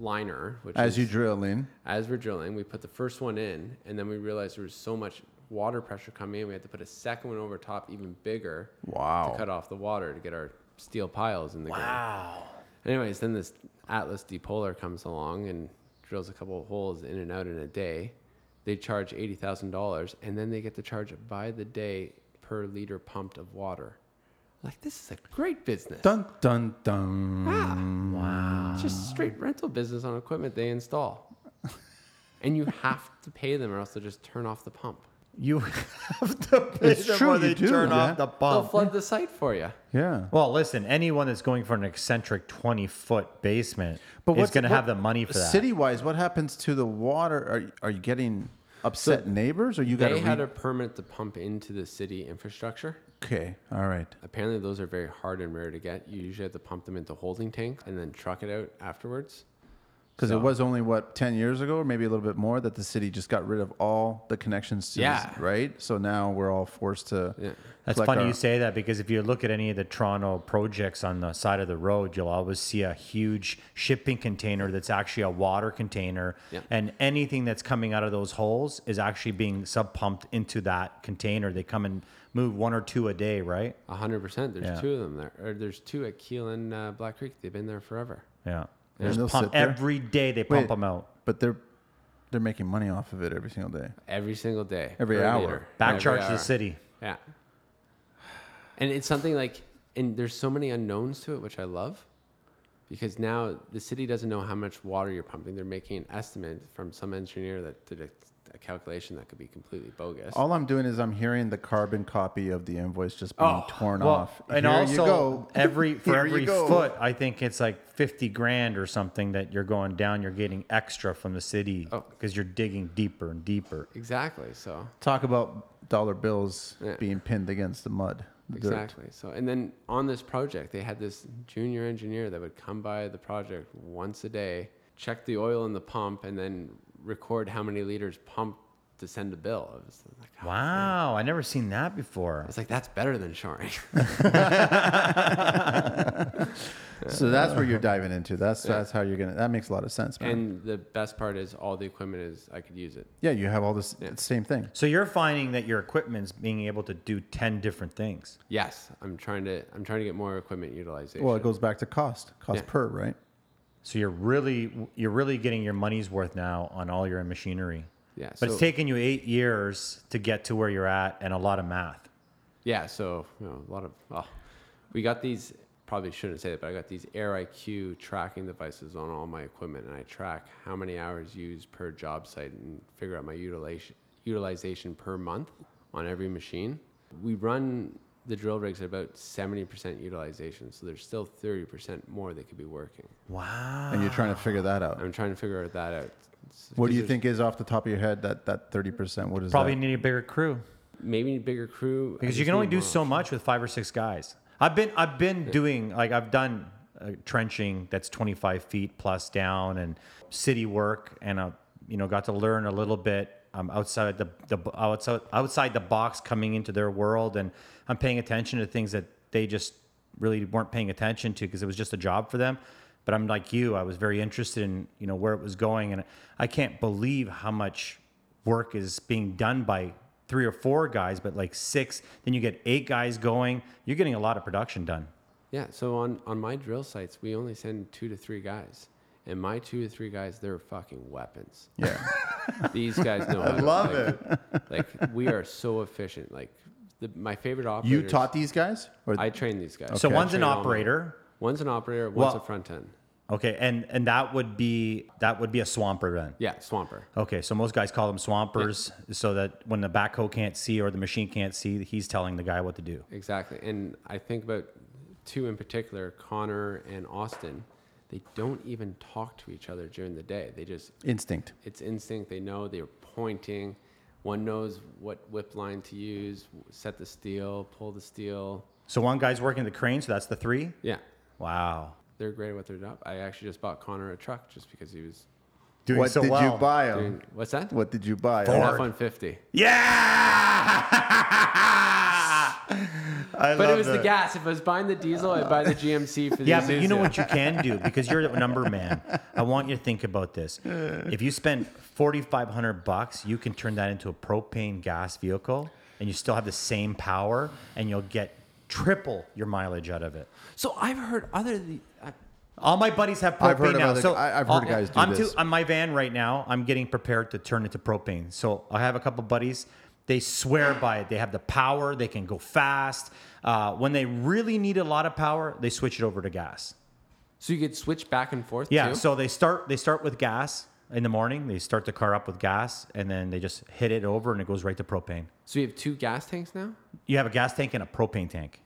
[SPEAKER 1] liner, which
[SPEAKER 2] as
[SPEAKER 1] is,
[SPEAKER 2] you drill in.
[SPEAKER 1] as we're drilling, we put the first one in, and then we realized there was so much water pressure coming in, we had to put a second one over top, even bigger,
[SPEAKER 2] Wow.
[SPEAKER 1] to cut off the water to get our steel piles in the ground. Wow. Anyways, then this Atlas depolar comes along and drills a couple of holes in and out in a day. They charge eighty thousand dollars, and then they get to charge it by the day per liter pumped of water. Like this is a great business.
[SPEAKER 2] Dun dun dun.
[SPEAKER 3] Ah.
[SPEAKER 1] Wow. Just straight rental business on equipment they install. and you have to pay them or else they'll just turn off the pump.
[SPEAKER 4] eh,
[SPEAKER 3] you.
[SPEAKER 2] It's
[SPEAKER 4] Then
[SPEAKER 2] true,
[SPEAKER 4] when
[SPEAKER 2] you
[SPEAKER 4] they
[SPEAKER 2] do,
[SPEAKER 4] turn
[SPEAKER 2] yeah.
[SPEAKER 4] off the
[SPEAKER 1] They'll
[SPEAKER 4] pump.
[SPEAKER 1] flood the site for you.
[SPEAKER 2] Yeah.
[SPEAKER 3] Well, listen. Anyone that's going for an eccentric twenty foot basement is going to have the money for that.
[SPEAKER 2] City wise, what happens to the water? Are are you getting upset neighbors or you got
[SPEAKER 1] They had
[SPEAKER 2] re-
[SPEAKER 1] a permit to pump into the city infrastructure.
[SPEAKER 2] Okay. All right.
[SPEAKER 1] Apparently, those are very hard and rare to get. You usually have to pump them into holding tanks and then truck it out afterwards.
[SPEAKER 2] Because
[SPEAKER 1] So-
[SPEAKER 2] it was only what ten years ago, or maybe a little bit more, that the city just got rid of all the connections. To
[SPEAKER 1] Yeah.
[SPEAKER 2] this, right. So now we're all forced to.
[SPEAKER 1] Yeah.
[SPEAKER 3] That's
[SPEAKER 2] collect
[SPEAKER 3] funny
[SPEAKER 2] our-
[SPEAKER 3] you say that because if you look at any of the Toronto projects on the side of the road, you'll always see a huge shipping container that's actually a water container.
[SPEAKER 1] Yeah.
[SPEAKER 3] And anything that's coming out of those holes is actually being sub pumped into that container. They come and move one or two a day, right?
[SPEAKER 1] A 100%. There's
[SPEAKER 3] Yeah.
[SPEAKER 1] two of them there. Or there's two at Keel and uh, Black Creek. They've been there forever.
[SPEAKER 3] Yeah.
[SPEAKER 2] And they'll
[SPEAKER 3] There's pump
[SPEAKER 2] sit there?
[SPEAKER 3] every day they pump
[SPEAKER 2] Wait.
[SPEAKER 3] them out.
[SPEAKER 2] But they're they're making money off of it every single day.
[SPEAKER 1] Every single day.
[SPEAKER 2] Every
[SPEAKER 1] per
[SPEAKER 2] hour.
[SPEAKER 1] liter.
[SPEAKER 3] Back
[SPEAKER 1] Every
[SPEAKER 3] charge to
[SPEAKER 1] hour.
[SPEAKER 3] the city.
[SPEAKER 1] Yeah. And it's something like, and there's so many unknowns to it, which I love. because now the city doesn't know how much water you're pumping. They're making an estimate from some engineer that did a, a calculation that could be completely bogus.
[SPEAKER 2] All I'm doing is I'm hearing the carbon copy of the invoice just being
[SPEAKER 1] Oh,
[SPEAKER 2] torn
[SPEAKER 3] Well,
[SPEAKER 2] off.
[SPEAKER 3] and
[SPEAKER 2] Here
[SPEAKER 3] also
[SPEAKER 2] you go.
[SPEAKER 3] every for
[SPEAKER 2] Here you
[SPEAKER 3] every
[SPEAKER 2] go.
[SPEAKER 3] foot, I think it's like fifty grand or something that you're going down. You're getting extra from the city
[SPEAKER 1] Oh.
[SPEAKER 3] because you're digging deeper and deeper.
[SPEAKER 1] exactly. So
[SPEAKER 2] Talk about dollar bills
[SPEAKER 1] Yeah.
[SPEAKER 2] being pinned against the mud. the dirt.
[SPEAKER 1] Exactly. So, and then on this project, they had this junior engineer that would come by the project once a day, check the oil in the pump, and then record how many liters pumped to send a bill. I was like, oh,
[SPEAKER 3] Wow, I never seen that before.
[SPEAKER 1] I was like, that's better than shoring.
[SPEAKER 2] So that's where you're diving into. That's that's how you're gonna. That makes a lot of sense, man.
[SPEAKER 1] and the best part is, all the equipment is I could use it.
[SPEAKER 2] yeah, you have all this same thing.
[SPEAKER 3] So you're finding that your equipment's being able to do ten different things.
[SPEAKER 1] Yes, I'm trying to. I'm trying to get more equipment utilization.
[SPEAKER 2] Well, it goes back to cost, cost
[SPEAKER 1] Yeah.
[SPEAKER 2] per, right?
[SPEAKER 3] So you're really you're really getting your money's worth now on all your machinery.
[SPEAKER 1] Yeah,
[SPEAKER 3] But it's
[SPEAKER 1] so-
[SPEAKER 3] taken you eight years to get to where you're at, and a lot of math.
[SPEAKER 1] Yeah, so you know, a lot of oh, we got these. Probably shouldn't say that, but I got these Air IQ tracking devices on all my equipment, and I track how many hours used per job site and figure out my utilization utilization per month on every machine. We run the drill rigs at about seventy percent utilization, so there's still thirty percent more that could be working.
[SPEAKER 3] Wow.
[SPEAKER 2] And you're trying to figure that out.
[SPEAKER 1] I'm trying to figure that out. It's-
[SPEAKER 2] What do
[SPEAKER 1] 'cause
[SPEAKER 2] you
[SPEAKER 1] there's-
[SPEAKER 2] think is off the top of your head that that thirty percent? What is
[SPEAKER 3] Probably
[SPEAKER 2] that?
[SPEAKER 3] need a bigger crew.
[SPEAKER 1] Maybe a bigger crew I
[SPEAKER 3] because you
[SPEAKER 1] just
[SPEAKER 3] can only
[SPEAKER 1] need
[SPEAKER 3] do
[SPEAKER 1] more.
[SPEAKER 3] so much with five or six guys. I've been I've been doing like I've done uh, trenching that's 25 feet plus down and city work and I you know got to learn a little bit um, outside the the bo- outside outside the box coming into their world and I'm paying attention to things that they just really weren't paying attention to because it was just a job for them. But I'm like you, I was very interested in you know where it was going and I can't believe how much work is being done by three or four guys, but like six, then you get eight guys going. You're getting a lot of production done.
[SPEAKER 1] Yeah, so on on my drill sites, we only send two to three guys, and my two to three guys, they're fucking weapons.
[SPEAKER 2] Yeah.
[SPEAKER 1] These guys know. I
[SPEAKER 4] love
[SPEAKER 1] it. Like we are so efficient. Like the, my favorite operator.
[SPEAKER 2] You taught these guys, or
[SPEAKER 1] I train these guys.
[SPEAKER 3] So
[SPEAKER 1] I
[SPEAKER 3] one's an
[SPEAKER 1] train all my-
[SPEAKER 3] operator.
[SPEAKER 1] One's an operator. One's
[SPEAKER 3] Well-
[SPEAKER 1] a front end.
[SPEAKER 3] Okay, and and that would be that would be a swamper then.
[SPEAKER 1] Yeah, swamper.
[SPEAKER 3] Okay, so most guys call them swampers, so that when the backhoe can't see or the machine can't see, he's telling the guy what to do.
[SPEAKER 1] Exactly. And I think about two in particular, Connor and Austin. They don't even talk to each other during the day. They just
[SPEAKER 2] instinct.
[SPEAKER 1] it's instinct. They know they're pointing. One knows what whip line to use, set the steel, pull the steel.
[SPEAKER 3] So one guy's working the crane, so that's the three.
[SPEAKER 1] Yeah,
[SPEAKER 3] Wow.
[SPEAKER 1] they're great at what they're job. I actually just bought Connor a truck just because he was
[SPEAKER 3] Doing
[SPEAKER 2] what
[SPEAKER 3] so
[SPEAKER 2] did
[SPEAKER 3] well.
[SPEAKER 2] you buy 'em?
[SPEAKER 1] doing. What's that?
[SPEAKER 2] What did you buy?
[SPEAKER 1] An
[SPEAKER 2] Or-
[SPEAKER 1] F-150.
[SPEAKER 3] Yeah. I
[SPEAKER 1] But it was the gas. If I was buying the diesel, I'd buy the GMC for the
[SPEAKER 3] Yeah, but you know
[SPEAKER 1] Isuzu.
[SPEAKER 3] what you can do because you're a number man. I want you to think about this.
[SPEAKER 2] Uh.
[SPEAKER 3] If you spend 4500 bucks, you can turn that into a propane gas vehicle and you still have the same power and you'll get triple your mileage out of it.
[SPEAKER 1] So I've heard other. The, uh, I,
[SPEAKER 3] All my buddies have propane
[SPEAKER 2] I've heard of
[SPEAKER 3] now.
[SPEAKER 2] other-
[SPEAKER 3] so
[SPEAKER 2] I- I've heard
[SPEAKER 3] I'll-
[SPEAKER 2] guys do
[SPEAKER 3] I'm
[SPEAKER 2] this.
[SPEAKER 3] Too, on my van right now, I'm getting prepared to turn it to propane. So I have a couple buddies. They swear by it. They have the power. They can go fast. Uh, when they really need a lot of power, they switch it over to gas.
[SPEAKER 1] so you could switch back and forth.
[SPEAKER 3] Yeah.
[SPEAKER 1] Too?
[SPEAKER 3] So they start they start with gas in the morning. They start the car up with gas, and then they just hit it over, and it goes right to propane.
[SPEAKER 1] so you have two gas tanks now.
[SPEAKER 3] You have a gas tank and a propane tank.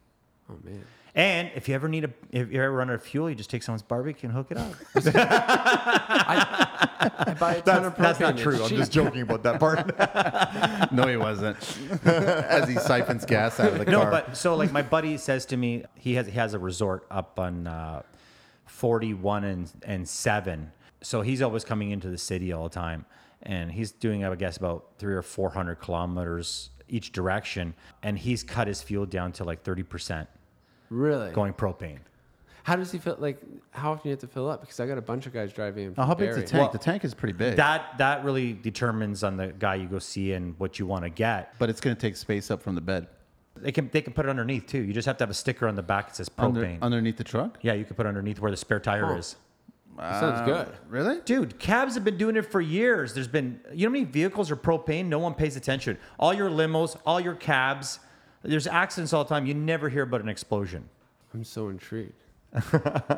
[SPEAKER 1] Oh man.
[SPEAKER 3] And if you ever need a, if you ever run out of fuel, you just take someone's barbecue and hook it up.
[SPEAKER 1] I buy a ton of
[SPEAKER 4] That's,
[SPEAKER 1] propane.
[SPEAKER 4] that's not
[SPEAKER 1] It's
[SPEAKER 4] true. I'm
[SPEAKER 1] cheap.
[SPEAKER 4] just joking about that part.
[SPEAKER 2] no, he wasn't. As he siphons gas out of the
[SPEAKER 3] no,
[SPEAKER 2] car.
[SPEAKER 3] but so like my buddy says to me, he has he has a resort up on uh, forty one and and seven. So he's always coming into the city all the time, and he's doing I would guess about three or four hundred kilometers each direction, and he's cut his fuel down to like thirty percent
[SPEAKER 1] really.
[SPEAKER 3] going propane.
[SPEAKER 1] How does he feel? Like how often do you have to fill up? Because I got a bunch of guys driving. in
[SPEAKER 2] Now,
[SPEAKER 1] from
[SPEAKER 2] how big's the
[SPEAKER 1] Barrie.
[SPEAKER 2] tank? the tank is pretty big,
[SPEAKER 3] That that really determines on the guy you go see and what you want to get.
[SPEAKER 2] but it's going to take space up from the bed.
[SPEAKER 3] They can they can put it underneath too. You just have to have a sticker on the back that says
[SPEAKER 2] Under-
[SPEAKER 3] propane.
[SPEAKER 2] underneath the truck?
[SPEAKER 3] yeah, you can put it underneath where the spare tire
[SPEAKER 1] Huh.
[SPEAKER 3] is.
[SPEAKER 1] Sounds good.
[SPEAKER 2] Uh, Really?
[SPEAKER 3] Dude, cabs have been doing it for years. There's been, you know how many vehicles are propane? No one pays attention. All your limos, all your cabs, there's accidents all the time. You never hear about an explosion.
[SPEAKER 1] I'm so intrigued.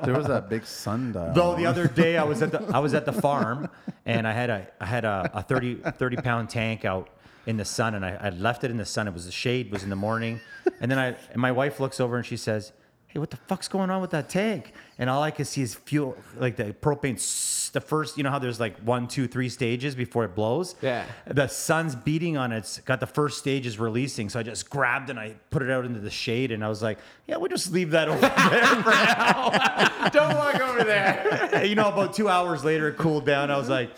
[SPEAKER 2] There was that big sundial.
[SPEAKER 3] Though the other day I was at the I was at the farm and I had a I had a, a 30, 30 pound tank out in the sun and I, I left it in the sun. It was the shade was in the morning, and then I and my wife looks over and she says, "Hey, what the fuck's going on with that tank?" And all I can see is fuel like the propane. s- The first, you know how there's like one, two, three stages before it blows.
[SPEAKER 1] Yeah.
[SPEAKER 3] The sun's beating on it. It's got the first stage is releasing, so I just grabbed and I put it out into the shade, and I was like, "Yeah, we'll just leave that over there for now."
[SPEAKER 1] Don't walk over there.
[SPEAKER 3] And, you know, about two hours later, it cooled down. I was like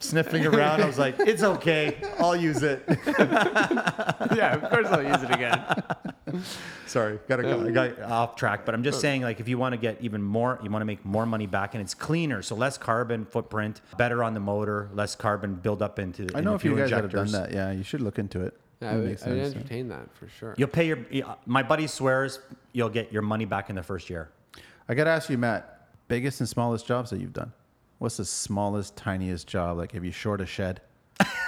[SPEAKER 3] sniffing around. I was like, it's okay. I'll use it.
[SPEAKER 1] yeah, of course I'll use it again.
[SPEAKER 3] Sorry, got to got off track. But I'm just saying, like, if you want to get even more, you want to make more money back, and it's cleaner, so less carbon footprint, better on the motor, less carbon buildup into.
[SPEAKER 2] I
[SPEAKER 3] in
[SPEAKER 2] know
[SPEAKER 3] the
[SPEAKER 2] if you
[SPEAKER 3] fuel
[SPEAKER 2] guys had done
[SPEAKER 3] injectors.
[SPEAKER 2] that. Yeah, you should look into it.
[SPEAKER 1] I
[SPEAKER 2] It
[SPEAKER 1] would,
[SPEAKER 2] makes
[SPEAKER 1] I would
[SPEAKER 2] sense.
[SPEAKER 1] entertain that for sure.
[SPEAKER 3] You'll pay your. uh, My buddy swears you'll get your money back in the first year.
[SPEAKER 2] I gotta ask you, Matt. Biggest and smallest jobs that you've done. What's the smallest, tiniest job? Like, have you short a shed?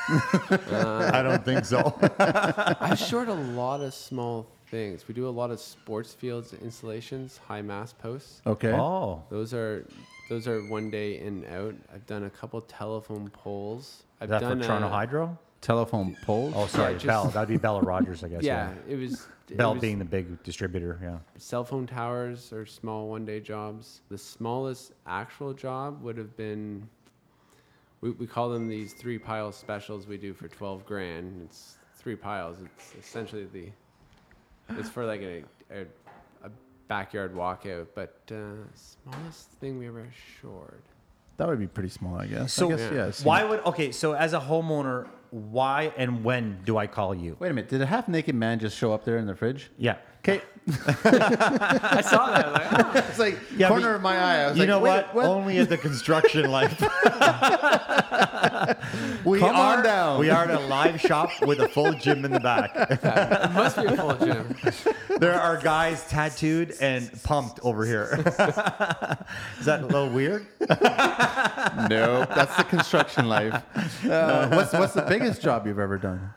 [SPEAKER 4] I don't think so.
[SPEAKER 1] I'm short a lot of small things. We do a lot of sports fields installations, high mass posts.
[SPEAKER 2] Okay.
[SPEAKER 3] Oh,
[SPEAKER 1] Those are those are one day in and out. I've done a couple telephone poles. I've
[SPEAKER 3] is that for
[SPEAKER 1] done
[SPEAKER 3] Toronto
[SPEAKER 1] a-
[SPEAKER 3] Hydro?
[SPEAKER 2] Telephone poles.
[SPEAKER 3] Oh, sorry,
[SPEAKER 1] just-
[SPEAKER 3] Bell. That'd be Bella Rogers, I guess.
[SPEAKER 1] Yeah, it was it
[SPEAKER 3] Bell
[SPEAKER 1] was
[SPEAKER 3] being the big distributor. Yeah.
[SPEAKER 1] cell phone towers are small one day jobs. The smallest actual job would have been we, we call them these three pile specials we do for twelve grand. It's three piles. It's essentially the it's for like a a, a backyard walkout, but uh, smallest thing we ever shored.
[SPEAKER 2] That would be pretty small, I guess.
[SPEAKER 3] So
[SPEAKER 2] I guess, yes.
[SPEAKER 3] why would okay? So as a homeowner, why and when do I call you?
[SPEAKER 2] Wait a minute. Did a half-naked man just show up there in the fridge?
[SPEAKER 3] Yeah.
[SPEAKER 2] Okay.
[SPEAKER 1] I saw that. I was like, "Ah."
[SPEAKER 2] It's like
[SPEAKER 3] Yeah,
[SPEAKER 2] corner
[SPEAKER 3] but-
[SPEAKER 2] of my eye. I was
[SPEAKER 3] You
[SPEAKER 2] like,
[SPEAKER 3] know
[SPEAKER 2] wait,
[SPEAKER 3] what? Only at the construction life.
[SPEAKER 2] We
[SPEAKER 3] Come
[SPEAKER 2] are down.
[SPEAKER 3] We are at a live shop with a full gym in the back.
[SPEAKER 1] It must be a full gym.
[SPEAKER 3] There are guys tattooed and pumped over here. Is that a little weird?
[SPEAKER 2] no, that's the construction life. Uh, what's what's the biggest job you've ever done?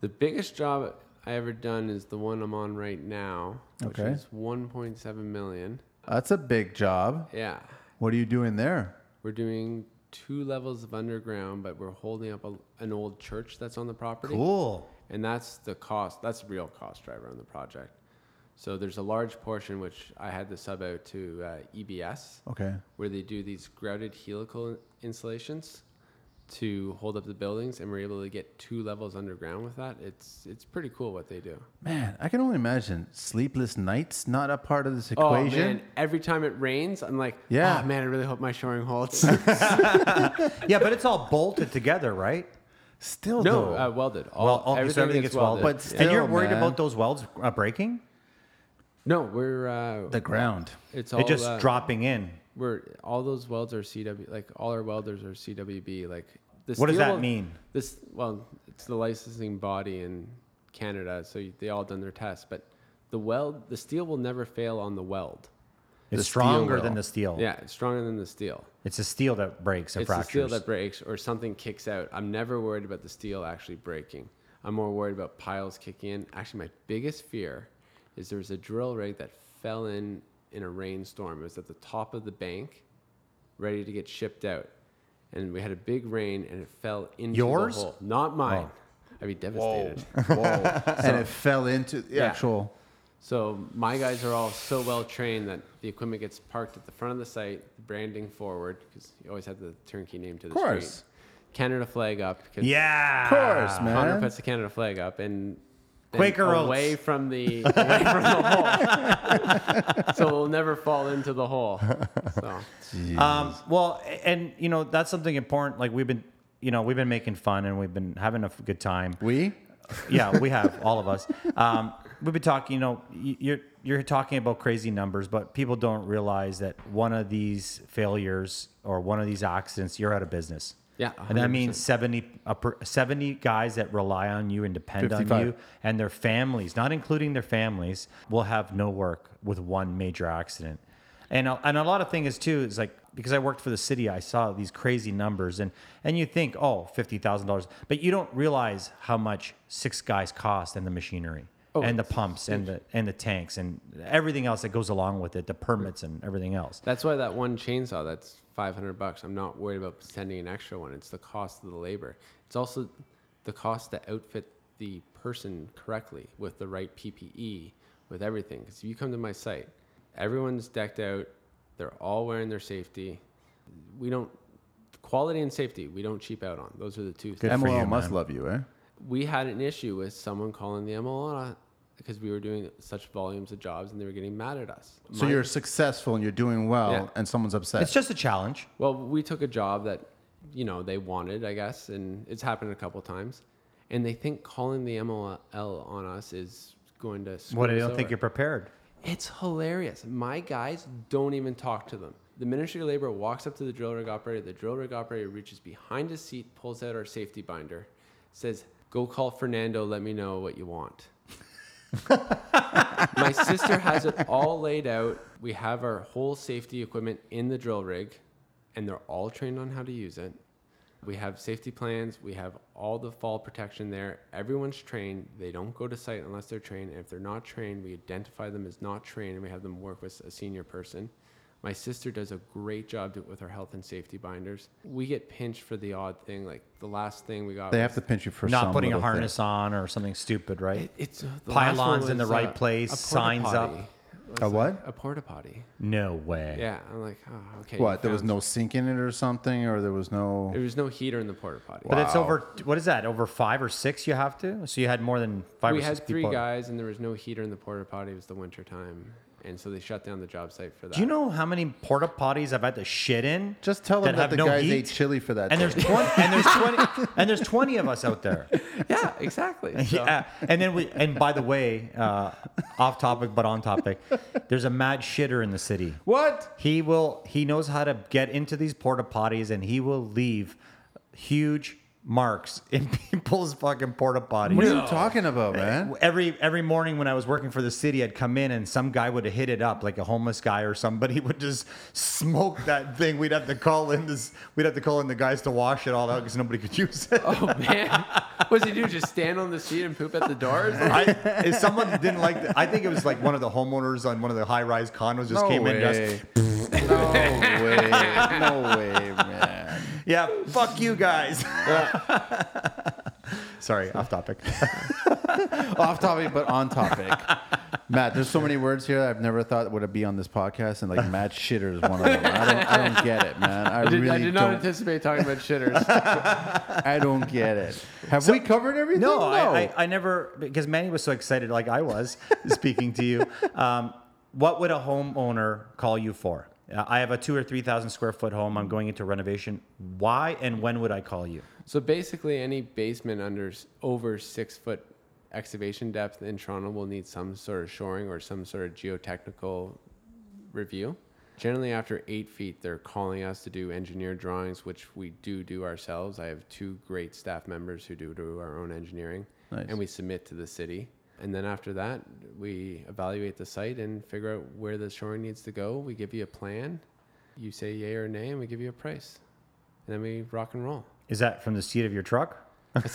[SPEAKER 1] The biggest job I ever done is the one I'm on right now, which
[SPEAKER 2] Okay.
[SPEAKER 1] is 1.7 million.
[SPEAKER 2] That's a big job.
[SPEAKER 1] Yeah,
[SPEAKER 2] What are you doing there?
[SPEAKER 1] we're doing two levels of underground, but we're holding up a, an old church that's on the property,
[SPEAKER 3] Cool.
[SPEAKER 1] and that's the cost. That's the real cost driver on the project. So there's a large portion which I had to sub out to uh, EBS,
[SPEAKER 2] Okay.
[SPEAKER 1] where they do these grouted helical installations to hold up the buildings, and we're able to get two levels underground with that. It's it's pretty cool what they do.
[SPEAKER 2] Man, I can only imagine sleepless nights not a part of this
[SPEAKER 1] Oh
[SPEAKER 2] equation.
[SPEAKER 1] man! Every time it rains, I'm like,
[SPEAKER 2] Yeah.
[SPEAKER 1] yeah, man. I really hope my shoring holds.
[SPEAKER 3] Yeah, but it's all bolted together, right?
[SPEAKER 2] Still
[SPEAKER 1] no,
[SPEAKER 2] though.
[SPEAKER 1] uh, welded. All,
[SPEAKER 3] Well, oh, so
[SPEAKER 1] everything,
[SPEAKER 3] everything
[SPEAKER 1] gets,
[SPEAKER 3] gets
[SPEAKER 1] welded.
[SPEAKER 3] welded.
[SPEAKER 2] But
[SPEAKER 1] Yeah.
[SPEAKER 2] still,
[SPEAKER 3] and you're worried
[SPEAKER 2] man.
[SPEAKER 3] about those welds uh, breaking?
[SPEAKER 1] no, we're uh,
[SPEAKER 2] the ground.
[SPEAKER 1] it's all
[SPEAKER 3] It just
[SPEAKER 1] uh,
[SPEAKER 3] dropping in.
[SPEAKER 1] We're all those welds are CW. Like all our welders are CWB. Like this.
[SPEAKER 3] What does that mean?
[SPEAKER 1] This well, it's the licensing body in Canada, so you- they all done their tests. But the weld, the steel will never fail on the weld.
[SPEAKER 3] It's
[SPEAKER 2] steel
[SPEAKER 3] stronger than
[SPEAKER 2] will.
[SPEAKER 3] the steel.
[SPEAKER 1] Yeah, it's stronger than the steel.
[SPEAKER 3] It's the steel that breaks and
[SPEAKER 1] it's
[SPEAKER 3] fractures.
[SPEAKER 1] the steel that breaks or something kicks out. I'm never worried about the steel actually breaking. I'm more worried about piles kicking in. Actually, my biggest fear is there was a drill rig that fell in in a rainstorm. It was at the top of the bank, ready to get shipped out, and we had a big rain and it fell into
[SPEAKER 3] Yours? Oh.
[SPEAKER 1] the hole. Not mine. I'd be devastated.
[SPEAKER 2] and it fell into the
[SPEAKER 1] Yeah.
[SPEAKER 2] actual.
[SPEAKER 1] So my guys are all so well trained that the equipment gets parked at the front of the site, branding forward because you always have the turnkey name to the
[SPEAKER 2] Course.
[SPEAKER 1] street. Canada flag up. 'cause
[SPEAKER 3] Yeah.
[SPEAKER 2] Of course,
[SPEAKER 1] Connor
[SPEAKER 2] man.
[SPEAKER 1] puts the Canada flag up and and
[SPEAKER 3] Quaker Oats.
[SPEAKER 1] away from the away from the hole, so we'll never fall into the hole. So
[SPEAKER 3] Um, well, and you know that's something important. Like we've been, you know, we've been making fun and we've been having a good time.
[SPEAKER 2] We?
[SPEAKER 3] yeah, we have all of us. Um, we've been talking. You know, y- you're you're talking about crazy numbers, but people don't realize that one of these failures or one of these accidents, you're out of business.
[SPEAKER 1] Yeah,
[SPEAKER 3] and that
[SPEAKER 1] 100%.
[SPEAKER 3] means 70, a per- 70 guys that rely on you and depend on
[SPEAKER 2] 55.
[SPEAKER 3] you and their families, not including their families, will have no work with one major accident. And a, and a lot of thing is too is like because I worked for the city, I saw these crazy numbers and and you think oh fifty thousand dollars, but you don't realize how much six guys cost and the machinery. and the pumps and the and the tanks and everything else that goes along with it, the permits and everything else.
[SPEAKER 1] That's why that one chainsaw that's 500 bucks. I'm not worried about sending an extra one. It's the cost of the labor. It's also the cost to outfit the person correctly with the right PPE, with everything. Because if you come to my site, everyone's decked out. They're all wearing their safety. We don't quality and safety. We don't cheap out on. Those are the two.
[SPEAKER 3] for
[SPEAKER 2] MLL
[SPEAKER 3] you,
[SPEAKER 2] must
[SPEAKER 3] man.
[SPEAKER 2] love you, eh?
[SPEAKER 1] we had an issue with someone calling the MLO on because we were doing such volumes of jobs and they were getting mad at us.
[SPEAKER 2] So
[SPEAKER 1] My-
[SPEAKER 2] you're successful and you're doing well,
[SPEAKER 1] Yeah.
[SPEAKER 2] and someone's upset.
[SPEAKER 3] It's just a challenge.
[SPEAKER 1] well, we took a job that you know they wanted, I guess, and it's happened a couple times, and they think calling the MLL on us is going to screw
[SPEAKER 3] What I
[SPEAKER 1] us
[SPEAKER 3] don't think
[SPEAKER 1] over.
[SPEAKER 3] you're prepared.
[SPEAKER 1] It's hilarious. My guys don't even talk to them. The Ministry of Labor walks up to the drill rig operator. The drill rig operator reaches behind his seat, pulls out our safety binder, says, Go call Fernando, let me know what you want. My sister has it all laid out. We have our whole safety equipment in the drill rig, and they're all trained on how to use it. We have safety plans. We have all the fall protection there. Everyone's trained. They don't go to site unless they're trained. And if they're not trained, we identify them as not trained and we have them work with a senior person. My sister does a great job do- with her health and safety binders. We get pinched for the odd thing. Like the last thing we got,
[SPEAKER 2] they
[SPEAKER 1] was-
[SPEAKER 2] have to pinch you for
[SPEAKER 3] Not
[SPEAKER 2] some
[SPEAKER 3] putting a
[SPEAKER 2] little thing.
[SPEAKER 3] harness on or something stupid, right?
[SPEAKER 1] It- it's uh, the last one
[SPEAKER 3] Pylons in the
[SPEAKER 1] was,
[SPEAKER 3] right
[SPEAKER 1] uh,
[SPEAKER 3] place,
[SPEAKER 1] a
[SPEAKER 3] signs
[SPEAKER 1] porta
[SPEAKER 3] up.
[SPEAKER 1] potty. It
[SPEAKER 2] A
[SPEAKER 1] was, uh,
[SPEAKER 2] what?
[SPEAKER 1] A porta potty.
[SPEAKER 3] No way.
[SPEAKER 1] Yeah, I'm like, oh, okay. you
[SPEAKER 2] What? There was
[SPEAKER 1] found-
[SPEAKER 2] no sink in it or something, or there was no.
[SPEAKER 1] There was no heater in the porta potty.
[SPEAKER 3] But it's over. What is that? Over five or six? You have to. So you had more than five
[SPEAKER 1] we
[SPEAKER 3] or six
[SPEAKER 1] had three
[SPEAKER 3] people.
[SPEAKER 1] guys and there was no heater in the porta potty it was the winter time and so they shut down the job site for that
[SPEAKER 3] Do you know how many porta potties I've had to shit in?
[SPEAKER 2] Just tell them that,
[SPEAKER 3] have
[SPEAKER 2] the
[SPEAKER 3] no
[SPEAKER 2] guys
[SPEAKER 3] heat?
[SPEAKER 2] ate chili for that.
[SPEAKER 3] And
[SPEAKER 2] day.
[SPEAKER 3] there's twenty. and there's twenty. And there's twenty of us out there.
[SPEAKER 1] yeah exactly so,
[SPEAKER 3] Yeah. And then we. And by the way, uh, off topic but on topic. There's a mad shitter in the city.
[SPEAKER 2] what?
[SPEAKER 3] He will. He knows how to get into these porta potties, and he will leave huge marks in people's fucking porta potties.
[SPEAKER 2] What are you talking about, man?
[SPEAKER 3] Every every morning when I was working for the city, I'd come in and some guy would have hit it up, like a homeless guy or somebody would just smoke that thing. We'd have to call in this. We'd have to call in the guys to wash it all out because nobody could use it.
[SPEAKER 1] oh man what's he do just stand on the seat and poop at the doors
[SPEAKER 3] I, if someone didn't like, the, I think it was like one of the homeowners on one of the high-rise condos just
[SPEAKER 2] No
[SPEAKER 3] came
[SPEAKER 2] way.
[SPEAKER 3] in. Just,
[SPEAKER 2] no way. No way, man.
[SPEAKER 3] yeah, fuck you guys. Sorry, off topic.
[SPEAKER 2] Off topic, but on topic. Matt, there's so many words here that I've never thought would be on this podcast, and like Matt Shitter is one of them. I don't, I don't get it, man. I,
[SPEAKER 1] I did,
[SPEAKER 2] really
[SPEAKER 1] I did not
[SPEAKER 2] don't.
[SPEAKER 1] anticipate talking about shitters
[SPEAKER 2] I don't get it. Have we covered everything?
[SPEAKER 3] No, I, I, I never because Manny was so excited, like I was speaking to you. Um, what would a homeowner call you for? Uh, I have a two or three thousand square foot home. I'm going into renovation. Why and when would I call you?
[SPEAKER 1] so basically any basement under s- over six foot excavation depth in toronto will need some sort of shoring or some sort of geotechnical review. Generally, after eight feet, they're calling us to do engineer drawings, which we do do ourselves. I have two great staff members who do do our own engineering,
[SPEAKER 2] Nice.
[SPEAKER 1] and we submit to the city. And then after that, we evaluate the site and figure out where the shoring needs to go. We give you a plan, you say yay or nay, and we give you a price, and then we rock and roll.
[SPEAKER 3] Is that from the seat of your truck?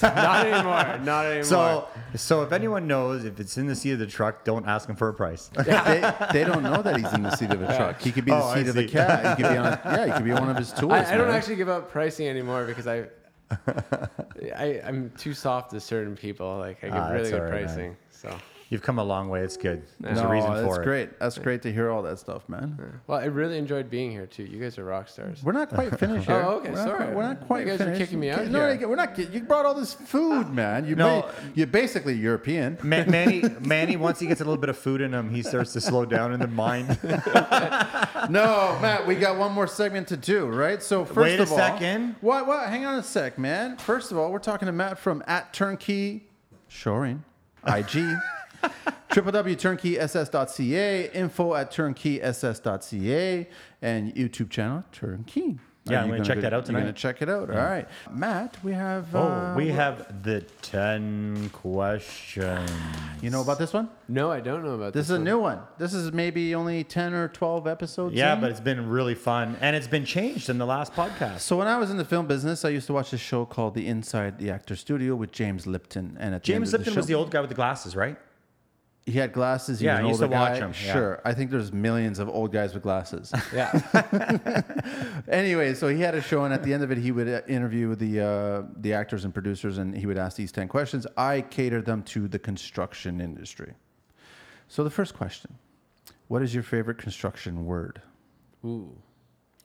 [SPEAKER 1] not anymore. Not anymore.
[SPEAKER 3] So, so if anyone knows if it's in the seat of the truck, don't ask them for a price.
[SPEAKER 2] they, they don't know that he's in the seat of a truck. He could be the
[SPEAKER 3] Oh, I
[SPEAKER 2] seat of the
[SPEAKER 3] see.
[SPEAKER 2] cat. He could be on. Yeah, he could be one of his tools.
[SPEAKER 1] I, I don't
[SPEAKER 2] man.
[SPEAKER 1] actually give out pricing anymore because I, I I'm too soft to certain people. Like I give
[SPEAKER 3] Ah,
[SPEAKER 1] really
[SPEAKER 3] that's
[SPEAKER 1] good
[SPEAKER 3] all right, man.
[SPEAKER 1] pricing. So
[SPEAKER 3] You've come a long way. It's good. There's
[SPEAKER 2] No,
[SPEAKER 3] a reason
[SPEAKER 2] that's
[SPEAKER 3] for it.
[SPEAKER 2] great. That's great to hear all that stuff, man.
[SPEAKER 1] well, I really enjoyed being here too. You guys are rock stars.
[SPEAKER 2] We're not quite finished here.
[SPEAKER 1] Oh, okay,
[SPEAKER 2] We're not
[SPEAKER 1] sorry.
[SPEAKER 2] quite- we're not
[SPEAKER 1] You
[SPEAKER 2] quite
[SPEAKER 1] guys are
[SPEAKER 2] finished.
[SPEAKER 1] kicking me out
[SPEAKER 2] No,
[SPEAKER 1] here.
[SPEAKER 2] we're not. ki- You brought all this food, man. You
[SPEAKER 3] No.
[SPEAKER 2] ba- you're basically European.
[SPEAKER 3] Ma- Manny, Manny, once he gets a little bit of food in him, he starts to slow down in the mind.
[SPEAKER 2] No, Matt, we got one more segment to do, right? So first
[SPEAKER 3] Wait a
[SPEAKER 2] of all,
[SPEAKER 3] second.
[SPEAKER 2] What? What? Hang on a sec, man. First of all, we're talking to Matt from at Turnkey Shoring, IG, www.turnkeyss.ca, info at turnkeyss.ca, and YouTube channel Turnkey.
[SPEAKER 3] Yeah,
[SPEAKER 2] Are
[SPEAKER 3] I'm
[SPEAKER 2] you
[SPEAKER 3] gonna check that
[SPEAKER 2] You're
[SPEAKER 3] out tonight.
[SPEAKER 2] gonna check it out. All right, Matt. We have.
[SPEAKER 3] Oh,
[SPEAKER 2] uh,
[SPEAKER 3] we have the 10 questions.
[SPEAKER 2] You know about this one?
[SPEAKER 1] No, I don't know about
[SPEAKER 2] This
[SPEAKER 1] this.
[SPEAKER 2] is a new one. This is maybe only ten or twelve episodes.
[SPEAKER 3] Yeah,
[SPEAKER 2] in.
[SPEAKER 3] but it's been really fun. And it's been changed in the last podcast.
[SPEAKER 2] So when I was in the film business, I used to watch this show called The Inside the Actor Studio with James Lipton, and at the end
[SPEAKER 3] James
[SPEAKER 2] of the
[SPEAKER 3] Lipton
[SPEAKER 2] show-
[SPEAKER 3] was the old guy with the glasses, right?
[SPEAKER 2] He had glasses. He
[SPEAKER 3] Yeah,
[SPEAKER 2] was an
[SPEAKER 3] I used to
[SPEAKER 2] older
[SPEAKER 3] watch
[SPEAKER 2] guy.
[SPEAKER 3] him, yeah.
[SPEAKER 2] Sure, I think there's millions of old guys with glasses.
[SPEAKER 1] Yeah.
[SPEAKER 2] anyway, so he had a show, and at the end of it, he would uh, interview the uh, the actors and producers, and he would ask these ten questions. I catered them to the construction industry. So the first question: What is your favorite construction word?
[SPEAKER 1] Ooh.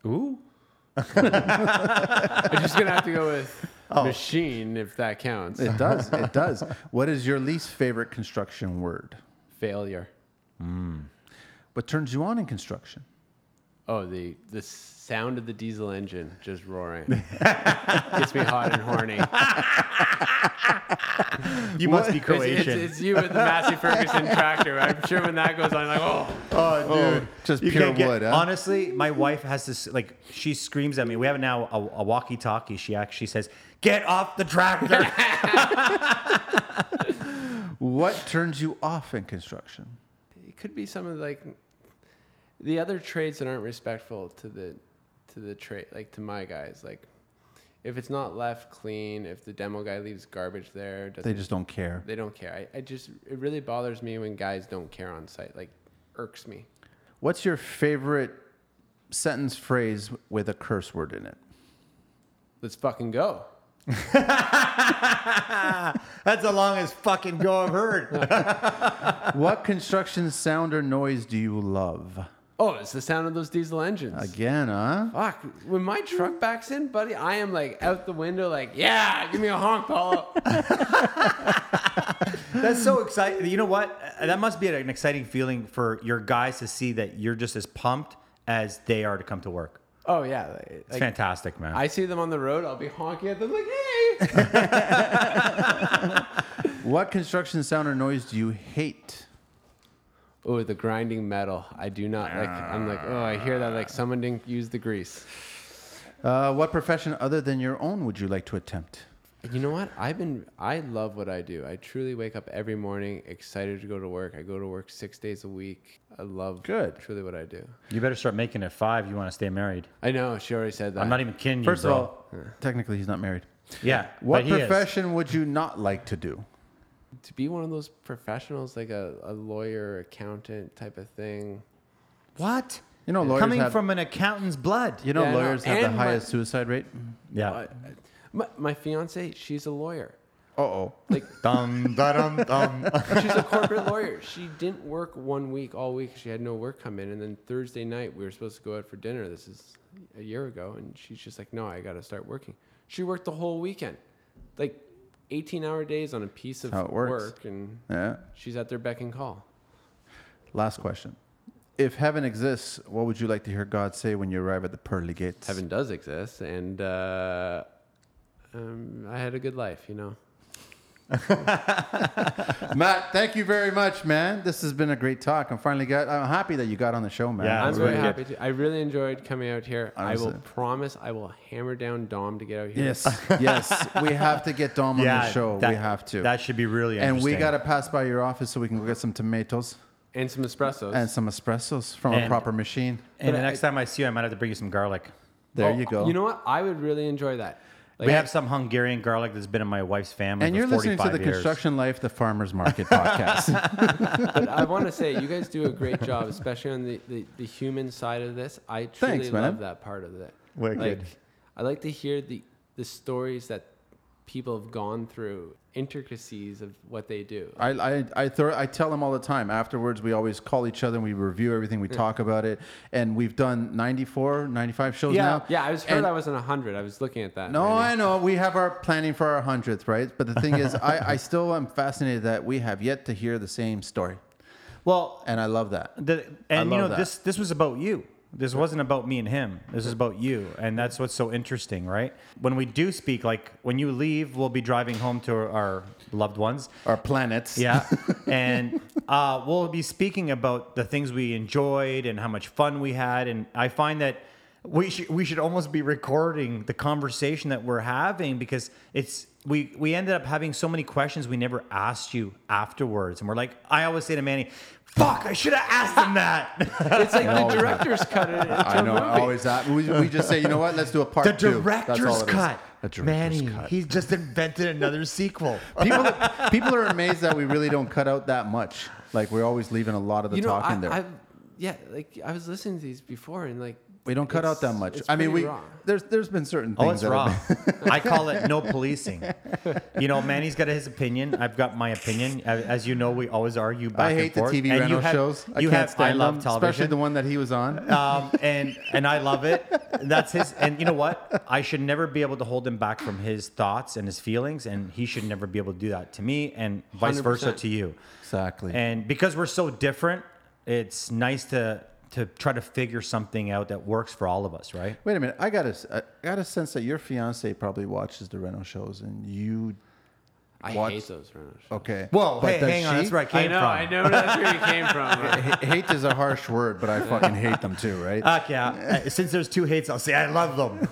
[SPEAKER 3] Ooh.
[SPEAKER 1] I'm just gonna have to go with
[SPEAKER 3] Oh.
[SPEAKER 1] machine if that counts.
[SPEAKER 2] It does. It does. What is your least favorite construction word?
[SPEAKER 1] Failure.
[SPEAKER 2] What turns you on in construction?
[SPEAKER 1] Oh, the the sound of the diesel engine just roaring gets me hot and horny.
[SPEAKER 3] You must be Croatian.
[SPEAKER 1] It's, it's, it's you with the Massey Ferguson tractor. I'm sure when that goes on, like oh,
[SPEAKER 2] Oh, dude, just
[SPEAKER 3] You
[SPEAKER 2] pure
[SPEAKER 3] can't get-
[SPEAKER 2] wood. huh?
[SPEAKER 3] Honestly, my wife has this like she screams at me. We have now a, a walkie-talkie. She actually says, "Get off the tractor."
[SPEAKER 2] What turns you off in construction?
[SPEAKER 1] it could be some of like the other trades that aren't respectful to the to the trade, like to my guys. Like if it's not left clean, if the demo guy leaves garbage there, doesn't
[SPEAKER 2] They just don't care.
[SPEAKER 1] they don't care. I, I just it really bothers me when guys don't care on site. Like irks me.
[SPEAKER 2] What's your favorite sentence phrase with a curse word in it?
[SPEAKER 1] Let's fucking go.
[SPEAKER 3] That's the longest fucking go I've heard.
[SPEAKER 2] What construction sound or noise do you love?
[SPEAKER 1] Oh, it's the sound of those diesel engines.
[SPEAKER 2] Again, huh?
[SPEAKER 1] Fuck. When my truck backs in, buddy, I am like out the window, like, yeah, give me a honk, Paul.
[SPEAKER 3] That's so exciting. You know what? Uh, That must be an exciting feeling for your guys to see that you're just as pumped as they are to come to work.
[SPEAKER 1] oh yeah. Like,
[SPEAKER 3] It's fantastic, man.
[SPEAKER 1] I see them on the road, I'll be honking at them like, hey.
[SPEAKER 2] What construction sound or noise do you hate?
[SPEAKER 1] oh, the grinding metal. I do not like I'm like, oh, I hear that like someone didn't use the grease.
[SPEAKER 2] Uh, what profession other than your own would you like to attempt?
[SPEAKER 1] You know what? I've been I love what I do. I truly wake up every morning excited to go to work. I go to work six days a week. I love
[SPEAKER 2] Good.
[SPEAKER 1] truly what I do.
[SPEAKER 3] you better start making it five. You want to stay married?
[SPEAKER 1] I know, she already said that.
[SPEAKER 3] I'm not even kidding you.
[SPEAKER 2] First of
[SPEAKER 3] bro.
[SPEAKER 2] all, technically he's not married.
[SPEAKER 3] yeah.
[SPEAKER 2] What
[SPEAKER 3] but he is.
[SPEAKER 2] profession would you not like to do?
[SPEAKER 3] e
[SPEAKER 1] to be one of those professionals, like a, a lawyer, accountant type of thing.
[SPEAKER 3] What?
[SPEAKER 2] You know, lawyers
[SPEAKER 3] coming
[SPEAKER 2] have-
[SPEAKER 3] from an accountant's blood.
[SPEAKER 2] You know,
[SPEAKER 1] Yeah, I know.
[SPEAKER 2] lawyers have
[SPEAKER 1] And
[SPEAKER 2] the
[SPEAKER 1] my-
[SPEAKER 2] highest suicide rate.
[SPEAKER 3] yeah.
[SPEAKER 1] I- I- my, my fiance, she's a lawyer.
[SPEAKER 2] Uh oh.
[SPEAKER 1] Like
[SPEAKER 4] Dum da dum dum.
[SPEAKER 1] she's a corporate lawyer. She didn't work one week all week. She had no work come in, and then Thursday night we were supposed to go out for dinner. This is a year ago, and she's just like, "No, I got to start working." She worked the whole weekend, like eighteen-hour days on a piece of
[SPEAKER 2] How it works.
[SPEAKER 1] work, and
[SPEAKER 2] Yeah.
[SPEAKER 1] she's at their beck and call.
[SPEAKER 2] Last question. If heaven exists, what would you like to hear God say when you arrive at the pearly gates?
[SPEAKER 1] Heaven does exist, and uh, um, I had a good life, you know.
[SPEAKER 2] Matt, thank you very much, man. This has been a great talk. I'm finally got. I'm happy that you got on the show, man.
[SPEAKER 3] Yeah,
[SPEAKER 1] I'm
[SPEAKER 3] That's
[SPEAKER 1] very
[SPEAKER 3] really good.
[SPEAKER 1] happy to. I really enjoyed coming out here. I will
[SPEAKER 2] Honestly.
[SPEAKER 1] promise I will hammer down Dom to get out here.
[SPEAKER 2] Yes, yes. We have to get Dom on the show.
[SPEAKER 3] that-
[SPEAKER 2] we have to.
[SPEAKER 3] That should be really
[SPEAKER 2] and we
[SPEAKER 3] interesting.
[SPEAKER 2] got to pass by your office so we can go get some tomatoes
[SPEAKER 1] And some espressos.
[SPEAKER 2] and some espressos from a
[SPEAKER 3] And-
[SPEAKER 2] proper machine.
[SPEAKER 3] And
[SPEAKER 1] But
[SPEAKER 3] the
[SPEAKER 1] I-
[SPEAKER 3] next time I see you, I might have to bring you some garlic.
[SPEAKER 2] There
[SPEAKER 1] Oh,
[SPEAKER 2] you go.
[SPEAKER 1] You know what? I would really enjoy that. Like,
[SPEAKER 3] we have some Hungarian garlic that's been in my wife's family.
[SPEAKER 2] and
[SPEAKER 3] for
[SPEAKER 2] you're listening to
[SPEAKER 3] 45
[SPEAKER 2] the
[SPEAKER 3] years.
[SPEAKER 2] Construction Life, the Farmers Market podcast.
[SPEAKER 1] but I want to say you guys do a great job, especially on the, the, the human side of this. I truly
[SPEAKER 2] Thanks, man.
[SPEAKER 1] love that part of it.
[SPEAKER 4] Wicked.
[SPEAKER 1] Like, I like to hear the the stories that people have gone through, intricacies of what they do.
[SPEAKER 2] I I I, throw, I tell them all the time. Afterwards, we always call each other and we review everything. We talk about it, and we've done 94, 95 shows
[SPEAKER 3] Yeah.
[SPEAKER 2] now.
[SPEAKER 1] Yeah, I was heard
[SPEAKER 2] And-
[SPEAKER 1] I was in hundred. I was looking at that.
[SPEAKER 2] No,
[SPEAKER 1] Randy.
[SPEAKER 2] I know. We have our planning for our hundredth, right? But the thing is, I, I still am fascinated that we have yet to hear the same story,
[SPEAKER 3] Well,
[SPEAKER 2] and I love that.
[SPEAKER 3] the, and you
[SPEAKER 2] love
[SPEAKER 3] know
[SPEAKER 2] that.
[SPEAKER 3] this this was about you. This wasn't about me and him. This is about you, and that's what's so interesting, right? When we do speak, like when you leave, we'll be driving home to our loved ones.
[SPEAKER 2] Our planets.
[SPEAKER 3] Yeah. and uh, we'll be speaking about the things we enjoyed and how much fun we had. And I find that we should we should almost be recording the conversation that we're having because it's we we ended up having so many questions we never asked you afterwards, and we're like, I always say to Manny, "Fuck, I should have asked him that."
[SPEAKER 1] It's like
[SPEAKER 2] No.
[SPEAKER 1] the director's cut. It,
[SPEAKER 2] I know. I always that. We, we just say, you know what? Let's do a part
[SPEAKER 3] the
[SPEAKER 2] two. That's all
[SPEAKER 3] director's
[SPEAKER 2] it is.
[SPEAKER 3] cut.
[SPEAKER 2] The director's
[SPEAKER 3] Manny,
[SPEAKER 2] cut.
[SPEAKER 3] he just invented another sequel.
[SPEAKER 2] people, people are amazed that we really don't cut out that much. Like we're always leaving a lot of the
[SPEAKER 1] you know,
[SPEAKER 2] talk
[SPEAKER 1] I,
[SPEAKER 2] in there.
[SPEAKER 1] I, yeah, like I was listening to these before, and like
[SPEAKER 2] we don't cut out
[SPEAKER 1] it's-
[SPEAKER 2] that much.
[SPEAKER 1] it's
[SPEAKER 2] I mean,
[SPEAKER 1] pretty
[SPEAKER 2] we
[SPEAKER 1] raw.
[SPEAKER 2] there's there's been certain
[SPEAKER 3] Oh,
[SPEAKER 2] things.
[SPEAKER 3] it's
[SPEAKER 2] that
[SPEAKER 3] raw.
[SPEAKER 2] have
[SPEAKER 3] I call it no policing. You know, Manny's got his opinion. I've got my opinion. As, as you know, we always argue back
[SPEAKER 2] been- I hate
[SPEAKER 3] and forth.
[SPEAKER 2] the TV
[SPEAKER 3] and
[SPEAKER 2] Reno
[SPEAKER 3] you have,
[SPEAKER 2] shows. I
[SPEAKER 3] you
[SPEAKER 2] can't
[SPEAKER 3] have,
[SPEAKER 2] stand
[SPEAKER 3] I love
[SPEAKER 2] them, especially
[SPEAKER 3] television.
[SPEAKER 2] the one that he was on.
[SPEAKER 3] um, and and I love it. That's his. And you know what? I should never be able to hold him back from his thoughts and his feelings, and he should never be able to do that to me, and vice versa
[SPEAKER 1] 100%.
[SPEAKER 3] to you.
[SPEAKER 2] Exactly.
[SPEAKER 3] And because we're so different, it's nice to to try to figure something out that works for all of us, right?
[SPEAKER 2] Wait a minute. I got a s- I got a sense that your fiance probably watches the Reno shows, and you
[SPEAKER 1] I
[SPEAKER 2] Watch-
[SPEAKER 1] hate those Renaissance.
[SPEAKER 2] okay.
[SPEAKER 3] Well,
[SPEAKER 2] But
[SPEAKER 3] hey,
[SPEAKER 2] does
[SPEAKER 3] hang on.
[SPEAKER 2] she?
[SPEAKER 3] That's where I
[SPEAKER 1] I
[SPEAKER 3] came
[SPEAKER 1] know,
[SPEAKER 3] from.
[SPEAKER 1] I know that's where you came from. right?
[SPEAKER 2] H- hate is a harsh word, but I fucking hate them too, right?
[SPEAKER 3] Fuck yeah. Uh, Since there's two hates, I'll say I love them.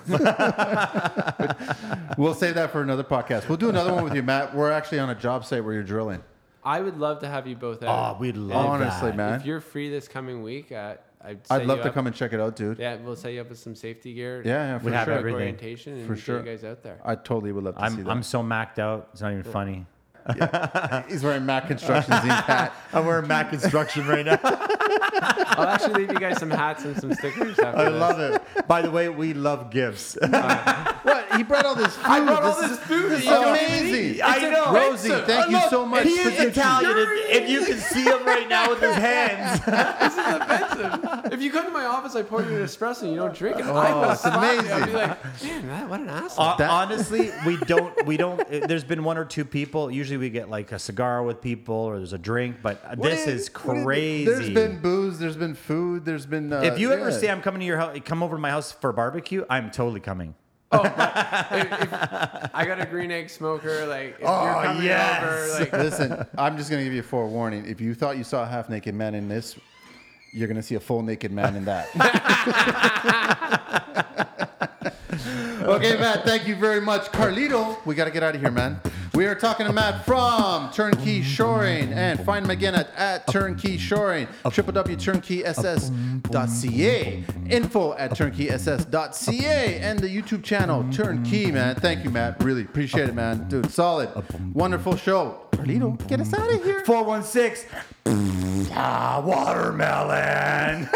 [SPEAKER 2] We'll save that for another podcast. We'll do another one with you, Matt. We're actually on a job site where you're drilling.
[SPEAKER 1] I would love to have you both out.
[SPEAKER 3] Oh, we'd love
[SPEAKER 2] Honestly,
[SPEAKER 3] that.
[SPEAKER 2] man.
[SPEAKER 1] If you're free this coming week, uh, I'd
[SPEAKER 2] I'd
[SPEAKER 1] set
[SPEAKER 2] love
[SPEAKER 1] you
[SPEAKER 2] to
[SPEAKER 1] up.
[SPEAKER 2] come and check it out, dude.
[SPEAKER 1] Yeah, we'll set you up with some safety gear.
[SPEAKER 2] Yeah, yeah, for
[SPEAKER 3] have
[SPEAKER 2] sure.
[SPEAKER 1] Quick
[SPEAKER 3] everything.
[SPEAKER 1] orientation and
[SPEAKER 2] For
[SPEAKER 1] get
[SPEAKER 2] sure.
[SPEAKER 1] you guys out there.
[SPEAKER 2] I totally would love to see
[SPEAKER 3] I'm,
[SPEAKER 2] that.
[SPEAKER 3] I'm so macked out. It's not even funny.
[SPEAKER 2] He's wearing Matt Construction Zine hat.
[SPEAKER 3] I'm wearing Mac Construction right now.
[SPEAKER 1] I'll actually leave you guys some hats and some stickers. After
[SPEAKER 3] I
[SPEAKER 1] this.
[SPEAKER 3] love it. By the way, we love gifts.
[SPEAKER 2] What? He brought all this food.
[SPEAKER 1] I brought all
[SPEAKER 2] is-
[SPEAKER 1] this food
[SPEAKER 2] This is
[SPEAKER 1] that you don't
[SPEAKER 2] amazing.
[SPEAKER 1] eat. I know.
[SPEAKER 2] Rosie, thank you so much.
[SPEAKER 3] He
[SPEAKER 2] for
[SPEAKER 3] is
[SPEAKER 2] the-
[SPEAKER 3] Italian. If you can see him right now with his hands.
[SPEAKER 1] This is offensive. if you come to my office, I pour you an espresso and you don't drink it. Oh,
[SPEAKER 2] it's
[SPEAKER 1] I'd
[SPEAKER 2] amazing.
[SPEAKER 1] be like, man, that, what an asshole.
[SPEAKER 3] Uh,
[SPEAKER 2] That-
[SPEAKER 3] honestly, we don't. We don't. uh, There's been one or two people. Usually, we get like a cigar with people, or there's a drink. But uh,
[SPEAKER 2] What
[SPEAKER 3] this is
[SPEAKER 2] what
[SPEAKER 3] crazy.
[SPEAKER 2] There's been booze. There's been food. There's been. Uh,
[SPEAKER 3] if you ever
[SPEAKER 2] yeah.
[SPEAKER 3] say I'm coming to your house, come over to my house for a barbecue, I'm totally coming.
[SPEAKER 1] If- if- I got a green egg smoker. Like, if
[SPEAKER 3] Oh,
[SPEAKER 1] you're coming
[SPEAKER 3] yes.
[SPEAKER 1] over, like,
[SPEAKER 2] Listen, I'm just gonna give you a forewarning. If you thought you saw a half naked man in this, you're gonna see a full naked man in that. okay, Matt. Thank you very much, Carlito. We gotta get out of here, man. We are talking to Matt from Turnkey Shoring and find him again at, at Turnkey Shoring, www.turnkeyss.ca, info at turnkeyss.ca, and the YouTube channel Turnkey, man. Thank you, Matt. Really appreciate it, man. Dude, solid. Wonderful show. Carlito, get us out of here.
[SPEAKER 3] 416. ah, watermelon.